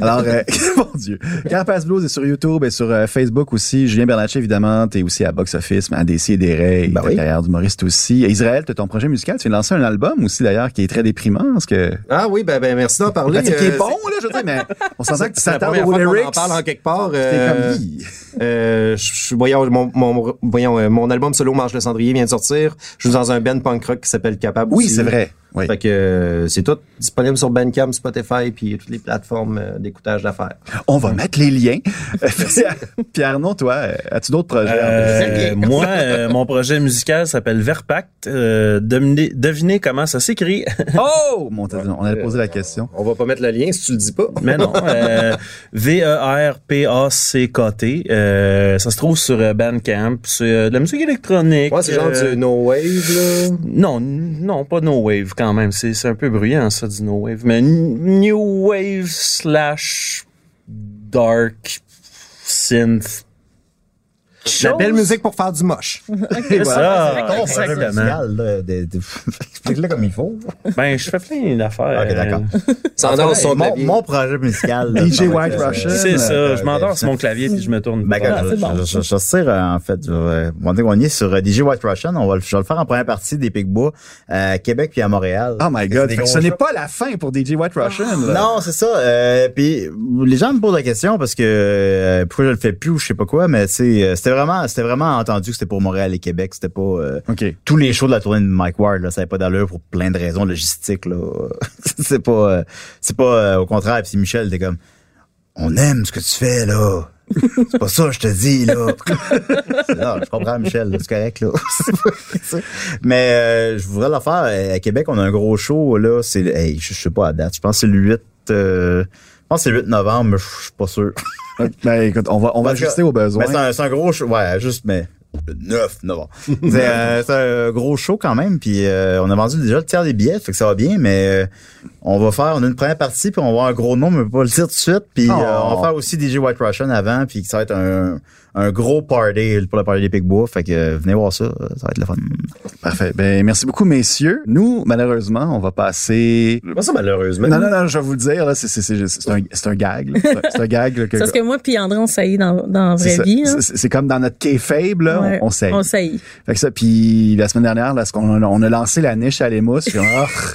[SPEAKER 2] Alors, euh, [LAUGHS] mon Dieu. Carapace Blues est sur YouTube et sur euh, Facebook aussi. Julien Bernatchez, évidemment, t'es aussi à Box Office, à DC et des Rays,
[SPEAKER 3] Ben
[SPEAKER 2] ta
[SPEAKER 3] oui.
[SPEAKER 2] carrière d'humoriste aussi. Et Israël, t'as ton projet musical. Tu viens de lancer un album aussi, d'ailleurs, qui est très déprimant. Parce que...
[SPEAKER 6] Ah oui, ben, ben merci d'en parler.
[SPEAKER 2] Ben, c'est qui
[SPEAKER 6] Euh,
[SPEAKER 2] est bon, là, je veux dire, mais on s'entend que tu
[SPEAKER 6] C'est la
[SPEAKER 2] t'attardes
[SPEAKER 6] première
[SPEAKER 2] aux
[SPEAKER 6] fois qu'on en
[SPEAKER 2] lyrics.
[SPEAKER 6] parle en quelque part.
[SPEAKER 2] T'es
[SPEAKER 6] euh,
[SPEAKER 2] comme, Hi.
[SPEAKER 6] Euh, je suis- voyons, mon, mon- voyons, euh, mon album solo Mange le cendrier vient de sortir. Je joue dans un band punk rock qui s'appelle Capable.
[SPEAKER 2] oui,
[SPEAKER 6] aussi.
[SPEAKER 2] c'est vrai. Oui.
[SPEAKER 6] Fait que euh, c'est tout disponible sur Bandcamp, Spotify puis toutes les plateformes euh, d'écoutage d'affaires.
[SPEAKER 2] On va mettre les liens. [LAUGHS] Pierre- Pierre, non, toi, euh, as-tu d'autres projets? [LAUGHS]
[SPEAKER 6] Ah,
[SPEAKER 5] Euh, [LAUGHS] moi, euh, mon projet musical s'appelle Verpact. Euh, devinez, devinez comment ça s'écrit. [LAUGHS]
[SPEAKER 2] Oh! Mon Dieu, on allait poser la question.
[SPEAKER 6] On va pas mettre le lien si tu le dis pas.
[SPEAKER 5] Mais non. euh, E V-E-R-P-A-C-K-T. Euh, ça se trouve sur euh, Bandcamp. C'est euh, de la musique électronique.
[SPEAKER 6] Ouais, c'est genre
[SPEAKER 5] euh,
[SPEAKER 6] du No Wave là.
[SPEAKER 5] Non, n- non, pas No Wave quand même. C'est c'est un peu bruyant ça du No Wave. Mais n- New Wave slash Dark Synth.
[SPEAKER 6] La belle musique pour faire du moche.
[SPEAKER 5] C'est
[SPEAKER 3] c'est
[SPEAKER 5] ça,
[SPEAKER 3] con, c'est un peu
[SPEAKER 5] exactement.
[SPEAKER 3] musical, là, de- de- [LAUGHS] Explique-le comme il faut.
[SPEAKER 5] Ben, je fais plein d'affaires.
[SPEAKER 3] Ok, d'accord.
[SPEAKER 6] Ça en a son
[SPEAKER 3] mon,
[SPEAKER 6] clavier.
[SPEAKER 3] mon projet musical. là,
[SPEAKER 2] DJ
[SPEAKER 3] ça va
[SPEAKER 2] White
[SPEAKER 3] être, euh,
[SPEAKER 2] Russian.
[SPEAKER 5] C'est ça, je
[SPEAKER 3] euh,
[SPEAKER 5] m'endors sur mon clavier puis je me tourne.
[SPEAKER 3] Ben,
[SPEAKER 5] pas.
[SPEAKER 3] quand je,
[SPEAKER 7] c'est bon.
[SPEAKER 3] je, je, je, je tire, euh, en fait, je vais- on dit qu'on y est sur euh, DJ White Russian. On va le, je vais le faire en première partie des Picbois à Québec puis à Montréal.
[SPEAKER 2] Oh my God.
[SPEAKER 3] C'est des
[SPEAKER 2] Fait que
[SPEAKER 3] gros
[SPEAKER 2] ce n'est
[SPEAKER 3] shows.
[SPEAKER 2] pas la fin pour DJ White Russian. là.
[SPEAKER 3] Non, c'est ça. Euh, puis les gens me posent la question parce que euh, pourquoi je le fais plus ou je sais pas quoi, mais tu sais, euh, c'était vraiment, c'était vraiment entendu que c'était pour Montréal et Québec. C'était pas euh,
[SPEAKER 2] OK.
[SPEAKER 3] tous les shows de la tournée de Mike Ward, là, ça n'avait pas d'allure pour plein de raisons logistiques. Là. [LAUGHS] c'est pas, euh, c'est pas euh, au contraire. Puis Michel était comme, on aime ce que tu fais là. C'est pas ça, que je te dis, là. C'est- non, je comprends, Michel, là, c'est correct, là. [LAUGHS] C'est pas- c'est- Mais euh, je voudrais le faire. Euh, À Québec, on a un gros show, là. C'est, hey, je, je sais pas la date. Je pense que c'est le 8... euh, je pense que c'est le 8 novembre, mais je suis pas sûr.
[SPEAKER 2] Ben, écoute, on va, on va
[SPEAKER 3] Parce que-
[SPEAKER 2] ajuster aux besoins.
[SPEAKER 3] Mais c'est un, c'est un gros show. Ouais, juste, mais le 9 novembre.
[SPEAKER 7] [LAUGHS]
[SPEAKER 3] c'est euh, c'est un gros show quand même. Puis euh, on a vendu déjà le tiers des billets, fait que ça va bien, mais euh, on va faire, on a une première partie, puis on va avoir un gros nom, mais on peut pas le dire tout de suite. Puis
[SPEAKER 2] Oh.
[SPEAKER 3] euh, on va faire aussi DJ White Russian avant, puis ça va être un, un gros party pour la party des Picbois. Fait que euh, venez voir ça, euh, ça va être le fun.
[SPEAKER 2] Parfait. Ben, merci beaucoup, messieurs. Nous, malheureusement, on va passer.
[SPEAKER 6] Pas ça malheureusement.
[SPEAKER 2] Non, non, non, je vais vous le dire, là, c'est, c'est, c'est, juste- c'est un, c'est un gag. là. C'est un- C'est un gag. là, que-
[SPEAKER 7] C'est parce que moi puis André, on saillit dans, dans la
[SPEAKER 2] c'est
[SPEAKER 7] vraie
[SPEAKER 2] ça.
[SPEAKER 7] vie. hein.
[SPEAKER 2] C'est- c'est comme dans notre K-Fable, là,
[SPEAKER 7] Ouais,
[SPEAKER 2] on, on sait.
[SPEAKER 7] On saillit.
[SPEAKER 2] Fait que ça, puis la semaine dernière, là, ce qu'on- on a lancé la niche à l'émousse, puis, on- oh,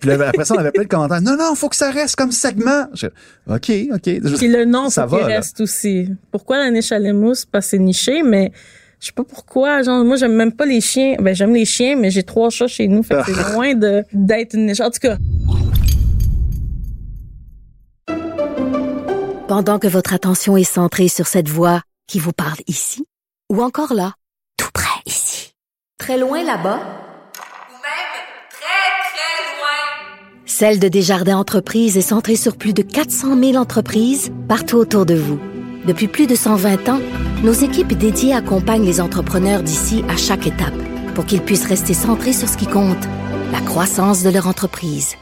[SPEAKER 2] puis là, après ça, on avait plein de commentaires. Non, non, faut que ça reste comme segment. Je- ok, ok.
[SPEAKER 7] Puis le nom,
[SPEAKER 2] ça
[SPEAKER 7] faut qu'il
[SPEAKER 2] va. là.
[SPEAKER 7] reste aussi. Pourquoi la niche à l'émousse? Parce que c'est niché, mais je sais pas pourquoi. Genre, moi, j'aime même pas les chiens. Ben, j'aime les chiens, mais j'ai trois chats chez nous. Fait que c'est loin de, d'être une niche. En tout cas,
[SPEAKER 8] Pendant que votre attention est centrée sur cette voix qui vous parle ici, ou encore là, tout près ici, très loin là-bas, Celle de Desjardins Entreprises est centrée sur plus de 400 000 entreprises partout autour de vous. Depuis plus de 120 ans, nos équipes dédiées accompagnent les entrepreneurs d'ici à chaque étape pour qu'ils puissent rester centrés sur ce qui compte, la croissance de leur entreprise.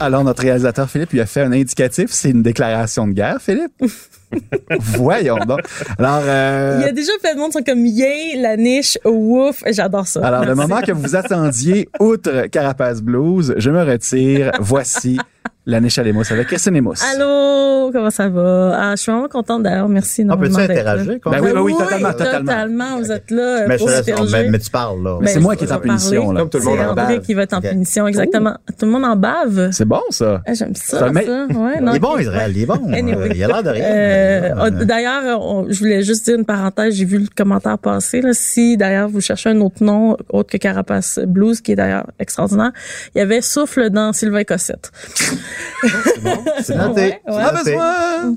[SPEAKER 2] Alors, notre réalisateur Philippe lui a fait un indicatif. C'est une déclaration de guerre,
[SPEAKER 7] [LAUGHS]
[SPEAKER 2] Philippe. Voyons donc. Alors, euh,
[SPEAKER 7] il y a déjà plein de monde qui sont comme yay, la niche, ouf. J'adore ça.
[SPEAKER 2] alors le
[SPEAKER 7] Merci.
[SPEAKER 2] moment que vous attendiez, outre Carapace Blues, je me retire. Voici L'année Chalémos avec Christine Emos.
[SPEAKER 7] Allô, comment ça va? Ah, je suis vraiment contente d'ailleurs. Merci
[SPEAKER 3] On
[SPEAKER 7] énormément.
[SPEAKER 3] peut-tu
[SPEAKER 7] d'être là.
[SPEAKER 3] interagir?
[SPEAKER 2] Ben oui,
[SPEAKER 7] Ben
[SPEAKER 2] oui, totalement, totalement.
[SPEAKER 7] Vous êtes là euh,
[SPEAKER 3] mais, je
[SPEAKER 7] pour
[SPEAKER 3] te laisse- ben,
[SPEAKER 7] interagir.
[SPEAKER 3] mais- mais tu parles, là.
[SPEAKER 2] Mais
[SPEAKER 7] Ben,
[SPEAKER 2] c'est moi
[SPEAKER 7] je
[SPEAKER 2] qui est
[SPEAKER 7] vais
[SPEAKER 2] en punition,
[SPEAKER 7] parler.
[SPEAKER 2] là.
[SPEAKER 6] Comme tout le monde
[SPEAKER 7] C'est
[SPEAKER 6] en
[SPEAKER 7] André
[SPEAKER 6] bave.
[SPEAKER 7] qui va être en
[SPEAKER 3] Ok.
[SPEAKER 7] punition, exactement. Tout le monde en bave.
[SPEAKER 2] C'est bon, ça.
[SPEAKER 7] Ah, J'aime
[SPEAKER 2] C'est un
[SPEAKER 7] ça,
[SPEAKER 2] mec.
[SPEAKER 7] ça. Ouais,
[SPEAKER 3] Il
[SPEAKER 7] non,
[SPEAKER 3] est bon,
[SPEAKER 7] ok.
[SPEAKER 3] Israël, il est bon.
[SPEAKER 7] Anyway.
[SPEAKER 3] Euh, Il a l'air de rien.
[SPEAKER 7] Euh,
[SPEAKER 3] Euh,
[SPEAKER 7] on- d'ailleurs, on- je voulais juste dire une parenthèse. J'ai vu le commentaire passer. Là. Si d'ailleurs vous cherchez un autre nom autre que Carapace Blues, qui est d'ailleurs extraordinaire, il y avait Souffle dans Sylvain Cossette.
[SPEAKER 3] C'est noté.
[SPEAKER 7] Ouais, ouais.
[SPEAKER 3] C'est noté.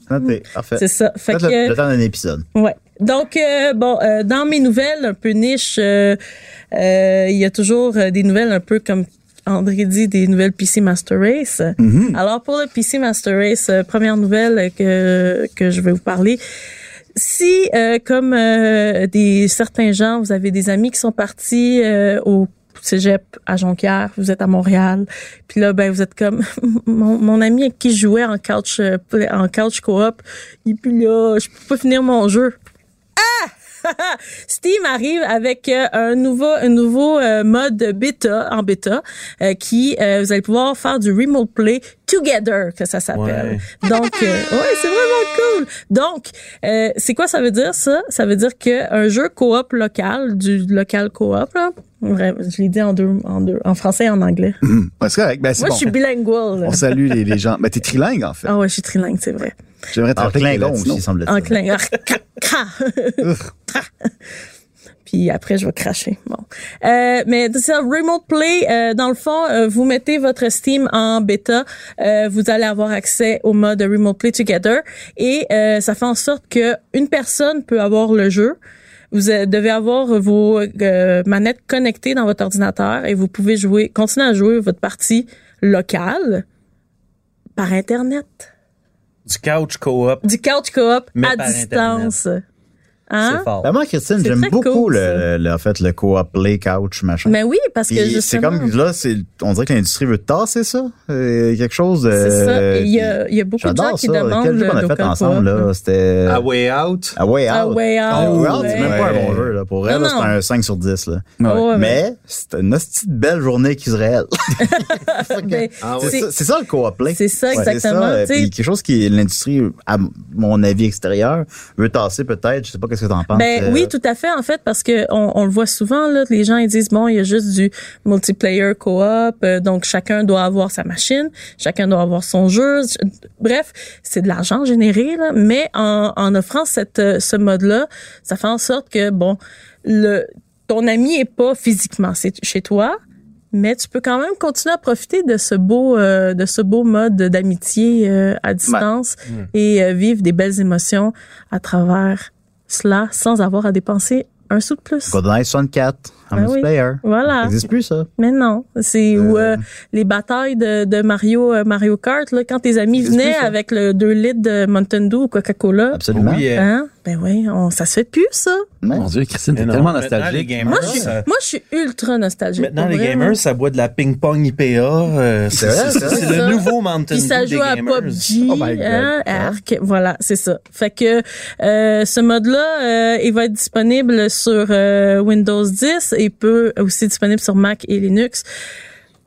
[SPEAKER 3] C'est noté. Parfait.
[SPEAKER 7] C'est ça. Fait
[SPEAKER 3] Peut-être
[SPEAKER 7] que,
[SPEAKER 3] le, le temps d'un épisode.
[SPEAKER 7] Ouais. Donc euh, bon, euh, dans mes nouvelles un peu niche, euh, euh, il y a toujours euh, des nouvelles un peu comme André dit, des nouvelles PC Master Race. Alors pour le PC Master Race, euh, première nouvelle que que je vais vous parler. Si euh, comme euh, des certains gens, vous avez des amis qui sont partis euh, au cégep à Jonquière, vous êtes à Montréal, puis là ben vous êtes comme [LAUGHS] mon, mon ami avec qui je jouais en couch euh, play- en couch coop, et puis là, je peux pas finir mon jeu. Ah! Steam arrive avec euh, un nouveau, un nouveau euh, mode bêta, en bêta, euh, qui euh, vous allez pouvoir faire du remote play together, que ça s'appelle. Donc, euh, ouais, c'est vraiment cool. Donc, euh, c'est quoi ça veut dire ça Ça veut dire que un jeu coop local, du local coop, là. Bref, je l'ai dit en deux, en deux, en français et en anglais.
[SPEAKER 2] Ouais, c'est correct. Ben, c'est
[SPEAKER 7] Moi,
[SPEAKER 2] bon.
[SPEAKER 7] je suis bilingual. là.
[SPEAKER 2] On salue les, les gens. Ben, t'es trilingue, en fait.
[SPEAKER 7] Ah ouais, je suis trilingue, c'est vrai.
[SPEAKER 2] J'aimerais te
[SPEAKER 3] En
[SPEAKER 2] rappeler que t'es
[SPEAKER 3] Klingon
[SPEAKER 2] Ah, latino.
[SPEAKER 3] Ah, aussi, semble-t-il.
[SPEAKER 7] En ah, clignant. Puis après, je vais cracher. Bon. Euh, mais c'est ça, Remote Play, euh, dans le fond, euh, vous mettez votre Steam en bêta. euh, vous allez avoir accès au mode Remote Play Together. Et euh, ça fait en sorte que une personne peut avoir le jeu. Vous euh, devez avoir vos euh, manettes connectées dans votre ordinateur et vous pouvez jouer, continuer à jouer votre partie locale par Internet.
[SPEAKER 5] Du couch co-op,
[SPEAKER 7] Du couch coop
[SPEAKER 5] Mais
[SPEAKER 7] à
[SPEAKER 5] par
[SPEAKER 7] distance.
[SPEAKER 5] c'est
[SPEAKER 7] Hein?
[SPEAKER 5] fort.
[SPEAKER 3] Ben, moi, Christine,
[SPEAKER 7] C'est
[SPEAKER 3] j'aime
[SPEAKER 7] très
[SPEAKER 3] beaucoup
[SPEAKER 7] cool,
[SPEAKER 3] le,
[SPEAKER 7] ça.
[SPEAKER 3] le- en fait, le co-op play, couch, machin.
[SPEAKER 7] Mais oui, parce que
[SPEAKER 3] Puis c'est
[SPEAKER 7] justement,
[SPEAKER 3] comme là, c'est, on dirait que l'industrie veut tasser ça. Euh, quelque chose de.
[SPEAKER 7] c'est ça. Il y a, il y a beaucoup de gens
[SPEAKER 3] euh, J'adore
[SPEAKER 7] qui
[SPEAKER 3] ça.
[SPEAKER 7] demandent
[SPEAKER 3] Quel jeu qu'on a
[SPEAKER 7] le
[SPEAKER 3] fait
[SPEAKER 7] local
[SPEAKER 3] ensemble,
[SPEAKER 7] coop,
[SPEAKER 3] là? C'était.
[SPEAKER 6] A Way Out.
[SPEAKER 3] A Way Out.
[SPEAKER 7] Ah ouais,
[SPEAKER 3] A
[SPEAKER 7] ah
[SPEAKER 3] Way Out,
[SPEAKER 7] ouais.
[SPEAKER 3] c'est même pas un bon jeu, là. Pour elle,
[SPEAKER 7] Non,
[SPEAKER 3] là, c'est
[SPEAKER 7] non.
[SPEAKER 3] un 5 sur 10, là.
[SPEAKER 7] Ah ouais,
[SPEAKER 3] Mais c'est une petite belle journée avec Israël.
[SPEAKER 7] mais- ben,
[SPEAKER 6] Ah
[SPEAKER 3] C'est
[SPEAKER 7] C'est-
[SPEAKER 3] ça, c'est ça, le co-op play.
[SPEAKER 7] C'est ça,
[SPEAKER 3] Ouais.
[SPEAKER 7] exactement,
[SPEAKER 3] euh,
[SPEAKER 7] tu sais.
[SPEAKER 3] puis quelque chose qui l'industrie, à mon avis extérieur, veut tasser peut-être. Je sais pas qu'est-ce que t'en penses.
[SPEAKER 7] Ben
[SPEAKER 3] euh,
[SPEAKER 7] oui, tout à fait en fait parce que on, on le voit souvent là, les gens ils disent bon il y a juste du multiplayer coop, euh, donc chacun doit avoir sa machine, chacun doit avoir son jeu. Je- Bref, c'est de l'argent généré là, mais en, en offrant cette euh, ce mode là, ça fait en sorte que bon le ton ami est pas physiquement c'est chez toi. Mais tu peux quand même continuer à profiter de ce beau, euh, de ce beau mode d'amitié euh, à distance
[SPEAKER 5] Hmm.
[SPEAKER 7] et euh, vivre des belles émotions à travers cela sans avoir à dépenser un sou de plus.
[SPEAKER 3] GoldenEye 64, en
[SPEAKER 7] Ben oui.
[SPEAKER 3] multiplayer. Ça
[SPEAKER 7] Voilà.
[SPEAKER 3] n'existe plus, ça.
[SPEAKER 7] Mais non, c'est où euh, les batailles de, de Mario euh, Mario Kart là, quand tes amis
[SPEAKER 3] Ça existe
[SPEAKER 7] venaient
[SPEAKER 5] hein.
[SPEAKER 3] plus, ça.
[SPEAKER 7] avec le 2 litres de Mountain Dew ou Coca-Cola.
[SPEAKER 3] Absolument.
[SPEAKER 5] euh,
[SPEAKER 7] Hein? Ben oui, on, ça se fait plus ça.
[SPEAKER 3] Ouais.
[SPEAKER 2] Mon Dieu, Christine,
[SPEAKER 5] Mais
[SPEAKER 2] t'es
[SPEAKER 5] non,
[SPEAKER 2] tellement
[SPEAKER 5] maintenant,
[SPEAKER 2] nostalgique.
[SPEAKER 5] les
[SPEAKER 7] Moi
[SPEAKER 5] gamers,
[SPEAKER 7] je, suis-
[SPEAKER 5] Ah, ça-
[SPEAKER 7] moi je suis ultra nostalgique.
[SPEAKER 5] Maintenant,
[SPEAKER 7] pour
[SPEAKER 5] les
[SPEAKER 7] vrai, là.
[SPEAKER 5] gamers, ça boit de la ping-pong IPA. euh, c'est
[SPEAKER 3] vrai,
[SPEAKER 5] c'est-
[SPEAKER 3] ça.
[SPEAKER 5] c'est le
[SPEAKER 7] Ça.
[SPEAKER 5] nouveau Mountain
[SPEAKER 7] Puis ça
[SPEAKER 5] Dew des
[SPEAKER 7] joue à
[SPEAKER 5] gamers.
[SPEAKER 7] PUBG,
[SPEAKER 3] Oh my God.
[SPEAKER 7] hein, Arc, voilà, c'est ça. Fait que euh, ce mode-là, euh, il va être disponible sur euh, Windows 10 et peut aussi être disponible sur Mac et Linux.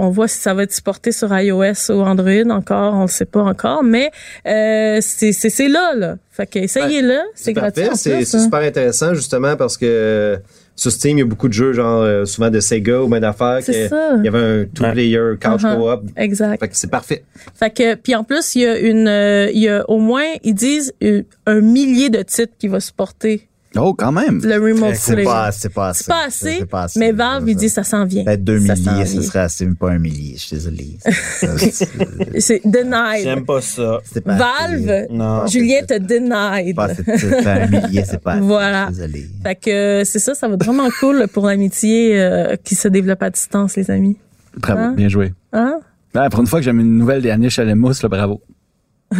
[SPEAKER 7] On voit si ça va être supporté sur iOS ou Android encore, on le sait pas encore, mais euh, c'est c'est- c'est là, là. Fait que essayez-le, c'est gratuit.
[SPEAKER 6] Parfait,
[SPEAKER 7] en
[SPEAKER 6] c'est
[SPEAKER 7] plus,
[SPEAKER 6] c'est
[SPEAKER 7] hein.
[SPEAKER 6] super intéressant justement parce que euh, sur Steam, il y a beaucoup de jeux, genre euh, souvent de Sega ou même d'affaires.
[SPEAKER 7] C'est
[SPEAKER 6] que-
[SPEAKER 7] ça.
[SPEAKER 6] Il y avait un two-player couch
[SPEAKER 7] Uh-huh.
[SPEAKER 6] co-op.
[SPEAKER 7] Exact.
[SPEAKER 6] Fait que c'est parfait.
[SPEAKER 7] Fait que puis en plus il y a une euh, il y a au moins ils disent euh, un millier de titres qui va supporter
[SPEAKER 2] Oh, quand même.
[SPEAKER 7] le remote
[SPEAKER 3] C'est
[SPEAKER 7] play.
[SPEAKER 3] pas, c'est pas assez.
[SPEAKER 7] C'est pas assez,
[SPEAKER 3] C'est pas assez.
[SPEAKER 7] mais Valve, il dit ça s'en vient.
[SPEAKER 3] Peut-être deux
[SPEAKER 7] Ça
[SPEAKER 3] milliers,
[SPEAKER 7] s'en
[SPEAKER 3] ce
[SPEAKER 7] vient.
[SPEAKER 3] serait assez, mais pas un millier, je suis
[SPEAKER 7] [LAUGHS]
[SPEAKER 3] désolé. C'est
[SPEAKER 7] C'est denied.
[SPEAKER 5] J'aime pas ça.
[SPEAKER 3] pas assez.
[SPEAKER 7] Valve,
[SPEAKER 5] Non.
[SPEAKER 7] Julien te
[SPEAKER 3] C'est pas
[SPEAKER 7] denied.
[SPEAKER 3] assez. C'est un millier, c'est pas assez.
[SPEAKER 7] Voilà.
[SPEAKER 3] Je suis désolé.
[SPEAKER 7] Fait que euh, c'est ça, ça va être vraiment cool pour l'amitié euh, qui se développe à distance, les amis.
[SPEAKER 2] Bravo,
[SPEAKER 7] Hein?
[SPEAKER 2] bien joué.
[SPEAKER 7] Hein? [LAUGHS]
[SPEAKER 2] Ah, pour une fois que j'aime une nouvelle des Anish Alemos, là, bravo.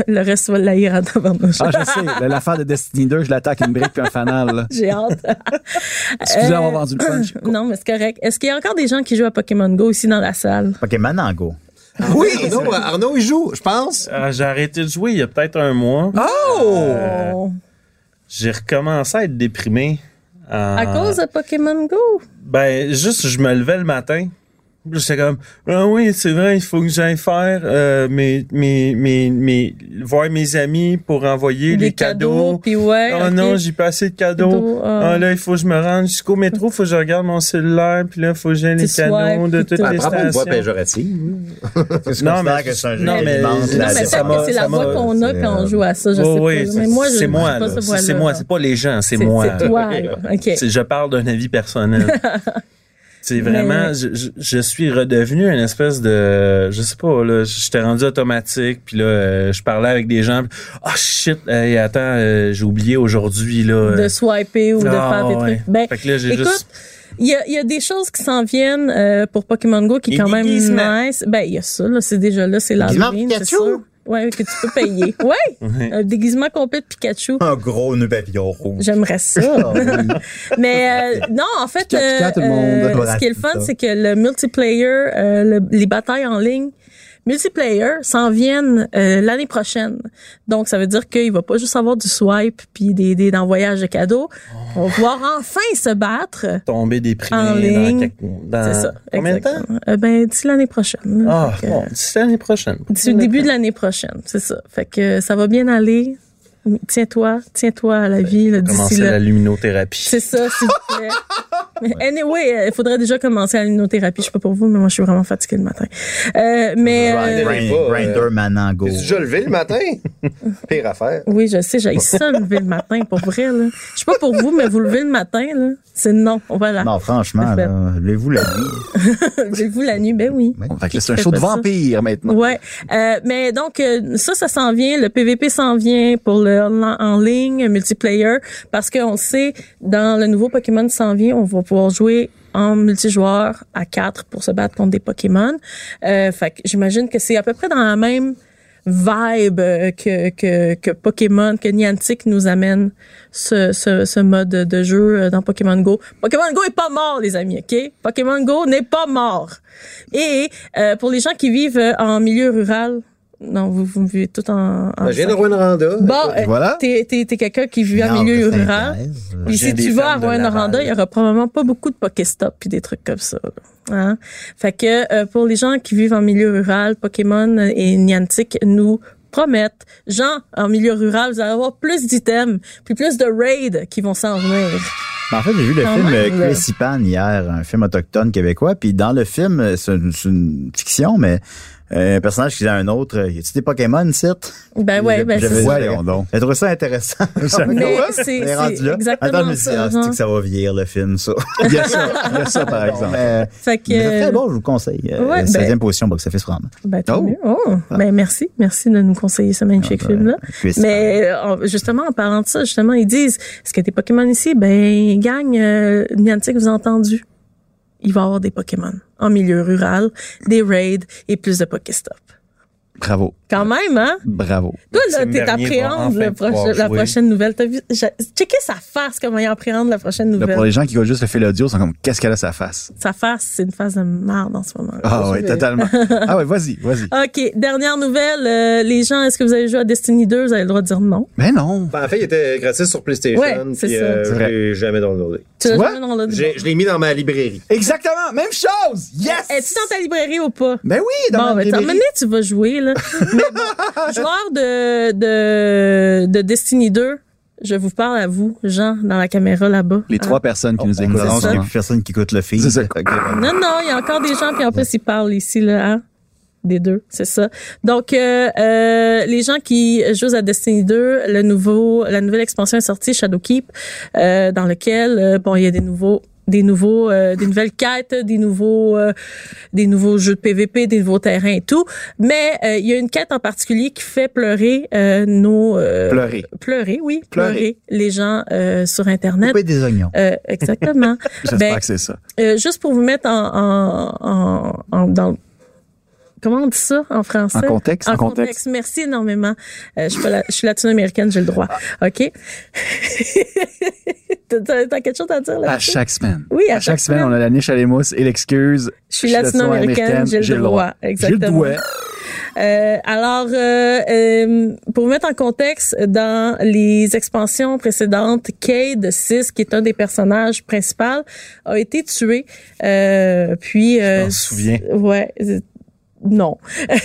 [SPEAKER 7] Le reste va l'haïr en tabarnouche.
[SPEAKER 2] Ah, je sais, la- l'affaire de Destiny 2, je l'attaque une brique puis un fanal. là.
[SPEAKER 7] J'ai hâte. [LAUGHS]
[SPEAKER 2] Excusez
[SPEAKER 7] Euh,
[SPEAKER 2] d'avoir vendu le punch.
[SPEAKER 7] non, mais c'est correct. Est-ce qu'il y a encore des gens qui jouent à Pokémon Go ici dans la salle?
[SPEAKER 3] Pokémon en go.
[SPEAKER 6] Oui, Arnaud, Arnaud, il joue, je pense.
[SPEAKER 5] Ah, J'ai arrêté de jouer il y a peut-être un mois.
[SPEAKER 7] Ah!
[SPEAKER 5] Euh,
[SPEAKER 7] Oh.
[SPEAKER 5] J'ai recommencé à être déprimé. ah.
[SPEAKER 7] À cause de Pokémon Go?
[SPEAKER 5] Ben, juste, je me levais le matin. Puis j'étais comme, ah oui, c'est vrai, il faut que j'aille faire euh, mes, mes, mes, mes, voir mes amis pour envoyer les cadeaux.
[SPEAKER 7] Puis ouais.
[SPEAKER 5] oh
[SPEAKER 7] ok.
[SPEAKER 5] non, j'ai pas assez de cadeaux.
[SPEAKER 7] Cadeaux, ah.
[SPEAKER 5] Ah là, il faut que je me rende jusqu'au métro, faut que je regarde mon cellulaire, puis là, faut que j'aille les
[SPEAKER 7] Tu
[SPEAKER 5] cadeaux
[SPEAKER 7] swipes,
[SPEAKER 5] de
[SPEAKER 7] puis
[SPEAKER 5] toutes
[SPEAKER 7] tout.
[SPEAKER 5] les
[SPEAKER 6] À propos de voix
[SPEAKER 5] stations.
[SPEAKER 6] péjorative,
[SPEAKER 3] Tu
[SPEAKER 5] Non,
[SPEAKER 3] considères
[SPEAKER 5] mais-
[SPEAKER 3] que c'est un jeu
[SPEAKER 5] non, mais-
[SPEAKER 3] évident,
[SPEAKER 5] non,
[SPEAKER 3] c'est
[SPEAKER 7] Non,
[SPEAKER 3] la
[SPEAKER 7] mais
[SPEAKER 5] ça
[SPEAKER 7] peut-être
[SPEAKER 5] m'a-
[SPEAKER 7] que c'est la
[SPEAKER 5] ça
[SPEAKER 7] voix
[SPEAKER 5] m'a-
[SPEAKER 7] qu'on a puis on joue à ça. Je
[SPEAKER 5] Oh,
[SPEAKER 7] sais
[SPEAKER 5] oui,
[SPEAKER 7] pas. Mais moi, je
[SPEAKER 5] c'est
[SPEAKER 7] joue
[SPEAKER 5] moi,
[SPEAKER 7] pas
[SPEAKER 5] là.
[SPEAKER 7] cette
[SPEAKER 5] C'est-
[SPEAKER 7] voix-là.
[SPEAKER 5] c'est moi, c'est pas les gens, c'est
[SPEAKER 7] C'est-
[SPEAKER 5] moi.
[SPEAKER 7] C'est toi. [LAUGHS] là. OK.
[SPEAKER 5] C'est- Je parle d'un avis personnel.
[SPEAKER 7] [LAUGHS]
[SPEAKER 5] C'est vraiment,
[SPEAKER 7] Mais-
[SPEAKER 5] je, je- je suis redevenu une espèce de, je sais pas, là, j'étais rendu automatique, puis là, euh, je parlais avec des gens, puis, ah shit, hey, attends, euh, j'ai oublié aujourd'hui, là. euh,
[SPEAKER 7] De swiper ou de
[SPEAKER 5] ah,
[SPEAKER 7] faire des
[SPEAKER 5] ouais.
[SPEAKER 7] trucs. Ben,
[SPEAKER 5] fait que là, j'ai
[SPEAKER 7] écoute,
[SPEAKER 5] juste,
[SPEAKER 7] Il y, a, il y a des choses qui s'en viennent euh, pour Pokémon Go qui est
[SPEAKER 5] Les
[SPEAKER 7] quand même
[SPEAKER 5] déguisements.
[SPEAKER 7] nice. Ben, il y a ça, là, c'est déjà là, c'est
[SPEAKER 3] Déguisement
[SPEAKER 7] l'Halloween, c'est
[SPEAKER 3] Pikachu?
[SPEAKER 7] sûr. Ouais, que tu peux
[SPEAKER 5] [LAUGHS]
[SPEAKER 7] payer. ouais,
[SPEAKER 5] Ouais.
[SPEAKER 7] un déguisement complet de Pikachu.
[SPEAKER 3] un gros nœud papillon rouge.
[SPEAKER 7] J'aimerais
[SPEAKER 5] Ah
[SPEAKER 7] ça. [LAUGHS] Mais euh, non, en fait, euh,
[SPEAKER 2] Picat, picat, tout le monde.
[SPEAKER 3] Voilà,
[SPEAKER 7] ce qui est le
[SPEAKER 3] c'est
[SPEAKER 7] fun,
[SPEAKER 3] ça.
[SPEAKER 7] c'est que le multiplayer, euh, le- les batailles en ligne, multiplayer s'en viennent euh, l'année prochaine. Donc, ça veut dire qu'il va pas juste avoir du swipe puis des, des envoyages de cadeaux. On va pouvoir enfin se battre.
[SPEAKER 5] tombé déprimé
[SPEAKER 7] en
[SPEAKER 5] dans
[SPEAKER 7] ligne.
[SPEAKER 5] quelques- dans-
[SPEAKER 7] C'est ça.
[SPEAKER 5] Euh, Combien de temps?
[SPEAKER 7] exactement. Euh, ben, d'ici l'année prochaine. là.
[SPEAKER 5] Ah,
[SPEAKER 7] Fait que,
[SPEAKER 5] bon, d'ici l'année prochaine.
[SPEAKER 7] d'ici le début de l'année prochaine, c'est ça. Fait que euh, ça va bien aller. Tiens-toi, tiens-toi à la vie là, d'ici
[SPEAKER 5] Commencer
[SPEAKER 7] là.
[SPEAKER 5] la luminothérapie.
[SPEAKER 7] C'est ça, s'il vous plaît. Mais anyway, euh, il faudrait déjà commencer à l'immunothérapie. Je sais pas pour vous, mais moi, je suis vraiment fatiguée le matin. Euh, mais euh,
[SPEAKER 3] Grind-
[SPEAKER 6] euh,
[SPEAKER 3] Grinder hein. Manango.
[SPEAKER 6] t'es déjà levé
[SPEAKER 7] [LAUGHS]
[SPEAKER 6] le matin? Pire affaire.
[SPEAKER 7] oui, je sais, j'ai ça me lever le matin, pour vrai. Là. Je sais pas pour vous, mais vous lever le matin, là, c'est non. Voilà. [LAUGHS]
[SPEAKER 3] Non, franchement,
[SPEAKER 7] Parfait.
[SPEAKER 3] là, levez-vous la nuit.
[SPEAKER 7] Levez-vous la nuit, ben oui.
[SPEAKER 2] Fait que là, c'est un
[SPEAKER 7] Qui
[SPEAKER 2] show
[SPEAKER 7] fait
[SPEAKER 2] de
[SPEAKER 7] pas ça?
[SPEAKER 2] vampire maintenant.
[SPEAKER 7] Ouais, Euh, mais donc euh, ça, ça s'en vient. Le PVP s'en vient pour le en, en ligne multiplayer parce qu'on le sait dans le nouveau Pokémon qui s'en vient, on va pouvoir jouer en multijoueur à quatre pour se battre contre des Pokémon. Euh, fait que j'imagine que c'est à peu près dans la même vibe euh, que, que, que Pokémon, que Niantic nous amène ce, ce, ce mode de jeu euh, dans Pokémon Go. Pokémon Go est pas mort, les amis, OK? Pokémon Go n'est pas mort. Et euh, pour les gens qui vivent euh, en milieu rural, non, vous, vous vivez tout en... en
[SPEAKER 6] Ben, je viens de Rwanda.
[SPEAKER 7] Bon, euh,
[SPEAKER 3] Voilà.
[SPEAKER 7] t'es hein? t'es- t'es quelqu'un qui vit en
[SPEAKER 3] Non,
[SPEAKER 7] milieu
[SPEAKER 3] c'est
[SPEAKER 7] rural.
[SPEAKER 3] intéressant.
[SPEAKER 7] Puis si
[SPEAKER 5] J'ai des
[SPEAKER 7] tu vas à
[SPEAKER 5] fermes de
[SPEAKER 7] Rouen-Noranda,
[SPEAKER 5] Laval.
[SPEAKER 7] il y aura probablement pas beaucoup de Pokéstop puis des trucs comme ça. là. Hein? Fait que euh, pour les gens qui vivent en milieu rural, Pokémon et Niantic nous promettent, gens en milieu rural, vous allez avoir plus d'items, puis plus de raids qui vont s'en venir.
[SPEAKER 3] Mais Ben, En fait, j'ai vu le
[SPEAKER 7] Quand
[SPEAKER 3] film
[SPEAKER 7] même,
[SPEAKER 3] euh,
[SPEAKER 7] là.
[SPEAKER 3] Crazy Pan hier, un film autochtone québécois. Puis dans le film, euh, c'est une, c'est une fiction, mais euh, un personnage qui dit à un autre, euh, y a-tu des Pokémon, site?
[SPEAKER 7] Ben ouais, ben
[SPEAKER 3] J'avais
[SPEAKER 7] c'est
[SPEAKER 3] dit,
[SPEAKER 7] ça.
[SPEAKER 3] voyons donc. J'ai trouvé
[SPEAKER 2] [LAUGHS]
[SPEAKER 3] ça intéressant.
[SPEAKER 7] Mais
[SPEAKER 3] Ouais,
[SPEAKER 7] c'est-
[SPEAKER 3] on
[SPEAKER 7] c'est
[SPEAKER 3] rendu là.
[SPEAKER 7] exactement
[SPEAKER 3] Attends, je me suis dit,
[SPEAKER 7] ça, hein.
[SPEAKER 3] ah, c'est-tu
[SPEAKER 7] genre.
[SPEAKER 3] que ça va vieillir le film, ça.
[SPEAKER 2] Il y a ça, il y a ça par exemple.
[SPEAKER 3] Mais, euh,
[SPEAKER 7] Fait que...
[SPEAKER 3] mais c'est très bon, je vous le conseille. Euh,
[SPEAKER 7] ouais, ben-
[SPEAKER 3] 16e position, box-office prendre.
[SPEAKER 7] Ben, tant
[SPEAKER 2] Oh.
[SPEAKER 7] mieux. Oh.
[SPEAKER 5] Ah.
[SPEAKER 7] Ben, merci. Merci de nous conseiller ce magnifique
[SPEAKER 5] ben,
[SPEAKER 7] film-là.
[SPEAKER 3] Puis-
[SPEAKER 7] Mais euh, en- justement, en parlant de ça, justement, ils disent Est-ce que des Pokémon ici? Ben, gang, euh, Niantic vous a entendu. Il va y avoir des Pokémon en milieu rural, des raids et plus de Pokéstop.
[SPEAKER 2] Bravo,
[SPEAKER 7] Quand même, hein?
[SPEAKER 2] bravo.
[SPEAKER 7] Toi, là,
[SPEAKER 5] Maxime
[SPEAKER 7] t'es
[SPEAKER 5] Bernier va
[SPEAKER 7] appréhende
[SPEAKER 5] enfin
[SPEAKER 7] le
[SPEAKER 5] pouvoir
[SPEAKER 7] proche- la
[SPEAKER 5] jouer.
[SPEAKER 7] prochaine nouvelle. T'as vu? J'ai- Checkez sa face, comment il appréhende la prochaine
[SPEAKER 2] Là, pour
[SPEAKER 7] nouvelle.
[SPEAKER 2] les gens qui écoutent juste le fait l'audio, ils sont comme, qu'est-ce qu'elle a sa face?
[SPEAKER 7] Sa face, c'est une face de merde en ce moment.
[SPEAKER 2] Ah ouais,
[SPEAKER 7] Je-
[SPEAKER 2] totalement. Ah ouais, vas-y, vas-y.
[SPEAKER 7] OK, dernière nouvelle. euh, les gens, est-ce que vous avez joué à Destiny 2? Vous avez le droit de dire non.
[SPEAKER 2] Mais non.
[SPEAKER 6] Ben, en fait, il était gratuit sur PlayStation.
[SPEAKER 7] Ouais, c'est
[SPEAKER 6] puis,
[SPEAKER 7] ça.
[SPEAKER 6] euh,
[SPEAKER 2] C'est
[SPEAKER 6] je
[SPEAKER 2] vrai.
[SPEAKER 6] l'ai jamais downloadé.
[SPEAKER 7] Tu l'as
[SPEAKER 2] vois?
[SPEAKER 7] jamais dans le-
[SPEAKER 6] J'ai- Je l'ai mis dans ma librairie.
[SPEAKER 2] Exactement, même chose! Yes!
[SPEAKER 7] Es-tu dans ta librairie ou pas?
[SPEAKER 2] Ben oui, dans ma
[SPEAKER 7] Bon, ben, t'as
[SPEAKER 2] librairie.
[SPEAKER 7] mené, tu vas
[SPEAKER 2] [LAUGHS]
[SPEAKER 7] jouer, là. Mais bon, joueur de, de, de Destiny 2, je vous parle à vous, Jean, dans la caméra là-bas.
[SPEAKER 2] Les
[SPEAKER 7] Ah.
[SPEAKER 2] trois personnes qui nous
[SPEAKER 3] On nous
[SPEAKER 2] écoutent. en
[SPEAKER 3] annonce
[SPEAKER 2] ce
[SPEAKER 3] qu'il n'y a
[SPEAKER 2] moment.
[SPEAKER 3] plus personne qui écoute le film.
[SPEAKER 2] Oh, [LAUGHS] C'est ça.
[SPEAKER 7] Non, non, il y a encore des gens, puis en plus, ils parlent ici, là, hein, des deux, c'est ça. Donc, euh, euh, les gens qui jouent à Destiny 2, le nouveau, la nouvelle expansion est sortie, Shadowkeep, euh, dans lequel, euh, bon, il y a des nouveaux des nouveaux euh, des nouvelles quêtes des nouveaux euh, des nouveaux jeux de PVP des nouveaux terrains et tout mais euh, il y a une quête en particulier qui fait pleurer euh, nos euh,
[SPEAKER 2] Pleurer.
[SPEAKER 7] pleurer oui pleurer,
[SPEAKER 2] Pleurer.
[SPEAKER 7] les gens euh, sur internet
[SPEAKER 3] Couper des oignons.
[SPEAKER 7] Euh, exactement
[SPEAKER 2] [LAUGHS] J'espère
[SPEAKER 7] Ben,
[SPEAKER 2] que c'est ça.
[SPEAKER 7] euh, juste pour vous mettre en, en, en, en- dans comment on dit ça en français
[SPEAKER 2] En contexte,
[SPEAKER 7] En
[SPEAKER 2] en contexte.
[SPEAKER 7] Merci énormément. Euh, je suis pas la- je suis latino-américaine, j'ai le droit.
[SPEAKER 2] Ah.
[SPEAKER 7] Ok. [LAUGHS] T'as- T'as t'as quelque chose à dire là
[SPEAKER 2] À chaque semaine.
[SPEAKER 7] Oui, à
[SPEAKER 2] À chaque semaine, on a la niche à l'émousse et l'excuse.
[SPEAKER 7] Je suis latino-américaine, j'ai le droit.
[SPEAKER 2] J'ai le
[SPEAKER 7] Exactement.
[SPEAKER 2] droit.
[SPEAKER 7] Euh, alors, euh, euh, pour vous mettre en contexte, dans les expansions précédentes, Cade 6, qui est un des personnages principaux, a été tué. Euh, puis,
[SPEAKER 5] Je
[SPEAKER 7] euh,
[SPEAKER 5] m'en souviens.
[SPEAKER 7] ouais, euh, non.
[SPEAKER 2] Mais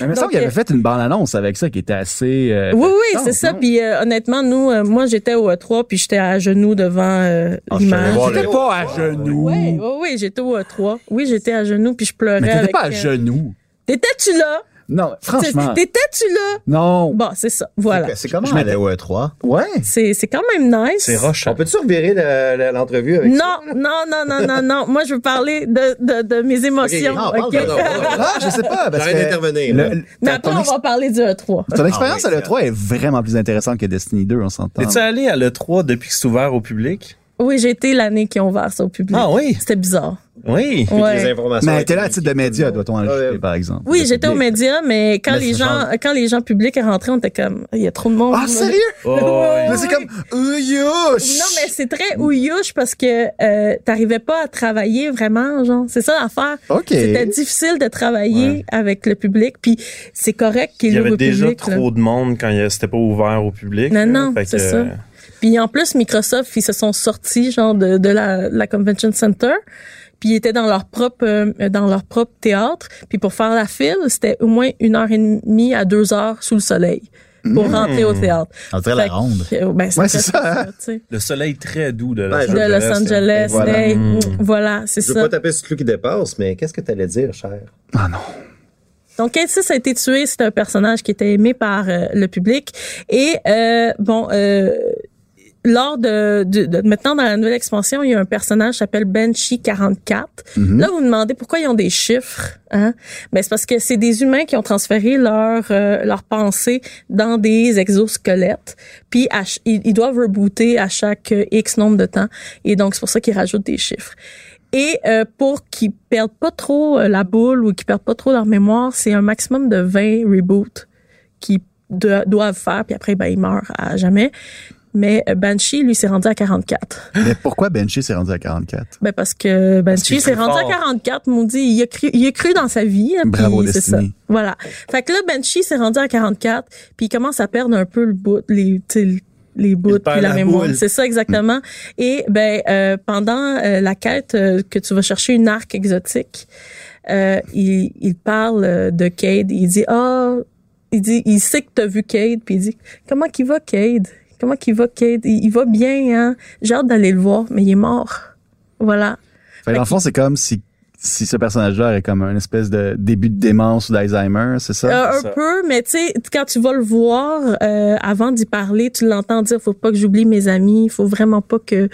[SPEAKER 2] il me
[SPEAKER 7] Donc,
[SPEAKER 2] semble qu'il
[SPEAKER 7] euh,
[SPEAKER 2] avait fait une bande-annonce avec ça qui était assez... euh,
[SPEAKER 7] Oui, oui,
[SPEAKER 2] Non,
[SPEAKER 7] c'est ça.
[SPEAKER 2] non.
[SPEAKER 7] Puis euh, honnêtement, nous, euh, moi, j'étais au E3, puis j'étais à genoux devant euh, l'image.
[SPEAKER 6] voir
[SPEAKER 2] T'étais pas à genoux.
[SPEAKER 7] Oui, oui, oui, j'étais au E3. Oui, j'étais à genoux, puis je pleurais.
[SPEAKER 2] Mais t'étais
[SPEAKER 7] avec,
[SPEAKER 2] pas à
[SPEAKER 7] euh,
[SPEAKER 2] genoux.
[SPEAKER 7] T'étais-tu là?
[SPEAKER 2] Non, franchement.
[SPEAKER 7] T'étais-tu là?
[SPEAKER 2] Non.
[SPEAKER 7] Bon, c'est ça. Voilà.
[SPEAKER 3] C'est comment
[SPEAKER 2] Je m'étais-
[SPEAKER 3] aller au E3?
[SPEAKER 7] [LAUGHS]
[SPEAKER 2] Ouais.
[SPEAKER 7] C'est c'est quand même nice.
[SPEAKER 5] C'est rochant.
[SPEAKER 6] On peut-tu revirer le- le- l'entrevue avec ça?
[SPEAKER 7] Non, non, non, non, non, non. Moi, je veux parler de, de, de mes émotions.
[SPEAKER 3] Ah, parle
[SPEAKER 7] ok?
[SPEAKER 3] de- Ah, je sais pas. parce
[SPEAKER 6] J'arrête
[SPEAKER 3] que
[SPEAKER 6] d'intervenir,
[SPEAKER 3] le-
[SPEAKER 6] là.
[SPEAKER 3] le- ton-
[SPEAKER 7] Mais après,
[SPEAKER 3] ton
[SPEAKER 7] on
[SPEAKER 3] ex-
[SPEAKER 7] va parler du E E3.
[SPEAKER 2] Ton expérience
[SPEAKER 6] oui,
[SPEAKER 2] à l'E3 est vraiment plus intéressante que Destiny 2, on s'entend.
[SPEAKER 5] Es-tu allé à l'E3 depuis que c'est ouvert au public?
[SPEAKER 7] Oui, j'ai été l'année qui ont ouvert ça au public.
[SPEAKER 5] Ah oui?
[SPEAKER 7] C'était bizarre. [LAUGHS]
[SPEAKER 5] Oui.
[SPEAKER 6] Les
[SPEAKER 7] Ouais.
[SPEAKER 6] informations.
[SPEAKER 2] Mais t'es là à titre de média, doit-on
[SPEAKER 6] Ah,
[SPEAKER 2] ajouter,
[SPEAKER 6] ouais.
[SPEAKER 2] par exemple.
[SPEAKER 7] Oui,
[SPEAKER 2] Le
[SPEAKER 7] j'étais aux
[SPEAKER 2] public.
[SPEAKER 7] médias, mais quand
[SPEAKER 2] Mais
[SPEAKER 7] les
[SPEAKER 2] c'est
[SPEAKER 7] gens, quand les gens publics sont rentrés, on était comme, il y a trop de monde.
[SPEAKER 2] Ah, sérieux?
[SPEAKER 5] Oh, ouais.
[SPEAKER 2] Là, c'est comme... euh, youch!
[SPEAKER 7] Non, mais c'est très ouillouche parce que euh, t'arrivais pas à travailler vraiment, genre. C'est ça l'affaire.
[SPEAKER 2] OK.
[SPEAKER 7] C'était difficile de travailler avec le public, puis c'est correct
[SPEAKER 5] Il
[SPEAKER 7] qu'il
[SPEAKER 5] y
[SPEAKER 7] ouvre
[SPEAKER 5] avait
[SPEAKER 7] au
[SPEAKER 5] déjà
[SPEAKER 7] public. là.
[SPEAKER 5] trop de monde quand il y a- c'était pas ouvert au public.
[SPEAKER 7] Non,
[SPEAKER 5] là.
[SPEAKER 7] non,
[SPEAKER 5] Fait que,
[SPEAKER 7] c'est ça.
[SPEAKER 5] euh,
[SPEAKER 7] Puis en plus, Microsoft, ils se sont sortis genre de, de la, la convention center, puis ils étaient dans leur propre euh, dans leur propre théâtre. Puis pour faire la file, c'était au moins une heure et demie à deux heures sous le soleil pour rentrer au théâtre.
[SPEAKER 3] On dirait
[SPEAKER 7] Fait
[SPEAKER 3] la
[SPEAKER 7] que-
[SPEAKER 3] ronde.
[SPEAKER 7] euh, ben,
[SPEAKER 2] Hmm. Ouais,
[SPEAKER 7] très
[SPEAKER 2] c'est ça, hein?
[SPEAKER 7] tu sais.
[SPEAKER 5] Le soleil très doux de Los
[SPEAKER 3] Ben,
[SPEAKER 6] Ouais, je-
[SPEAKER 7] De
[SPEAKER 5] Angeles.
[SPEAKER 7] Los Angeles,
[SPEAKER 2] Voilà. Hmm.
[SPEAKER 7] hey, voilà c'est
[SPEAKER 6] Je veux
[SPEAKER 7] ça.
[SPEAKER 6] pas taper sur le clou qui dépasse, mais qu'est-ce que t'allais dire, cher?
[SPEAKER 2] Ah non.
[SPEAKER 7] Donc, Kate a été tué. C'est un personnage qui était aimé par euh, le public. Et, euh, bon, euh, lors de, de- de- Maintenant, dans la nouvelle expansion, il y a un personnage qui s'appelle Banshee44. Là, vous vous demandez pourquoi ils ont des chiffres. Hein? Ben, c'est parce que c'est des humains qui ont transféré leur, euh, leur pensée dans des exosquelettes. Puis, à ch- ils, ils doivent rebooter à chaque euh, X nombre de temps. Et donc, c'est pour ça qu'ils rajoutent des chiffres. Et euh, pour qu'ils perdent pas trop euh, la boule ou qu'ils perdent pas trop leur mémoire, c'est un maximum de 20 reboots qu'ils do- doivent faire, puis après, ben, ils meurent à jamais. Mais euh, Banshee, lui, s'est rendu à 44.
[SPEAKER 2] Mais pourquoi Benchy s'est rendu à 44?
[SPEAKER 7] Ben, parce que Banshee
[SPEAKER 5] qu'il
[SPEAKER 7] s'est
[SPEAKER 5] crie
[SPEAKER 7] rendu
[SPEAKER 5] fort.
[SPEAKER 7] à 44, maudit. Il a cru, il a cru dans sa vie. hein,
[SPEAKER 2] Bravo,
[SPEAKER 7] puis c'est ça.
[SPEAKER 2] Destiny.
[SPEAKER 7] Voilà. Fait que là, Banshee s'est rendu à 44, puis il commence à perdre un peu le bout, les, tu sais, les bouts,
[SPEAKER 5] Il perd
[SPEAKER 7] puis la,
[SPEAKER 5] la
[SPEAKER 7] mémoire.
[SPEAKER 5] boule. Hmm.
[SPEAKER 7] C'est ça, exactement. Et ben, euh, pendant euh, la quête euh, que tu vas chercher une arc exotique, euh, il, il parle euh, de Cade. Il dit, ah, il dit, il sait que t'as vu Cade, puis il dit, comment qu'il va, Cade? Comment qu'il va, Cade? Il, il va bien, hein? J'ai hâte d'aller le voir, mais il est mort. Voilà.
[SPEAKER 2] Fait que dans le fond, c'est comme si, si ce personnage-là est comme un espèce de début de démence ou d'Alzheimer, c'est ça?
[SPEAKER 7] Euh, un
[SPEAKER 5] ça.
[SPEAKER 7] peu, mais tu sais, quand tu vas le voir, euh, avant d'y parler, tu l'entends dire, faut pas que j'oublie mes amis, faut vraiment pas que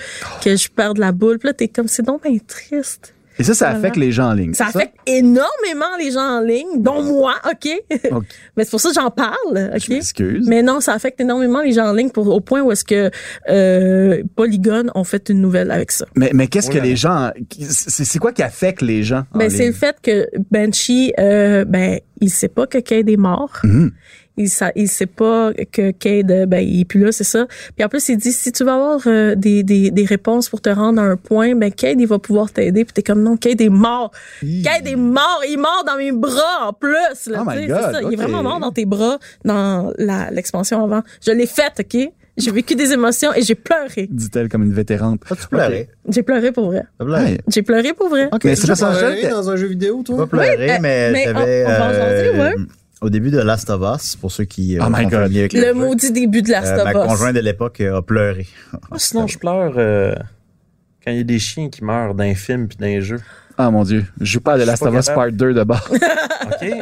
[SPEAKER 7] que je perde la boule. Puis là, t'es comme, c'est donc bien triste.
[SPEAKER 2] Et ça, ça
[SPEAKER 7] voilà.
[SPEAKER 2] affecte les gens en ligne.
[SPEAKER 7] Ah, Ça
[SPEAKER 2] c'est
[SPEAKER 7] affecte énormément les gens en ligne, dont moi, ok.
[SPEAKER 2] Ok.
[SPEAKER 7] [LAUGHS] mais c'est pour ça que j'en parle,
[SPEAKER 2] Je
[SPEAKER 7] ok.
[SPEAKER 2] m'excuse.
[SPEAKER 7] Mais non, ça affecte énormément les gens en ligne pour, au point où est-ce que euh, Polygon ont fait une nouvelle avec ça.
[SPEAKER 2] Mais, mais qu'est-ce que
[SPEAKER 5] Oula.
[SPEAKER 2] les gens. C'est c'est quoi qui affecte les gens? en
[SPEAKER 7] Ben, c'est
[SPEAKER 2] ligne?
[SPEAKER 7] le fait que Banshee, euh, ben, il sait pas que Cade est mort.
[SPEAKER 2] Mhm.
[SPEAKER 7] Il, sa- il sait pas que Cade, euh, ben, il est plus là, c'est ça. Puis en plus, il dit, si tu vas avoir euh, des, des, des réponses pour te rendre à un point, ben, Cade, il va pouvoir t'aider. Puis t'es comme, non, Cade est mort. Cade est mort. Il est mort dans mes bras, en plus. Là,
[SPEAKER 2] Oh my
[SPEAKER 7] tu sais,
[SPEAKER 2] God,
[SPEAKER 7] c'est ça. Il
[SPEAKER 2] ok.
[SPEAKER 7] est vraiment mort dans tes bras, dans la- l'expansion avant. Je l'ai faite, OK? J'ai vécu des émotions et j'ai pleuré.
[SPEAKER 2] Dit-elle comme une vétérante.
[SPEAKER 3] Ah, tu
[SPEAKER 6] hein?
[SPEAKER 3] pleurais.
[SPEAKER 7] J'ai pleuré pour vrai.
[SPEAKER 3] Tu
[SPEAKER 2] Ouais.
[SPEAKER 3] pleurais.
[SPEAKER 7] J'ai pleuré pour vrai.
[SPEAKER 3] Ok.
[SPEAKER 2] Mais ce personnage-là.
[SPEAKER 6] Travailler dans un jeu vidéo,
[SPEAKER 3] Pas
[SPEAKER 6] toi?
[SPEAKER 3] pleurer,
[SPEAKER 7] euh, mais
[SPEAKER 3] mais j'avais.
[SPEAKER 7] on- on va en jaser,
[SPEAKER 3] euh,
[SPEAKER 7] ouais.
[SPEAKER 3] Au début de Last of Us, pour ceux qui euh,
[SPEAKER 2] Oh my
[SPEAKER 3] sont
[SPEAKER 2] God.
[SPEAKER 3] familiers avec
[SPEAKER 7] Le
[SPEAKER 3] jeu,
[SPEAKER 7] maudit début de la
[SPEAKER 3] euh, ma conjointe de l'époque euh, a pleuré.
[SPEAKER 5] Moi, sinon, je pleure euh, quand il y a des chiens qui meurent d'un film puis d'un [LAUGHS] jeu.
[SPEAKER 2] Ah mon Dieu. Je joue pas à The
[SPEAKER 5] Je suis
[SPEAKER 2] Last
[SPEAKER 5] pas
[SPEAKER 2] of Us
[SPEAKER 5] capable.
[SPEAKER 2] Part 2 de bord.
[SPEAKER 5] OK?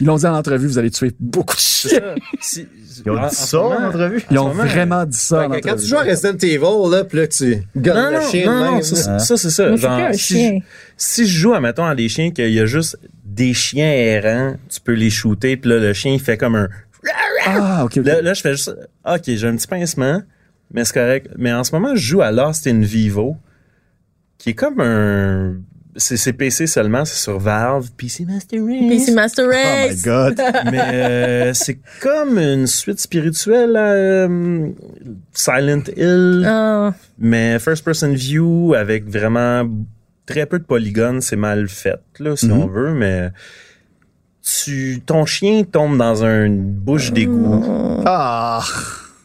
[SPEAKER 2] Ils l'ont dit en entrevue, vous allez tuer beaucoup de
[SPEAKER 5] C'est
[SPEAKER 2] chiens.
[SPEAKER 5] ça. Si-
[SPEAKER 3] Ils ont
[SPEAKER 5] en- en
[SPEAKER 3] dit
[SPEAKER 5] ce
[SPEAKER 3] ça en
[SPEAKER 5] moment-
[SPEAKER 3] entrevue.
[SPEAKER 2] Ils ont
[SPEAKER 5] ce moment,
[SPEAKER 2] vraiment dit ça en
[SPEAKER 6] Fait que Quand tu
[SPEAKER 2] entrevue.
[SPEAKER 6] joues à Resident Evil, là, pis là, tu
[SPEAKER 5] Non,
[SPEAKER 6] gagnes
[SPEAKER 5] non,
[SPEAKER 6] le chien
[SPEAKER 5] non,
[SPEAKER 6] de
[SPEAKER 5] non,
[SPEAKER 6] même.
[SPEAKER 5] ça, c'est-
[SPEAKER 6] là.
[SPEAKER 5] ça, hein? c'est ça.
[SPEAKER 7] Mais c'est
[SPEAKER 5] Genre,
[SPEAKER 7] plus un
[SPEAKER 5] si,
[SPEAKER 7] chien.
[SPEAKER 5] Je, si je joue, admettons, à des chiens qu'il y a juste des chiens errants, tu peux les shooter, puis là, le chien, il fait comme un...
[SPEAKER 2] Ah, ok. ok.
[SPEAKER 5] Là, là, je fais juste... OK, j'ai un petit pincement, mais c'est correct. Mais en ce moment, je joue à Lost in Vivo, qui est comme un... C'est c'est PC seulement, c'est sur Valve, puis c'est Master Race.
[SPEAKER 7] Puis c'est Master
[SPEAKER 2] Oh
[SPEAKER 7] Race.
[SPEAKER 2] my God.
[SPEAKER 5] [LAUGHS] Mais euh, c'est comme une suite spirituelle à euh, Silent Hill,
[SPEAKER 7] Ah,
[SPEAKER 5] mais first person view avec vraiment très peu de polygones, c'est mal fait là si on veut, mais tu, ton chien tombe dans une bouche d'égout.
[SPEAKER 3] Ah!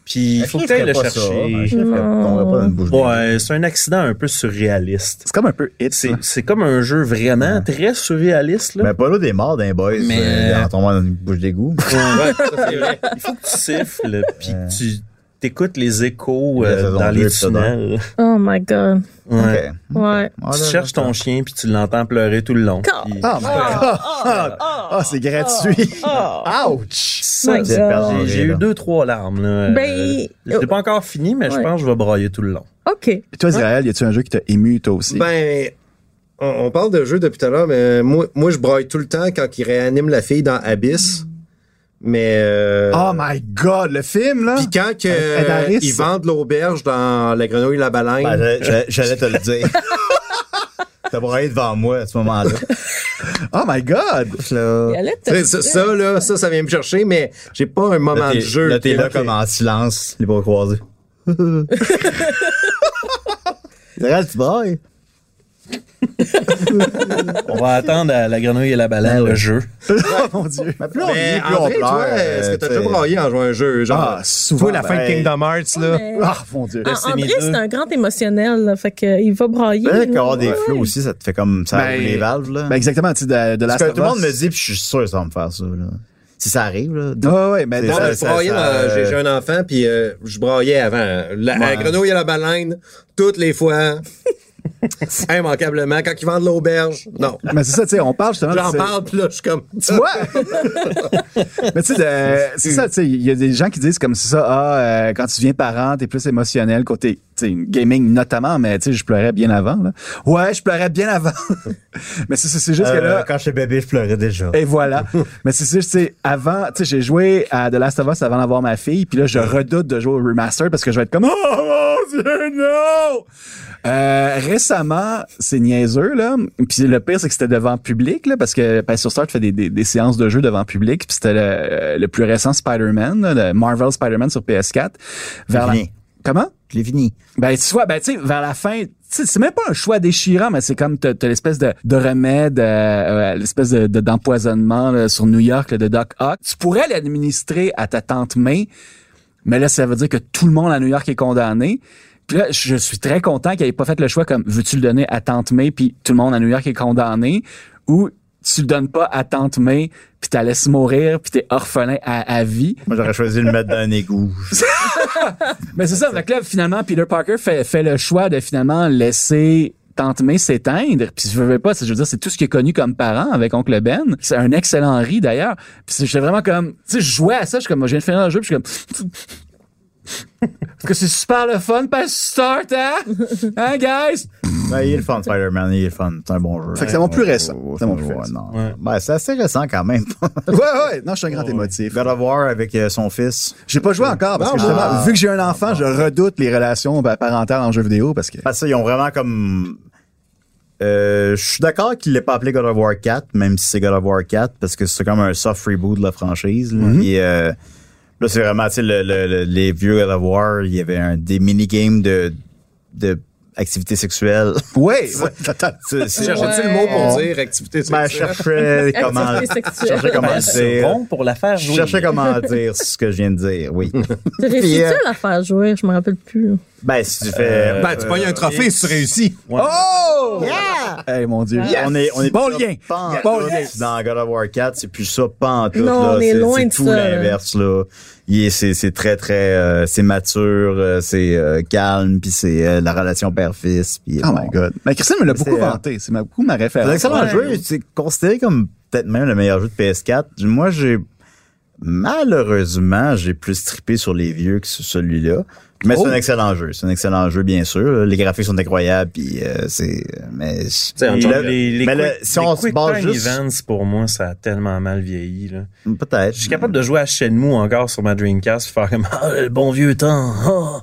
[SPEAKER 5] Puis il faut que tu
[SPEAKER 3] pas
[SPEAKER 5] le
[SPEAKER 3] ça. Un
[SPEAKER 5] chercher.
[SPEAKER 3] chien ferait- tomberait pas dans une bouche d'égout.
[SPEAKER 5] Ouais, c'est un accident un peu surréaliste.
[SPEAKER 2] C'est comme un peu hit.
[SPEAKER 5] C'est c'est comme un jeu vraiment très surréaliste. Là.
[SPEAKER 3] Mais Polo des morts d'un boys
[SPEAKER 5] Mais-
[SPEAKER 3] euh, en tombant dans une bouche d'égout.
[SPEAKER 5] Ouais, ça, c'est vrai. [LAUGHS] Il faut que tu siffles, puis que tu t'écoutes les échos
[SPEAKER 3] La
[SPEAKER 5] euh,
[SPEAKER 3] saison
[SPEAKER 5] dans
[SPEAKER 3] deux,
[SPEAKER 5] les
[SPEAKER 3] épisode un.
[SPEAKER 5] tunnels.
[SPEAKER 7] Oh my God.
[SPEAKER 5] Ouais.
[SPEAKER 3] Ok.
[SPEAKER 7] Ouais.
[SPEAKER 3] Ah,
[SPEAKER 5] Tu
[SPEAKER 3] là,
[SPEAKER 5] cherches
[SPEAKER 3] là,
[SPEAKER 5] ton chien, puis tu l'entends pleurer tout le long.
[SPEAKER 7] Car-
[SPEAKER 5] Puis
[SPEAKER 3] Ah, my God! Ah, c'est gratuit!
[SPEAKER 7] Ah.
[SPEAKER 2] Ah,
[SPEAKER 3] Ouch!
[SPEAKER 5] ça,
[SPEAKER 7] my
[SPEAKER 5] j'ai-
[SPEAKER 3] God.
[SPEAKER 5] J'ai eu deux, trois larmes. Là. Euh,
[SPEAKER 7] Ben,
[SPEAKER 5] je l'ai pas encore fini, mais je
[SPEAKER 7] Ouais.
[SPEAKER 5] pense que je vais brailler tout le long.
[SPEAKER 7] OK.
[SPEAKER 2] Puis toi, Israël, y a-tu un jeu qui t'a ému, toi aussi?
[SPEAKER 6] Ben, on, on parle de jeu depuis tout à l'heure, mais moi, moi, je braille tout le temps quand il réanime la fille dans Abyss. Mais. euh,
[SPEAKER 2] oh my god, le film, là!
[SPEAKER 6] Puis quand que,
[SPEAKER 2] Euh, Ed Harris.
[SPEAKER 6] ils vendent l'auberge dans La Grenouille et la Baleine.
[SPEAKER 3] Ben, j'allais- j'allais- J'allais te le dire. T'as braillé devant moi à ce moment-là.
[SPEAKER 2] Oh my god!
[SPEAKER 3] Là,
[SPEAKER 7] Il allait te-
[SPEAKER 6] Tu sais, ça, ça, là, ça, ça vient me chercher, mais j'ai pas un moment
[SPEAKER 3] là,
[SPEAKER 6] de
[SPEAKER 3] t'es-
[SPEAKER 6] jeu.
[SPEAKER 3] là, t'es là
[SPEAKER 6] Ok.
[SPEAKER 3] comme en silence, les bras croisés. Israël, tu brailles?
[SPEAKER 5] On va attendre à la grenouille et la baleine, le jeu.
[SPEAKER 2] [LAUGHS] oh mon dieu!
[SPEAKER 6] Mais André, toi, est-ce que t'as déjà braillé en jouant à un jeu? Genre, euh,
[SPEAKER 2] Ah, souvent,
[SPEAKER 6] Toi, la fin de
[SPEAKER 3] ben,
[SPEAKER 6] Kingdom Hearts, là.
[SPEAKER 7] Mais-
[SPEAKER 2] Ah, mon dieu!
[SPEAKER 7] Ah,
[SPEAKER 5] c'est
[SPEAKER 7] André,
[SPEAKER 5] mes deux.
[SPEAKER 7] c'est un grand émotionnel, là, fait qu'il va brailler.
[SPEAKER 3] Peut-être
[SPEAKER 7] là.
[SPEAKER 3] qu'avoir des flots aussi, ça te fait comme ça
[SPEAKER 2] Ben,
[SPEAKER 3] ouvre les valves, là.
[SPEAKER 2] Ben exactement, tu sais, de, de
[SPEAKER 3] Parce
[SPEAKER 2] Last
[SPEAKER 3] que
[SPEAKER 2] of
[SPEAKER 3] tout le monde
[SPEAKER 2] Us.
[SPEAKER 3] me dit, puis je suis sûr que ça va me faire ça, là. Si ça arrive, là.
[SPEAKER 2] Ah ouais, mais
[SPEAKER 3] C'est
[SPEAKER 2] dans
[SPEAKER 3] ça,
[SPEAKER 2] le-
[SPEAKER 3] c'est-
[SPEAKER 6] Je braillais
[SPEAKER 3] ça,
[SPEAKER 6] dans-
[SPEAKER 3] euh,
[SPEAKER 6] j'ai- j'ai un enfant, puis euh, je braillais avant. La, à la grenouille et la baleine, toutes les fois, [LAUGHS] immanquablement. Quand ils vendent l'auberge, non.
[SPEAKER 2] mais c'est ça, tu sais, on parle justement de
[SPEAKER 6] J'en
[SPEAKER 2] ce-
[SPEAKER 6] parle, puis là, je suis comme...
[SPEAKER 2] Tu vois? mais tu sais, de- c'est ça, tu sais, il y a des gens qui disent comme ça, ah, euh, quand tu deviens parent, t'es plus émotionnel côté, tu sais, gaming notamment, mais tu sais, je pleurais bien avant, là. Ouais, je pleurais bien avant. [LAUGHS] mais c'est- c'est c'est juste que
[SPEAKER 3] Euh,
[SPEAKER 2] là,
[SPEAKER 3] quand j'étais bébé, je pleurais déjà.
[SPEAKER 2] Et voilà. Mais c'est sûr, tu sais, avant, tu sais, j'ai joué à The Last of Us avant d'avoir ma fille, puis là, je redoute de jouer au remaster parce que je vais être comme, oh mon dieu, non! Euh, récemment, c'est niaiseux, là. Puis le pire, c'est que c'était devant public, là, parce que Pass sur Start fait des, des, des séances de jeu devant public, puis c'était le, le plus récent Spider-Man, là, le Marvel Spider-Man sur PS4. Vers la-
[SPEAKER 3] Fini.
[SPEAKER 2] Comment?
[SPEAKER 3] Je l'ai fini.
[SPEAKER 2] Ben, tu vois, ben, tu sais, vers la fin, tu sais, c'est même pas un choix déchirant, mais c'est comme t'as t'as l'espèce de, de remède, euh, euh, l'espèce de- de- d'empoisonnement là, sur New York là, de Doc Ock. Tu pourrais l'administrer à ta tante May, mais là, ça veut dire que tout le monde à New York est condamné. Puis là, je suis très content qu'il ait pas fait le choix comme veux-tu le donner à tante May, puis tout le monde à New York est condamné, ou tu le donnes pas à tante May, puis t'as laisses mourir, puis t'es orphelin à, à vie.
[SPEAKER 3] Moi, j'aurais choisi de le mettre dans un
[SPEAKER 2] [LAUGHS]
[SPEAKER 3] égout.
[SPEAKER 2] Mais c'est ça, fait que là, finalement, Peter Parker fait, fait le choix de finalement laisser Tante May s'éteindre. Puis je veux pas, c'est- je veux dire, c'est tout ce qu'il a connu comme parent avec Oncle Ben. C'est un excellent riz d'ailleurs. Puis c'est- j'étais vraiment comme, tu sais, je jouais à ça, je suis comme, moi, je viens de finir le jeu, puis je suis comme... Parce que c'est super le fun, pas start, hein? Hein, guys?
[SPEAKER 3] Ben, il est le fun, Spider-Man, il est le fun. C'est un bon jeu.
[SPEAKER 2] Fait que c'est mon plus récent.
[SPEAKER 3] Ouais,
[SPEAKER 2] C'est mon plus
[SPEAKER 3] ouais,
[SPEAKER 2] récent.
[SPEAKER 3] non. Ben, c'est assez récent quand même.
[SPEAKER 2] Ouais, ouais, non, je suis un grand émotif.
[SPEAKER 3] God of War avec euh, son fils.
[SPEAKER 2] J'ai pas joué encore, parce que justement, vu que j'ai un enfant, je redoute les relations ben, parentales en jeu vidéo, parce que...
[SPEAKER 3] Parce qu'ils ont vraiment comme. Euh, je suis d'accord qu'il l'ait pas appelé God of War 4, même si c'est God of War 4, parce que c'est comme un soft reboot de la franchise. Là,
[SPEAKER 5] Mm-hmm.
[SPEAKER 3] Et, euh, là, c'est vraiment, tu sais, le- le- le- les vieux God of War, il y avait un, des mini-games de, de activité
[SPEAKER 5] [LAUGHS]
[SPEAKER 3] sexuelle.
[SPEAKER 2] Ouais, ouais.
[SPEAKER 3] [LAUGHS] C'est- c'est-
[SPEAKER 6] Cherchais-tu le mot pour dire activité
[SPEAKER 3] Ben, je
[SPEAKER 6] sexuelle? [LAUGHS]
[SPEAKER 3] cherchais comment,
[SPEAKER 7] Activité
[SPEAKER 3] je
[SPEAKER 7] sexuelle.
[SPEAKER 3] cherchais comment
[SPEAKER 5] Ben,
[SPEAKER 3] le
[SPEAKER 5] c'est
[SPEAKER 3] dire.
[SPEAKER 5] bon pour la faire
[SPEAKER 3] Je
[SPEAKER 5] jouer.
[SPEAKER 3] cherchais comment dire ce que je viens de dire,
[SPEAKER 5] [LAUGHS]
[SPEAKER 3] oui.
[SPEAKER 7] T'as réussi-tu
[SPEAKER 3] euh,
[SPEAKER 7] à la faire jouer? Je me rappelle plus.
[SPEAKER 3] Ben, si tu fais.
[SPEAKER 5] Euh,
[SPEAKER 6] Ben, tu pognes un trophée si tu réussis.
[SPEAKER 2] Oh! Yeah! Hey, mon Dieu.
[SPEAKER 3] On est, on est
[SPEAKER 2] bon
[SPEAKER 3] plus là,
[SPEAKER 2] lien.
[SPEAKER 3] pas en
[SPEAKER 2] Bon
[SPEAKER 3] tout.
[SPEAKER 2] lien.
[SPEAKER 3] Dans God of War 4, c'est plus ça, pas en tout.
[SPEAKER 7] Non,
[SPEAKER 3] là.
[SPEAKER 7] on est
[SPEAKER 3] C'est-
[SPEAKER 7] loin
[SPEAKER 3] c'est
[SPEAKER 7] de
[SPEAKER 3] tout
[SPEAKER 7] ça, là.
[SPEAKER 3] l'inverse, là. Il est- C'est c'est très, très. euh, c'est mature, euh, c'est euh, calme, puis c'est euh, la relation père-fils. puis,
[SPEAKER 7] Ah
[SPEAKER 2] Oh
[SPEAKER 3] bon.
[SPEAKER 2] my God. Mais Christine me l'a beaucoup
[SPEAKER 3] C'est, euh,
[SPEAKER 2] vanté. C'est ma- beaucoup ma référence.
[SPEAKER 5] Euh,
[SPEAKER 3] C'est un excellent jeu. C'est considéré comme peut-être même le meilleur jeu de PS4. Moi, j'ai. Malheureusement, j'ai plus trippé sur les vieux que sur celui-là. Mais
[SPEAKER 2] Oh.
[SPEAKER 3] c'est un excellent jeu. C'est un excellent jeu, bien sûr. Les graphiques sont incroyables, puis euh, c'est. Mais.
[SPEAKER 5] T'sais, en
[SPEAKER 3] mais
[SPEAKER 5] genre,
[SPEAKER 3] le-
[SPEAKER 5] les, les
[SPEAKER 3] mais le-
[SPEAKER 5] quick-
[SPEAKER 3] si
[SPEAKER 5] les
[SPEAKER 3] on se
[SPEAKER 5] quick
[SPEAKER 3] base
[SPEAKER 5] time
[SPEAKER 3] juste.
[SPEAKER 5] events, pour moi, ça a tellement mal vieilli. Là.
[SPEAKER 3] Peut-être.
[SPEAKER 5] Je suis capable de jouer à Shenmue encore sur ma Dreamcast, faire comme [LAUGHS] ah, le bon vieux temps. [LAUGHS] ah.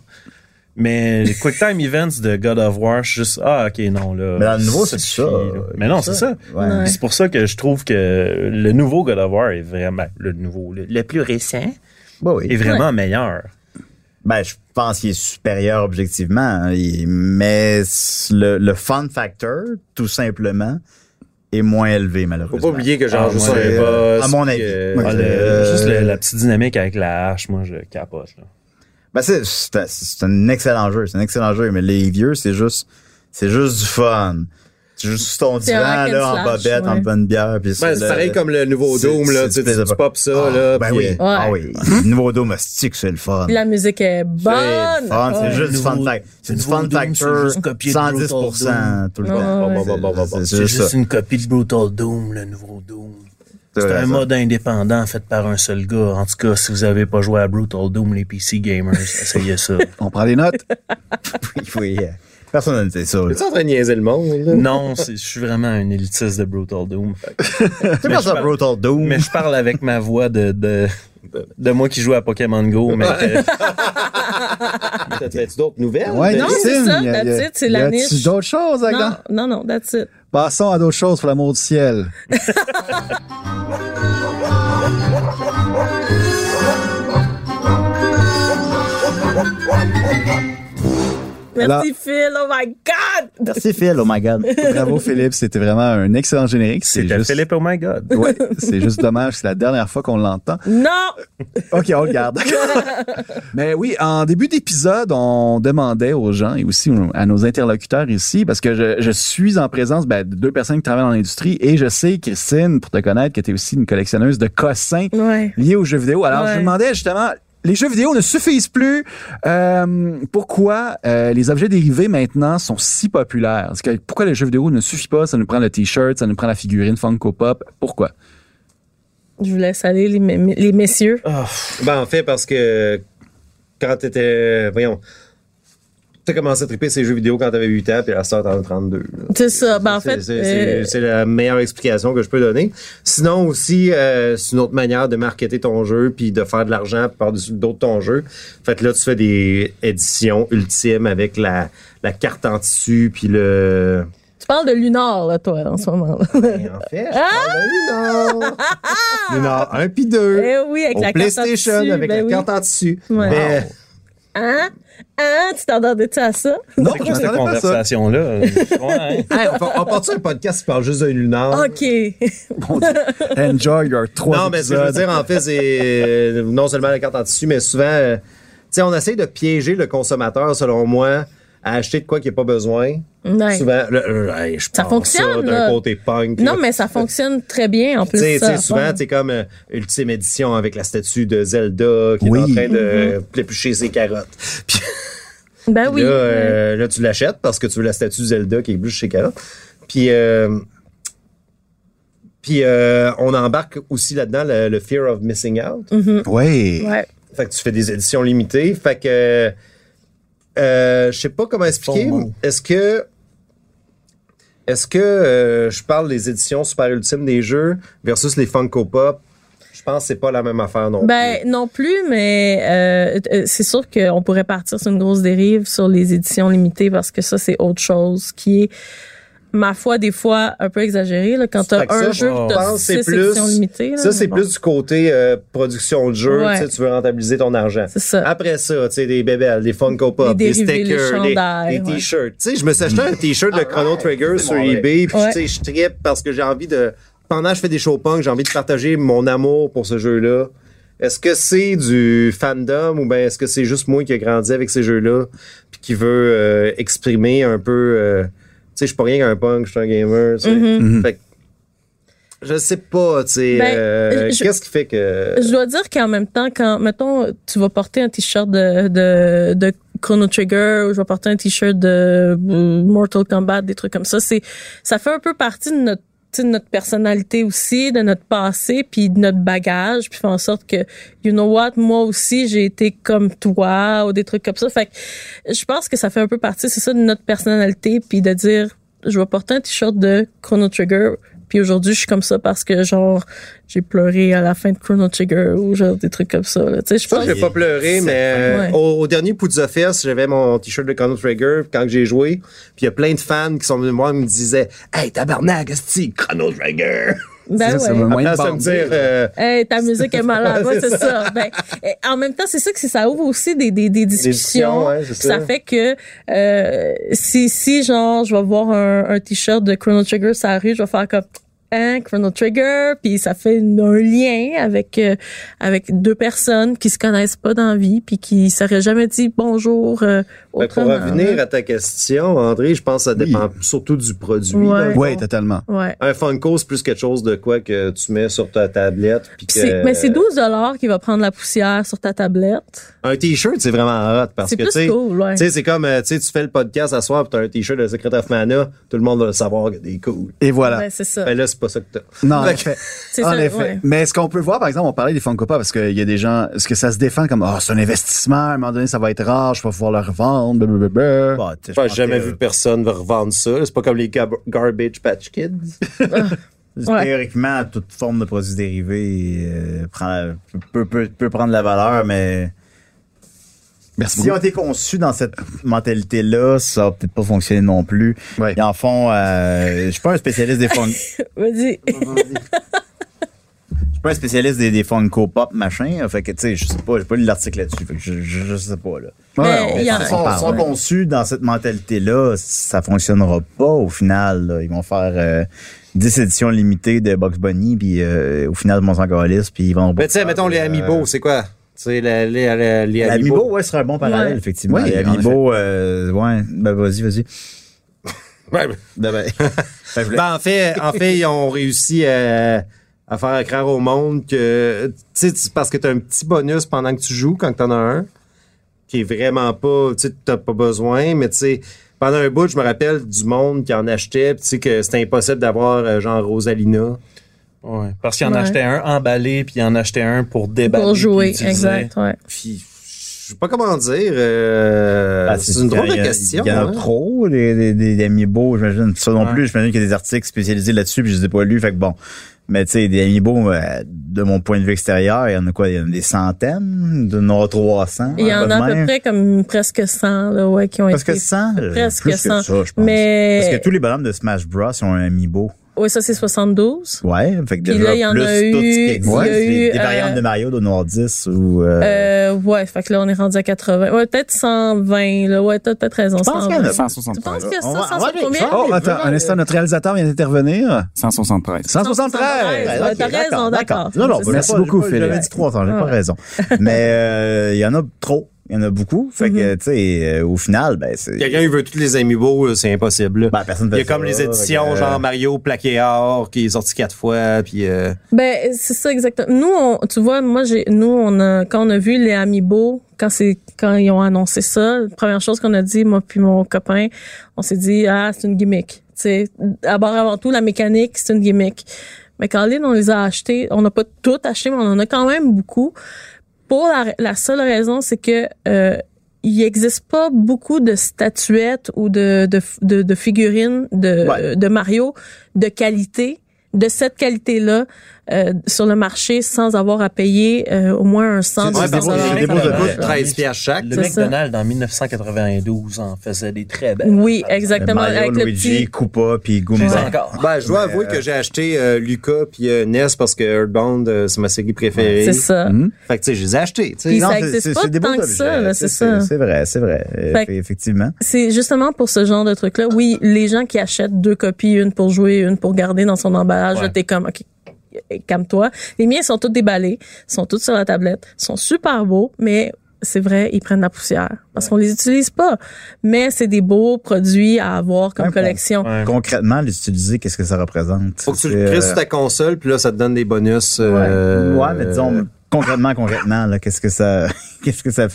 [SPEAKER 5] Mais les Quick Time Events de God of War, je suis juste ah ok non là.
[SPEAKER 3] Mais dans le nouveau, c'est
[SPEAKER 5] suffit,
[SPEAKER 3] ça.
[SPEAKER 5] là. Mais non, c'est ça.
[SPEAKER 3] Ouais.
[SPEAKER 5] Puis C'est pour ça que je trouve que le nouveau God of War est vraiment ben, le nouveau, le, le plus récent
[SPEAKER 3] Bah
[SPEAKER 5] est
[SPEAKER 3] oui.
[SPEAKER 5] vraiment meilleur.
[SPEAKER 3] Ben, je pense qu'il est supérieur objectivement, hein, il- mais c- le, le fun factor, tout simplement, est moins élevé,
[SPEAKER 5] Faut
[SPEAKER 3] malheureusement.
[SPEAKER 5] pas oublier que genre
[SPEAKER 3] Ah,
[SPEAKER 5] juste
[SPEAKER 3] moi,
[SPEAKER 5] un
[SPEAKER 3] euh,
[SPEAKER 5] boss,
[SPEAKER 3] à mon
[SPEAKER 5] puis,
[SPEAKER 3] avis.
[SPEAKER 5] euh,
[SPEAKER 3] Moi,
[SPEAKER 5] ah,
[SPEAKER 3] je-
[SPEAKER 5] le-
[SPEAKER 3] euh,
[SPEAKER 5] juste le- la petite dynamique avec la hache, moi, je capote. Là.
[SPEAKER 3] Ben, c'est, c'est un- c'est un excellent jeu, c'est un excellent jeu, mais les vieux, c'est juste, c'est juste du fun. Tu joues sur ton
[SPEAKER 7] C'est
[SPEAKER 3] divan,
[SPEAKER 7] un hack and
[SPEAKER 3] là, en
[SPEAKER 7] slash,
[SPEAKER 3] bobette, en
[SPEAKER 7] ouais.
[SPEAKER 3] bonne bière, puis sur
[SPEAKER 6] Ben, c'est
[SPEAKER 3] le-
[SPEAKER 6] pareil comme le nouveau
[SPEAKER 3] c'est-
[SPEAKER 6] Doom, là.
[SPEAKER 3] c'est-
[SPEAKER 6] Tu, tu,
[SPEAKER 3] c'est-
[SPEAKER 6] tu popes ça,
[SPEAKER 3] Ah,
[SPEAKER 6] là.
[SPEAKER 3] Ben
[SPEAKER 6] puis-
[SPEAKER 3] oui, ah oui. Le nouveau Doom, hostie que c'est le fun.
[SPEAKER 7] Puis la musique est bonne.
[SPEAKER 3] Fun, c'est
[SPEAKER 7] Ouais.
[SPEAKER 3] juste du fun
[SPEAKER 5] nouveau-
[SPEAKER 3] fact. C'est
[SPEAKER 5] le
[SPEAKER 3] du
[SPEAKER 5] nouveau
[SPEAKER 3] fun
[SPEAKER 5] Doom, c'est
[SPEAKER 3] factor,
[SPEAKER 5] juste copier de
[SPEAKER 3] 110% tout le temps.
[SPEAKER 7] Ouais,
[SPEAKER 3] Bon,
[SPEAKER 7] ouais.
[SPEAKER 3] bon, bon, bon, bon, bon.
[SPEAKER 5] C'est juste une copie de Brutal Doom, le nouveau Doom. C'est
[SPEAKER 3] T'as
[SPEAKER 5] un
[SPEAKER 3] raison.
[SPEAKER 5] mode indépendant fait par un seul gars. En tout cas, si vous avez pas joué à Brutal Doom, les
[SPEAKER 2] [LAUGHS]
[SPEAKER 5] PC gamers, essayez ça.
[SPEAKER 2] On prend des [LAUGHS] notes.
[SPEAKER 3] Oui, [LAUGHS] oui, euh, Personne n'a noté ça. là.
[SPEAKER 6] T'es-tu en train de niaiser le monde, là?
[SPEAKER 5] non, c'est- je suis vraiment un élitiste de Brutal Doom. Fait que-
[SPEAKER 3] C'est
[SPEAKER 5] Mais
[SPEAKER 3] pas
[SPEAKER 5] je
[SPEAKER 3] ça,
[SPEAKER 5] parle-
[SPEAKER 3] Brutal Doom.
[SPEAKER 5] Mais je parle avec ma voix de, de, de moi qui joue à Pokémon Go. Mais euh, que-
[SPEAKER 6] T'as-tu d'autres nouvelles? Ben,
[SPEAKER 2] Ouais,
[SPEAKER 7] Non, c'est
[SPEAKER 2] Christine,
[SPEAKER 7] ça,
[SPEAKER 2] y a-
[SPEAKER 7] that's
[SPEAKER 2] y a-
[SPEAKER 7] it, c'est la
[SPEAKER 2] y a-tu
[SPEAKER 7] niche.
[SPEAKER 2] d'autres choses là-dedans?
[SPEAKER 7] Non, non, non, that's it.
[SPEAKER 2] Passons à d'autres choses pour l'amour du ciel.
[SPEAKER 7] Merci
[SPEAKER 2] Alors-
[SPEAKER 7] Phil, oh my God!
[SPEAKER 3] Merci Phil, oh my god.
[SPEAKER 2] Bravo Philippe, c'était vraiment un excellent générique. [LAUGHS] C'est
[SPEAKER 5] C'était
[SPEAKER 2] juste-
[SPEAKER 5] Philippe, oh my god.
[SPEAKER 2] [LAUGHS] Ouais, c'est juste dommage, c'est la dernière fois qu'on l'entend.
[SPEAKER 7] Non!
[SPEAKER 2] OK, on le garde. [LAUGHS] Mais oui, en début d'épisode, on demandait aux gens et aussi à nos interlocuteurs ici, parce que je, je suis en présence ben, de deux personnes qui travaillent dans l'industrie et je sais, Christine, pour te connaître, que tu es aussi une collectionneuse de cossins
[SPEAKER 7] Ouais.
[SPEAKER 2] liés aux jeux vidéo. Alors,
[SPEAKER 7] Ouais.
[SPEAKER 2] je me demandais justement, les jeux vidéo ne suffisent plus. Euh, pourquoi euh, les objets dérivés maintenant sont si populaires? Parce que pourquoi les jeux vidéo ne suffisent pas? Ça nous prend le T-shirt, ça nous prend la figurine Funko Pop.
[SPEAKER 6] [LAUGHS]
[SPEAKER 2] Pourquoi?
[SPEAKER 7] Je vous laisse aller, les, me- les messieurs.
[SPEAKER 2] Ah.
[SPEAKER 5] Ah,
[SPEAKER 6] Ben, en fait, parce que quand t'étais. Voyons. T'as commencé à triper ces jeux vidéo quand t'avais 8 ans, puis à cette heure, t'en as 32. là.
[SPEAKER 7] C'est ça. Ben, en
[SPEAKER 6] C'est-
[SPEAKER 7] fait,
[SPEAKER 6] c'est- C'est
[SPEAKER 7] euh,
[SPEAKER 6] c'est la meilleure explication que je peux donner. Sinon, aussi, euh, c'est une autre manière de marketer ton jeu, puis de faire de l'argent par-dessus d'autres ton jeu. Fait que là, tu fais des éditions ultimes avec la, la carte en tissu, puis le.
[SPEAKER 7] Tu parles de Lunar, là, toi, en ce moment.
[SPEAKER 6] Et en fait,
[SPEAKER 7] Ah!
[SPEAKER 6] je
[SPEAKER 7] [LAUGHS]
[SPEAKER 6] parle de Lunar. Lunar 1 puis 2.
[SPEAKER 7] eh oui, avec
[SPEAKER 6] Au
[SPEAKER 7] la
[SPEAKER 6] PlayStation,
[SPEAKER 7] carte en tissu,
[SPEAKER 6] avec
[SPEAKER 7] ben
[SPEAKER 6] la
[SPEAKER 7] oui.
[SPEAKER 6] carte en tissu.
[SPEAKER 7] Ouais.
[SPEAKER 6] Ben,
[SPEAKER 7] Hein? Hein? Tu t'entendais-tu à ça?
[SPEAKER 2] Non,
[SPEAKER 5] C'est
[SPEAKER 2] je
[SPEAKER 5] quoi cette
[SPEAKER 2] m'attendais pas à ça. [LAUGHS]
[SPEAKER 5] conversation-là? Ouais, hein.
[SPEAKER 6] [LAUGHS] hey, on, part- on part-tu un podcast qui parle juste d'un lunar?
[SPEAKER 7] OK. [LAUGHS]
[SPEAKER 2] Mon Dieu. Enjoy your trois
[SPEAKER 6] Non, mais ce que je veux
[SPEAKER 2] épisodes.
[SPEAKER 6] dire, en fait, c'est euh, non seulement la carte en tissu, mais souvent, euh, tu sais, on essaye de piéger le consommateur, selon moi, à acheter de quoi qu'il n'y a pas besoin.
[SPEAKER 7] Ouais.
[SPEAKER 6] Souvent, le- euh, hey, je
[SPEAKER 7] Ça
[SPEAKER 6] pense
[SPEAKER 7] fonctionne,
[SPEAKER 6] ça
[SPEAKER 7] là.
[SPEAKER 6] d'un côté punk.
[SPEAKER 7] Non,
[SPEAKER 6] là.
[SPEAKER 7] mais ça fonctionne très bien, en
[SPEAKER 6] Tu
[SPEAKER 7] plus.
[SPEAKER 6] sais, tu
[SPEAKER 7] ça.
[SPEAKER 6] sais, souvent, c'est comme euh, Ultime Édition avec la statue de Zelda qui
[SPEAKER 2] Oui.
[SPEAKER 6] est en
[SPEAKER 7] Mm-hmm.
[SPEAKER 6] train de euh, éplucher ses carottes. [LAUGHS] Puis
[SPEAKER 7] Ben oui.
[SPEAKER 6] là, euh, là, tu l'achètes parce que tu veux la statue de Zelda qui épluche ses carottes. Puis, euh, puis euh, on embarque aussi là-dedans le- le fear of missing out.
[SPEAKER 7] Mm.
[SPEAKER 2] Oui.
[SPEAKER 7] [LAUGHS] Ouais.
[SPEAKER 6] Fait que tu fais des éditions limitées. Fait que. Euh, je sais pas comment expliquer.
[SPEAKER 2] Bon mot.
[SPEAKER 6] Est-ce que. Est-ce que euh, je parle des éditions super ultimes des jeux versus les Funko Pop? Je pense que c'est pas la même affaire non
[SPEAKER 7] Ben
[SPEAKER 6] plus.
[SPEAKER 7] non plus, mais euh, euh, c'est sûr qu'on pourrait partir sur une grosse dérive sur les éditions limitées parce que ça, c'est autre chose qui est, ma foi, des fois un peu exagéré. Là, quand tu
[SPEAKER 6] Fait
[SPEAKER 7] as
[SPEAKER 6] que ça,
[SPEAKER 7] un
[SPEAKER 6] je
[SPEAKER 7] jeu, tu as
[SPEAKER 6] pense que c'est
[SPEAKER 7] six
[SPEAKER 6] plus-
[SPEAKER 7] éditions limitées. là,
[SPEAKER 6] Ça, c'est
[SPEAKER 7] mais bon.
[SPEAKER 6] plus du côté euh, production de jeu.
[SPEAKER 7] Ouais.
[SPEAKER 6] Tu sais, Tu veux rentabiliser ton argent.
[SPEAKER 7] C'est ça.
[SPEAKER 6] Après ça, tu sais, des bébelles, des Funko Pop,
[SPEAKER 7] Des dérivés,
[SPEAKER 6] des,
[SPEAKER 7] les
[SPEAKER 6] stickers, des-
[SPEAKER 7] chandails,
[SPEAKER 6] des,
[SPEAKER 7] ouais.
[SPEAKER 6] t-shirts. Tu sais, je me suis acheté un t-shirt de Chrono Trigger sur eBay, puis
[SPEAKER 7] Ouais.
[SPEAKER 6] tu sais, je trippe parce que j'ai envie de. Pendant que je fais des show punk, j'ai envie de partager mon amour pour ce jeu-là. Est-ce que c'est du fandom ou ben est-ce que c'est juste moi qui ai grandi avec ces jeux-là puis qui veut euh, exprimer un peu euh, tu sais je suis pas rien qu'un punk, je suis un gamer, tu sais.
[SPEAKER 2] Mm-hmm.
[SPEAKER 6] Fait que, je sais pas, tu sais
[SPEAKER 7] Mm-hmm. Ben,
[SPEAKER 6] euh,
[SPEAKER 7] je-
[SPEAKER 6] qu'est-ce qui fait que
[SPEAKER 7] Je dois dire qu'en même temps, quand, mettons, tu vas porter un t-shirt de, de, de Chrono Trigger ou je vais porter un t-shirt de euh, Mortal Kombat, des trucs comme ça, c'est, ça fait un peu partie de notre tu sais, de notre personnalité aussi, de notre passé, puis de notre bagage, puis fait en sorte que, you know what, moi aussi, j'ai été comme toi, ou des trucs comme ça. Fait que je pense que ça fait un peu partie, c'est ça, de notre personnalité, puis de dire, je vais porter un t-shirt de Chrono Trigger, puis aujourd'hui, je suis comme ça parce que, genre, j'ai pleuré à la fin de Chrono Trigger, ou genre, des trucs comme ça, là. Tu sais, je
[SPEAKER 6] Ça,
[SPEAKER 7] pense
[SPEAKER 6] j'ai pas pleuré, mais euh,
[SPEAKER 7] Ouais.
[SPEAKER 6] au, au dernier Poudza Fest, j'avais mon t-shirt de Conor Trigger quand j'ai joué. Puis il y a plein de fans qui sont venus me voir et me disaient Hey, tabarnak, esti, Chrono Trigger.
[SPEAKER 7] ben
[SPEAKER 2] Ça, ça
[SPEAKER 7] ouais.
[SPEAKER 2] va- Moyen
[SPEAKER 6] Après,
[SPEAKER 2] de
[SPEAKER 6] ça me
[SPEAKER 2] bander,
[SPEAKER 6] dire euh,
[SPEAKER 7] Hey, ta musique est malade,
[SPEAKER 6] [LAUGHS]
[SPEAKER 7] ouais, c'est ça. Ben, eh, en même temps, c'est ça que c'est- ça ouvre aussi des, des, des discussions.
[SPEAKER 6] discussions, ouais, c'est
[SPEAKER 7] Puis
[SPEAKER 6] ça.
[SPEAKER 7] ça fait que euh, si, si, genre, je vais voir un, un t-shirt de Chrono Trigger sur la rue, je vais faire comme hein, Chrono Trigger, puis ça fait une- un lien avec euh, avec deux personnes qui se connaissent pas dans la vie, puis qui seraient jamais dit bonjour euh,
[SPEAKER 6] Fait que Ben, pour
[SPEAKER 7] autrement.
[SPEAKER 6] revenir à ta question, André, je pense que ça dépend surtout du produit. là.
[SPEAKER 7] Ouais.
[SPEAKER 2] Oui, totalement.
[SPEAKER 7] Ouais.
[SPEAKER 6] Un Funko, c'est plus quelque chose de quoi que tu mets sur ta tablette. puis
[SPEAKER 7] Puis c'est-
[SPEAKER 6] que-
[SPEAKER 7] Mais c'est 12 dollars qui va prendre la poussière sur ta tablette.
[SPEAKER 6] Un T-shirt, c'est vraiment hot parce
[SPEAKER 7] C'est
[SPEAKER 6] que,
[SPEAKER 7] plus
[SPEAKER 6] tu sais,
[SPEAKER 7] cool, ouais.
[SPEAKER 6] tu sais, c'est comme, euh, tu sais, tu fais le podcast à soir, puis t'as un T-shirt de Secret of Mana, tout le monde va le savoir que t'es cool.
[SPEAKER 2] Et voilà.
[SPEAKER 7] Ouais, c'est ça.
[SPEAKER 6] Ben là, c'est pas ça que t'as.
[SPEAKER 2] Non, en
[SPEAKER 6] Fait que-
[SPEAKER 2] effet.
[SPEAKER 7] [LAUGHS] C'est
[SPEAKER 2] En
[SPEAKER 7] ça,
[SPEAKER 2] effet.
[SPEAKER 7] ouais.
[SPEAKER 2] Mais ce qu'on peut voir, par exemple, on parlait des Funko Pop parce qu'il y a des gens, est-ce que ça se défend comme, oh, c'est un investissement, à un moment donné, ça va être rare, je vais pouvoir le revendre, blablabla.
[SPEAKER 3] Bah, tu sais, je
[SPEAKER 6] J'ai
[SPEAKER 3] pense
[SPEAKER 6] jamais
[SPEAKER 3] que,
[SPEAKER 6] vu personne revendre ça. là. C'est pas comme les gar- Garbage Patch Kids.
[SPEAKER 3] euh,
[SPEAKER 7] Ouais.
[SPEAKER 3] Théoriquement, toute forme de produit dérivé euh, prend- peut, peut- peut prendre la valeur, mais
[SPEAKER 2] Merci
[SPEAKER 3] si on
[SPEAKER 2] beaucoup.
[SPEAKER 3] était conçu dans cette mentalité-là, ça va peut-être pas fonctionner non plus.
[SPEAKER 2] Ouais.
[SPEAKER 3] Et en fond, euh, je suis pas un spécialiste des Funko.
[SPEAKER 7] Vas-y.
[SPEAKER 3] Je suis pas un spécialiste des, des Funko Pop, machin. Fait que, tu sais, je sais pas, j'ai pas lu l'article là-dessus. Fait que je, je, je sais pas, là.
[SPEAKER 7] Mais il y en-
[SPEAKER 3] Ils sont,
[SPEAKER 2] parle,
[SPEAKER 3] sont
[SPEAKER 2] ouais.
[SPEAKER 3] conçus dans cette mentalité-là, ça fonctionnera pas au final. là. Ils vont faire euh, 10 éditions limitées de Box Bunny, puis euh, au final, mon sangolis, puis ils vont.
[SPEAKER 6] Ah, Mais Ben, tu sais, mettons les Amiibo, c'est quoi? Tu sais, la- la- la- les Amiibo.
[SPEAKER 3] L'Amiibo, ouais, ce serait un bon parallèle,
[SPEAKER 7] Ouais.
[SPEAKER 3] effectivement.
[SPEAKER 2] Oui,
[SPEAKER 3] Les
[SPEAKER 2] en
[SPEAKER 3] Amiibo, euh, ouais, ben vas-y, vas-y.
[SPEAKER 6] Ouais, ben-
[SPEAKER 3] Ben, ben, [LAUGHS] ben, je voulais-
[SPEAKER 6] Ben, en fait, en fait, ils ont réussi à, à faire croire au monde que, tu sais, tu- parce que t'as un petit bonus pendant que tu joues quand t'en as un, qui est vraiment pas, tu sais, t'as pas besoin, mais tu sais, pendant un bout, je me rappelle du monde qui en achetait, puis tu sais, que c'était impossible d'avoir, euh, genre, Rosalina.
[SPEAKER 5] Ouais, parce qu'il en
[SPEAKER 7] Ouais.
[SPEAKER 5] achetait un emballé, puis il en achetait un pour déballer.
[SPEAKER 7] Pour jouer,
[SPEAKER 5] puis utiliser.
[SPEAKER 7] exact. Ouais.
[SPEAKER 6] Puis, je sais pas comment dire, euh,
[SPEAKER 3] Ah,
[SPEAKER 6] c'est une drôle
[SPEAKER 3] il y
[SPEAKER 6] de
[SPEAKER 3] a-
[SPEAKER 6] question.
[SPEAKER 3] Il y en a
[SPEAKER 6] hein.
[SPEAKER 3] trop, des, des, des, des amiibo, j'imagine. Ça non
[SPEAKER 5] Ouais.
[SPEAKER 3] plus, j'imagine qu'il y a des articles spécialisés là-dessus, puis je les ai pas lus. Fait que bon. Mais tu sais, des amiibo, euh, de mon point de vue extérieur, il y en a quoi? Il y en a des centaines? Il y en aura 300?
[SPEAKER 7] Il y en a à peu près comme presque 100 là, ouais, qui ont
[SPEAKER 3] Parce que
[SPEAKER 7] été.
[SPEAKER 3] 100? euh,
[SPEAKER 7] presque
[SPEAKER 3] plus que
[SPEAKER 7] 100.
[SPEAKER 3] ça, je pense.
[SPEAKER 7] Mais-
[SPEAKER 3] Parce que tous les bonhommes de Smash Bros ont un amiibo.
[SPEAKER 7] Oui, ça, c'est 72.
[SPEAKER 3] Ouais. Fait que
[SPEAKER 7] Puis
[SPEAKER 3] déjà,
[SPEAKER 7] là, il y en
[SPEAKER 3] plus
[SPEAKER 7] a
[SPEAKER 3] tout ce qui
[SPEAKER 7] eu-
[SPEAKER 3] existe,
[SPEAKER 7] il y a
[SPEAKER 3] les-
[SPEAKER 7] eu,
[SPEAKER 3] des variantes
[SPEAKER 7] euh,
[SPEAKER 3] de Mario de Noir 10 ou, euh,
[SPEAKER 7] Euh, ouais, fait que là, on est rendu à 80. Ouais, peut-être 120, là. Ouais, t'as peut-être raison.
[SPEAKER 9] Je pense
[SPEAKER 7] 120.
[SPEAKER 9] qu'il y en a
[SPEAKER 7] Tu
[SPEAKER 9] 173.
[SPEAKER 7] penses que
[SPEAKER 3] On va-
[SPEAKER 7] ça,
[SPEAKER 3] on va
[SPEAKER 7] 160 combien?
[SPEAKER 2] Oh, attends, un
[SPEAKER 3] euh,
[SPEAKER 2] instant, notre réalisateur vient d'intervenir.
[SPEAKER 9] 173.
[SPEAKER 2] 173!
[SPEAKER 7] Ouais, t'as raison, d'accord.
[SPEAKER 3] Non, non,
[SPEAKER 7] C'est
[SPEAKER 3] ben,
[SPEAKER 2] Merci
[SPEAKER 3] j'ai pas-
[SPEAKER 2] beaucoup,
[SPEAKER 3] j'ai pas- J'avais
[SPEAKER 2] Philippe.
[SPEAKER 3] dit 300, j'ai
[SPEAKER 7] Ouais.
[SPEAKER 3] pas
[SPEAKER 7] [LAUGHS]
[SPEAKER 3] raison. Mais euh, il y en a trop. Il y en a beaucoup. Fait
[SPEAKER 7] Mhm.
[SPEAKER 3] que, tu sais, euh, au final, ben, c'est.
[SPEAKER 6] Quelqu'un il veut tous les Amiibo, euh, c'est impossible. là.
[SPEAKER 3] Ben, personne
[SPEAKER 6] il y a
[SPEAKER 3] fait ça,
[SPEAKER 6] comme les
[SPEAKER 3] fait que,
[SPEAKER 6] éditions,
[SPEAKER 3] euh,
[SPEAKER 6] genre Mario plaqué or, qui est sorti quatre fois, puis... euh,
[SPEAKER 7] Ben, c'est ça, exactement. Nous, on, tu vois, moi, j'ai, nous, on a, quand on a vu les Amiibo, quand c'est, quand ils ont annoncé ça, la première chose qu'on a dit, moi puis mon copain, on s'est dit, ah, c'est une gimmick. Tu sais, d'abord, avant tout, la mécanique, c'est une gimmick. Mais quand on les a achetés, on n'a pas tout acheté, mais on en a quand même beaucoup. Pour la, la seule raison, c'est que, euh, il n'existe pas beaucoup de statuettes ou de, de, de, de figurines de,
[SPEAKER 3] Ouais.
[SPEAKER 7] de Mario de qualité, de cette qualité-là, euh, sur le marché sans avoir à payer euh, au moins un 100
[SPEAKER 3] C'est- c'est des
[SPEAKER 7] 200
[SPEAKER 3] beaux- c'est des beaux
[SPEAKER 7] dollars.
[SPEAKER 3] de
[SPEAKER 5] Ouais.
[SPEAKER 6] 13 pièces Euh, chaque.
[SPEAKER 5] Le
[SPEAKER 7] C'est
[SPEAKER 5] McDonald's en 1992 en faisait des très belles.
[SPEAKER 7] Oui, exactement.
[SPEAKER 3] Mario,
[SPEAKER 7] avec le
[SPEAKER 3] Luigi,
[SPEAKER 7] petit...
[SPEAKER 3] Koopa, puis
[SPEAKER 5] C'est
[SPEAKER 3] Goomba.
[SPEAKER 5] encore.
[SPEAKER 6] Ben, je dois avouer que j'ai acheté euh, Lucas puis euh, Ness parce que Earthbound, euh, c'est ma série préférée.
[SPEAKER 7] C'est ça.
[SPEAKER 3] Mm.
[SPEAKER 6] Fait que, tu sais, je les ai achetés, tu sais.
[SPEAKER 7] Puis
[SPEAKER 3] Non,
[SPEAKER 7] ça
[SPEAKER 3] c'est-
[SPEAKER 7] existe
[SPEAKER 3] c'est-
[SPEAKER 7] pas
[SPEAKER 3] c'est des beaux
[SPEAKER 7] tant que
[SPEAKER 3] objets,
[SPEAKER 7] ça, là,
[SPEAKER 3] tu
[SPEAKER 7] c'est
[SPEAKER 3] sais,
[SPEAKER 7] ça.
[SPEAKER 3] C'est vrai, c'est vrai. Euh,
[SPEAKER 7] Fait que-
[SPEAKER 3] fait- Effectivement.
[SPEAKER 7] C'est justement pour ce genre de truc-là. Oui, les gens qui achètent deux copies, une pour jouer, une pour garder dans son emballage, là, t'es comme, OK, calme-toi. Les miens sont tous déballés, sont tous sur la tablette, sont super beaux, mais c'est vrai, ils prennent la poussière parce qu'on les utilise pas. Mais c'est des beaux produits à avoir comme
[SPEAKER 3] Ouais, bon.
[SPEAKER 7] collection.
[SPEAKER 5] Ouais.
[SPEAKER 3] Concrètement, l'utiliser, qu'est-ce que ça représente?
[SPEAKER 6] Faut que tu
[SPEAKER 3] C'est,
[SPEAKER 6] le
[SPEAKER 3] euh,
[SPEAKER 6] crises sur ta console, puis là, ça te donne des bonus.
[SPEAKER 3] Ouais.
[SPEAKER 6] euh,
[SPEAKER 3] Ouais, mais disons, concrètement, concrètement, là, qu'est-ce que ça. [LAUGHS] Qu'est-ce que ça.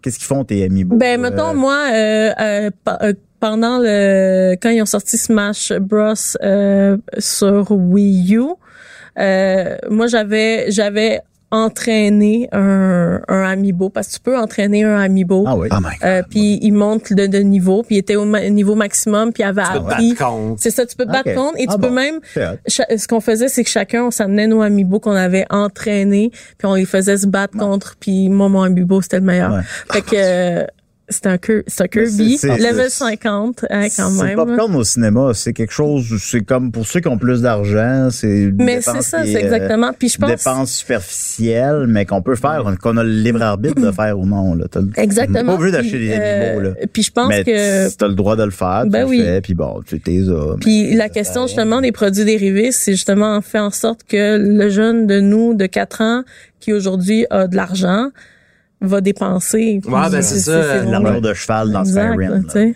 [SPEAKER 3] Qu'est-ce qu'ils font, tes amiibo?
[SPEAKER 7] Ben,
[SPEAKER 3] euh,
[SPEAKER 7] mettons, moi, euh, euh, pa- euh, pendant le. Quand ils ont sorti Smash Bros. euh, sur Wii U, euh, moi, j'avais j'avais entraîné un, un Amiibo, parce que tu peux entraîner un Amiibo.
[SPEAKER 3] Ah oui.
[SPEAKER 2] Oh my God.
[SPEAKER 7] Euh, puis il monte de, de niveau, puis il était au ma- niveau maximum, puis il avait
[SPEAKER 6] Tu peux te
[SPEAKER 7] appris.
[SPEAKER 6] battre contre.
[SPEAKER 7] C'est ça, tu peux te battre
[SPEAKER 3] Ok.
[SPEAKER 7] contre et tu
[SPEAKER 3] Ah
[SPEAKER 7] peux
[SPEAKER 3] bon.
[SPEAKER 7] même
[SPEAKER 3] C'est hot.
[SPEAKER 7] Cha- ce qu'on faisait, c'est que chacun, on s'amenait nos amiibo qu'on avait entraînés, puis on les faisait se battre contre, puis moi, mon amiibo, c'était le meilleur.
[SPEAKER 3] Ouais.
[SPEAKER 7] Fait que, euh, C'est un, cur- c'est un
[SPEAKER 3] Mais
[SPEAKER 7] Kirby,
[SPEAKER 3] c'est- c'est-
[SPEAKER 7] level
[SPEAKER 3] c'est-
[SPEAKER 7] 50, hein, quand
[SPEAKER 3] C'est
[SPEAKER 7] même.
[SPEAKER 3] le popcorn au cinéma, c'est quelque chose, où c'est comme pour ceux qui ont plus d'argent, c'est une
[SPEAKER 7] Mais
[SPEAKER 3] dépense
[SPEAKER 7] c'est ça,
[SPEAKER 3] qui
[SPEAKER 7] c'est
[SPEAKER 3] est, euh,
[SPEAKER 7] exactement. Puis je pense.
[SPEAKER 3] dépense superficielle, mais qu'on peut faire, qu'on a le libre arbitre de faire ou non. Là. T'as le-
[SPEAKER 7] Exactement.
[SPEAKER 3] Pas obligé d'acheter
[SPEAKER 7] Puis,
[SPEAKER 3] des animaux,
[SPEAKER 7] euh,
[SPEAKER 3] là.
[SPEAKER 7] Puis je pense
[SPEAKER 3] mais
[SPEAKER 7] que.
[SPEAKER 3] t'as le droit de le faire, tu
[SPEAKER 7] Ben
[SPEAKER 3] le
[SPEAKER 7] oui.
[SPEAKER 3] fais, puis bon, tu t'es euh, ça.
[SPEAKER 7] Puis la question justement des produits dérivés, c'est justement fait en sorte que le jeune de nous de 4 ans qui aujourd'hui a de l'argent va dépenser. Puis
[SPEAKER 6] Ouais, ben, c'est ça,
[SPEAKER 7] vraiment-
[SPEAKER 3] L'armure de cheval dans
[SPEAKER 7] Exact, là,
[SPEAKER 3] Skyrim.
[SPEAKER 7] tu
[SPEAKER 3] là.
[SPEAKER 7] sais.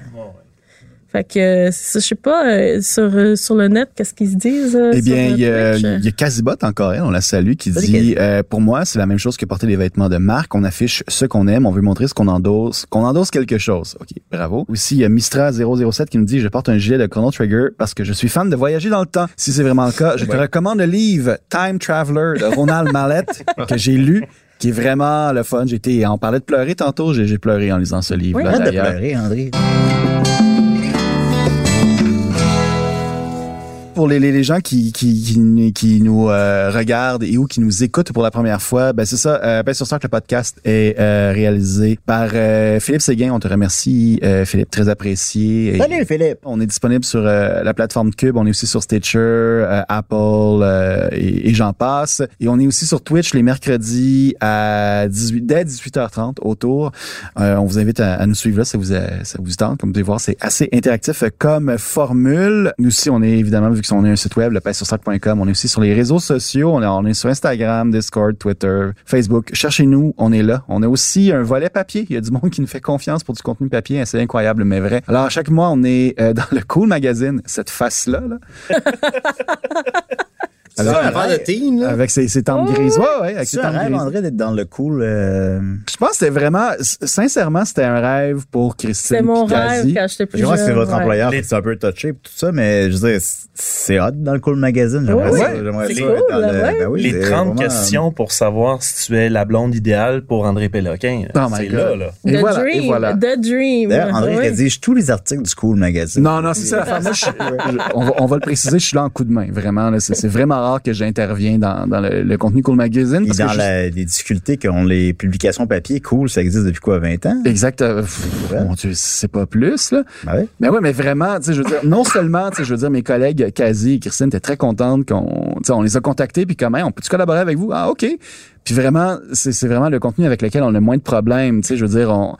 [SPEAKER 7] Fait que euh, c'est ça, je sais pas euh, sur euh, sur le net qu'est-ce qu'ils se disent. euh,
[SPEAKER 2] Eh
[SPEAKER 7] sur,
[SPEAKER 2] bien,
[SPEAKER 7] euh,
[SPEAKER 2] il y a,
[SPEAKER 7] Twitch.
[SPEAKER 2] il y a Kazibot en Corée, on la salue, qui
[SPEAKER 3] Salut,
[SPEAKER 2] dit
[SPEAKER 3] Kazi.
[SPEAKER 2] euh, Pour moi, c'est la même chose que porter des vêtements de marque. On affiche ce qu'on aime, on veut montrer ce qu'on endosse, qu'on endosse quelque chose. OK, bravo. Aussi, il y a Mistra007 qui nous dit Je porte un gilet de Chrono Trigger parce que je suis fan de voyager dans le temps. Si c'est vraiment le cas, je te recommande le livre Time Traveler de Ronald Mallet que j'ai lu, qui est vraiment le fun. J'étais, on parlait de pleurer tantôt, j'ai j'ai pleuré en lisant ce livre.
[SPEAKER 3] Arrête de pleurer, André.
[SPEAKER 2] pour les, les, les gens qui, qui, qui, qui nous euh, regardent et ou qui nous écoutent pour la première fois, ben c'est ça. Euh, ben sur Start, le podcast est euh, réalisé par euh, Philippe Séguin. On te remercie, euh, Philippe, très apprécié. Et-
[SPEAKER 3] Salut, Philippe!
[SPEAKER 2] on est disponible sur euh, la plateforme Cube, on est aussi sur Stitcher, euh, Apple euh, et, et j'en passe. Et on est aussi sur Twitch les mercredis à 18, dès 18h30 autour. Euh, on vous invite à, à nous suivre là, ça vous, euh, ça vous tente. Comme vous pouvez voir, c'est assez interactif euh, comme formule. Nous aussi, on est évidemment, vu qu'on est un site web, le on est aussi sur les réseaux sociaux, on est, on est sur Instagram, Discord, Twitter, Facebook. Cherchez-nous, on est là. On a aussi un volet papier. Il y a du monde qui nous fait confiance pour du contenu papier. C'est incroyable, mais vrai. Alors, à chaque mois, on est euh, dans le Cool Magazine, cette face-là, là,
[SPEAKER 6] C'est [LAUGHS] ça, un affaire de team, là.
[SPEAKER 2] avec ses, ses tempes grises. Ouais, ouais, avec ses
[SPEAKER 3] C'est un
[SPEAKER 2] tempes
[SPEAKER 3] rêve,
[SPEAKER 2] grises.
[SPEAKER 3] André, d'être dans le cool. euh,
[SPEAKER 2] Je pense que c'était vraiment, s- sincèrement, c'était un rêve pour Christine.
[SPEAKER 7] C'était mon
[SPEAKER 2] Picazi.
[SPEAKER 7] rêve quand j'étais plus
[SPEAKER 3] Je
[SPEAKER 7] jeune.
[SPEAKER 3] vois que c'est votre
[SPEAKER 7] ouais.
[SPEAKER 3] employeur, puis c'est un peu touché puis tout ça, mais je veux dire, c'est- c'est hot dans le cool magazine. J'aimerais
[SPEAKER 7] Ouais,
[SPEAKER 3] ça. J'aimerais
[SPEAKER 7] c'est
[SPEAKER 3] ça
[SPEAKER 7] cool,
[SPEAKER 3] être dans le-
[SPEAKER 7] ouais.
[SPEAKER 3] ben oui,
[SPEAKER 5] les
[SPEAKER 3] c'est
[SPEAKER 5] 30
[SPEAKER 3] vraiment-
[SPEAKER 5] questions pour savoir si tu es la blonde idéale pour André Péloquin.
[SPEAKER 2] Oh my
[SPEAKER 5] c'est
[SPEAKER 2] God.
[SPEAKER 5] là, là.
[SPEAKER 7] The
[SPEAKER 2] Et voilà, et
[SPEAKER 7] Dream.
[SPEAKER 2] voilà.
[SPEAKER 7] The Dream.
[SPEAKER 3] D'ailleurs, André
[SPEAKER 7] Ouais.
[SPEAKER 3] rédige tous les articles du cool magazine.
[SPEAKER 2] Non, non, c'est ça. l'affaire. Moi, je- je- on, va, on va le préciser, je suis là en coup de main, vraiment. là. C'est c'est vraiment rare que j'interviens dans, dans le, le contenu Cool Magazine.
[SPEAKER 3] Et
[SPEAKER 2] parce que
[SPEAKER 3] dans
[SPEAKER 2] je-
[SPEAKER 3] la- les difficultés qu'ont les publications papier, cool, ça existe depuis quoi, 20 ans?
[SPEAKER 2] Exact. euh, pff, mon Dieu, c'est pas plus, là.
[SPEAKER 3] Ah ouais?
[SPEAKER 2] Mais Ben oui, mais vraiment, tu sais, je veux dire, non seulement, tu sais, je veux dire, mes collègues, euh, Kazi et Christine, étaient très contentes qu'on, tu sais, on les a contactés, puis comment, on peut-tu collaborer avec vous? Ah, OK. Puis vraiment, c'est c'est vraiment le contenu avec lequel on a le moins de problèmes, tu sais, je veux dire, on,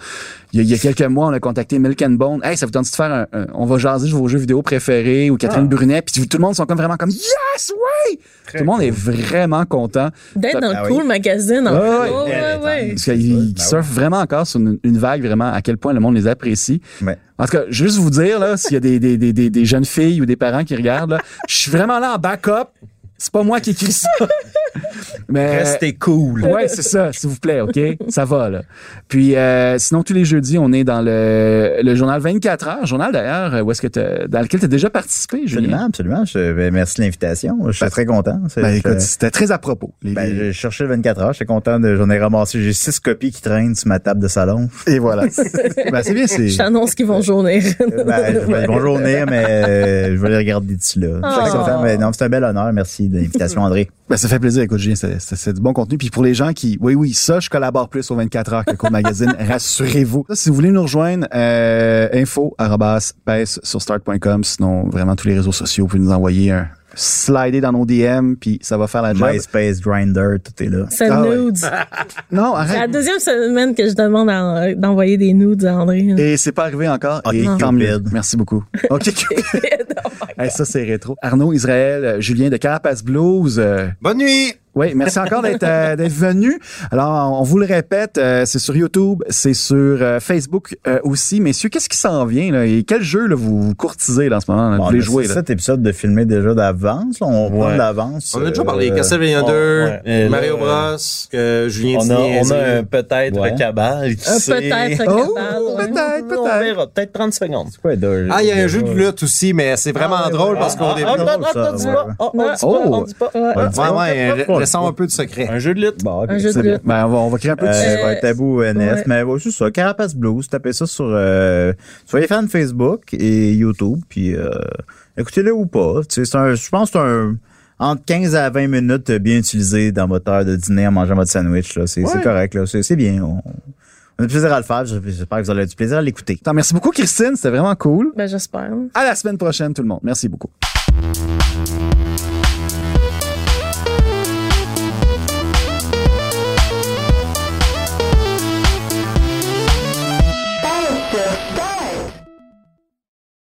[SPEAKER 2] il y, a, il y a quelques mois, on a contacté Milk and Bone. Hey, ça vous tente de faire un, un- on va jaser sur vos jeux vidéo préférés, ou Catherine Brunet, puis tout le monde sont comme vraiment comme, yes, oui! Tout le monde est vraiment content.
[SPEAKER 7] D'être dans
[SPEAKER 3] Ah
[SPEAKER 7] le
[SPEAKER 3] oui.
[SPEAKER 7] Cool Magazine. en
[SPEAKER 2] Ouais, ouais,
[SPEAKER 7] fait. ouais, ouais.
[SPEAKER 2] Parce qu'ils ils
[SPEAKER 3] Ben
[SPEAKER 2] surfent vraiment encore sur une, une vague, vraiment, à quel point le monde les apprécie.
[SPEAKER 3] Ouais.
[SPEAKER 2] En tout cas, juste vous dire, là, s'il y a des, des, des, des, des jeunes filles ou des parents qui regardent, là, je suis vraiment là en backup. C'est pas moi qui écris ça.
[SPEAKER 3] Euh,
[SPEAKER 2] Mais,
[SPEAKER 5] Restez cool.
[SPEAKER 2] Ouais, c'est ça, s'il vous plaît, OK? Ça va, là. Puis, euh, sinon, tous les jeudis, on est dans le, le journal 24 heures, journal d'ailleurs, où est-ce que t'as- dans lequel tu as déjà participé,
[SPEAKER 3] Absolument,
[SPEAKER 2] Julien?
[SPEAKER 3] absolument. Je- ben, merci de l'invitation. Je suis très content. C'est-
[SPEAKER 2] Mm-hmm. Ben, écoute,
[SPEAKER 3] je,
[SPEAKER 2] c'était très à propos. Les-
[SPEAKER 3] ben, je cherchais le 24 heures. Je suis content. de- J'en ai ramassé. J'ai six copies qui traînent sur ma table de
[SPEAKER 7] [LAUGHS]
[SPEAKER 3] salon.
[SPEAKER 2] et [LAUGHS] voilà. ben, c'est bien, c'est.
[SPEAKER 7] Je t'annonce qu'ils vont [LAUGHS] journir.
[SPEAKER 3] Ben, je vais- bonne journée, mais euh, je vais les regarder d'ici là. Je suis très
[SPEAKER 7] Oh.
[SPEAKER 3] content, mais non, c'est un bel honneur. Merci de l'invitation, André.
[SPEAKER 2] Ben, ça fait plaisir, écoute, Julien, c'est- c'est c'est du bon contenu. Puis pour les gens qui, oui, oui, ça, je collabore plus au 24 heures que Code
[SPEAKER 3] [LAUGHS]
[SPEAKER 2] Magazine, rassurez-vous. Ça, Si vous voulez nous rejoindre, euh, info arrobas, pèse sur start.com, sinon vraiment tous les réseaux sociaux, vous pouvez nous envoyer un slider dans nos DM, puis ça va faire la job.
[SPEAKER 3] MySpace, Grinder, tout est là.
[SPEAKER 7] Ça
[SPEAKER 2] Ah ouais.
[SPEAKER 7] nudes.
[SPEAKER 2] Non,
[SPEAKER 7] C'est la
[SPEAKER 2] arrête.
[SPEAKER 7] deuxième semaine que je demande à- euh, d'envoyer des nudes à André.
[SPEAKER 2] Et c'est pas arrivé encore.
[SPEAKER 3] Ok,
[SPEAKER 2] et
[SPEAKER 3] Cupid. Oh
[SPEAKER 2] tant mieux. Merci
[SPEAKER 3] [LAUGHS]
[SPEAKER 2] beaucoup. OK, Cupid. Hey, ça, c'est rétro. Arnaud, Israël, euh, Julien de Carapace Blues, euh,
[SPEAKER 6] Bonne nuit!
[SPEAKER 2] Oui, merci encore d'être euh, d'être venu. Alors, on vous le répète, euh, c'est sur YouTube, c'est sur euh, Facebook euh, aussi. Messieurs, qu'est-ce qui s'en vient là, et quel jeu là, vous, vous courtisez là, en ce moment? là,
[SPEAKER 3] Bon,
[SPEAKER 2] vous voulez
[SPEAKER 3] ben,
[SPEAKER 2] jouer?
[SPEAKER 3] c'est
[SPEAKER 2] Là?
[SPEAKER 3] Cet épisode de filmer déjà d'avance, là, on prend
[SPEAKER 5] Ouais.
[SPEAKER 3] de l'avance.
[SPEAKER 6] On a déjà
[SPEAKER 3] euh,
[SPEAKER 6] parlé Castlevania
[SPEAKER 5] on-
[SPEAKER 6] 2,
[SPEAKER 5] ouais.
[SPEAKER 6] Mario
[SPEAKER 5] Et
[SPEAKER 6] Bros,
[SPEAKER 5] là,
[SPEAKER 6] que Julien
[SPEAKER 5] On a,
[SPEAKER 6] Didier
[SPEAKER 5] on a
[SPEAKER 6] Euh, a euh,
[SPEAKER 5] un peut-être
[SPEAKER 3] Ouais.
[SPEAKER 5] cabal qui
[SPEAKER 7] Un
[SPEAKER 5] sait.
[SPEAKER 7] Euh, Peut-être
[SPEAKER 2] Oh,
[SPEAKER 7] capable. ouais.
[SPEAKER 2] peut-être,
[SPEAKER 5] [LAUGHS] On
[SPEAKER 2] peut-être.
[SPEAKER 5] verra, peut-être 30 secondes.
[SPEAKER 3] C'est quoi, deux-
[SPEAKER 6] Ah, il y a un jeu de
[SPEAKER 3] deux-
[SPEAKER 6] lutte aussi, mais c'est vraiment
[SPEAKER 3] Ah, ouais,
[SPEAKER 6] drôle
[SPEAKER 3] ouais.
[SPEAKER 6] parce qu'on
[SPEAKER 3] Ah,
[SPEAKER 6] débute.
[SPEAKER 3] ah,
[SPEAKER 5] on
[SPEAKER 3] drôle, ça,
[SPEAKER 5] dit
[SPEAKER 3] ouais.
[SPEAKER 5] pas, on- on dit pas,
[SPEAKER 2] Oh.
[SPEAKER 5] on dit pas.
[SPEAKER 7] Ouais.
[SPEAKER 3] Ouais.
[SPEAKER 6] Ouais, ouais,
[SPEAKER 3] Ouais.
[SPEAKER 6] euh, laissons un peu de secret.
[SPEAKER 5] Un jeu de lutte.
[SPEAKER 3] Bon, ok.
[SPEAKER 7] Un jeu de
[SPEAKER 3] C'est
[SPEAKER 7] lutte.
[SPEAKER 2] Ben, on, va, on va créer un peu de...
[SPEAKER 3] Euh,
[SPEAKER 7] Euh,
[SPEAKER 3] ouais, tabou NS,
[SPEAKER 7] ouais.
[SPEAKER 3] mais ouais, c'est ça. Carapace Blues, tapez ça sur, euh, sur les fans Facebook et YouTube, puis euh, écoutez-le ou pas. Tu sais, c'est un- Je pense que c'est un entre 15 à 20 minutes euh, bien utilisé dans votre heure de dîner en mangeant votre sandwich. là. C'est c'est correct, là. C'est c'est bien. On, On a du plaisir à le faire. J'espère que vous allez avoir du plaisir à l'écouter.
[SPEAKER 2] Attends, merci beaucoup, Christine. C'était vraiment cool.
[SPEAKER 7] Ben, j'espère.
[SPEAKER 2] À la semaine prochaine, tout le monde. Merci beaucoup.
[SPEAKER 9] Bye.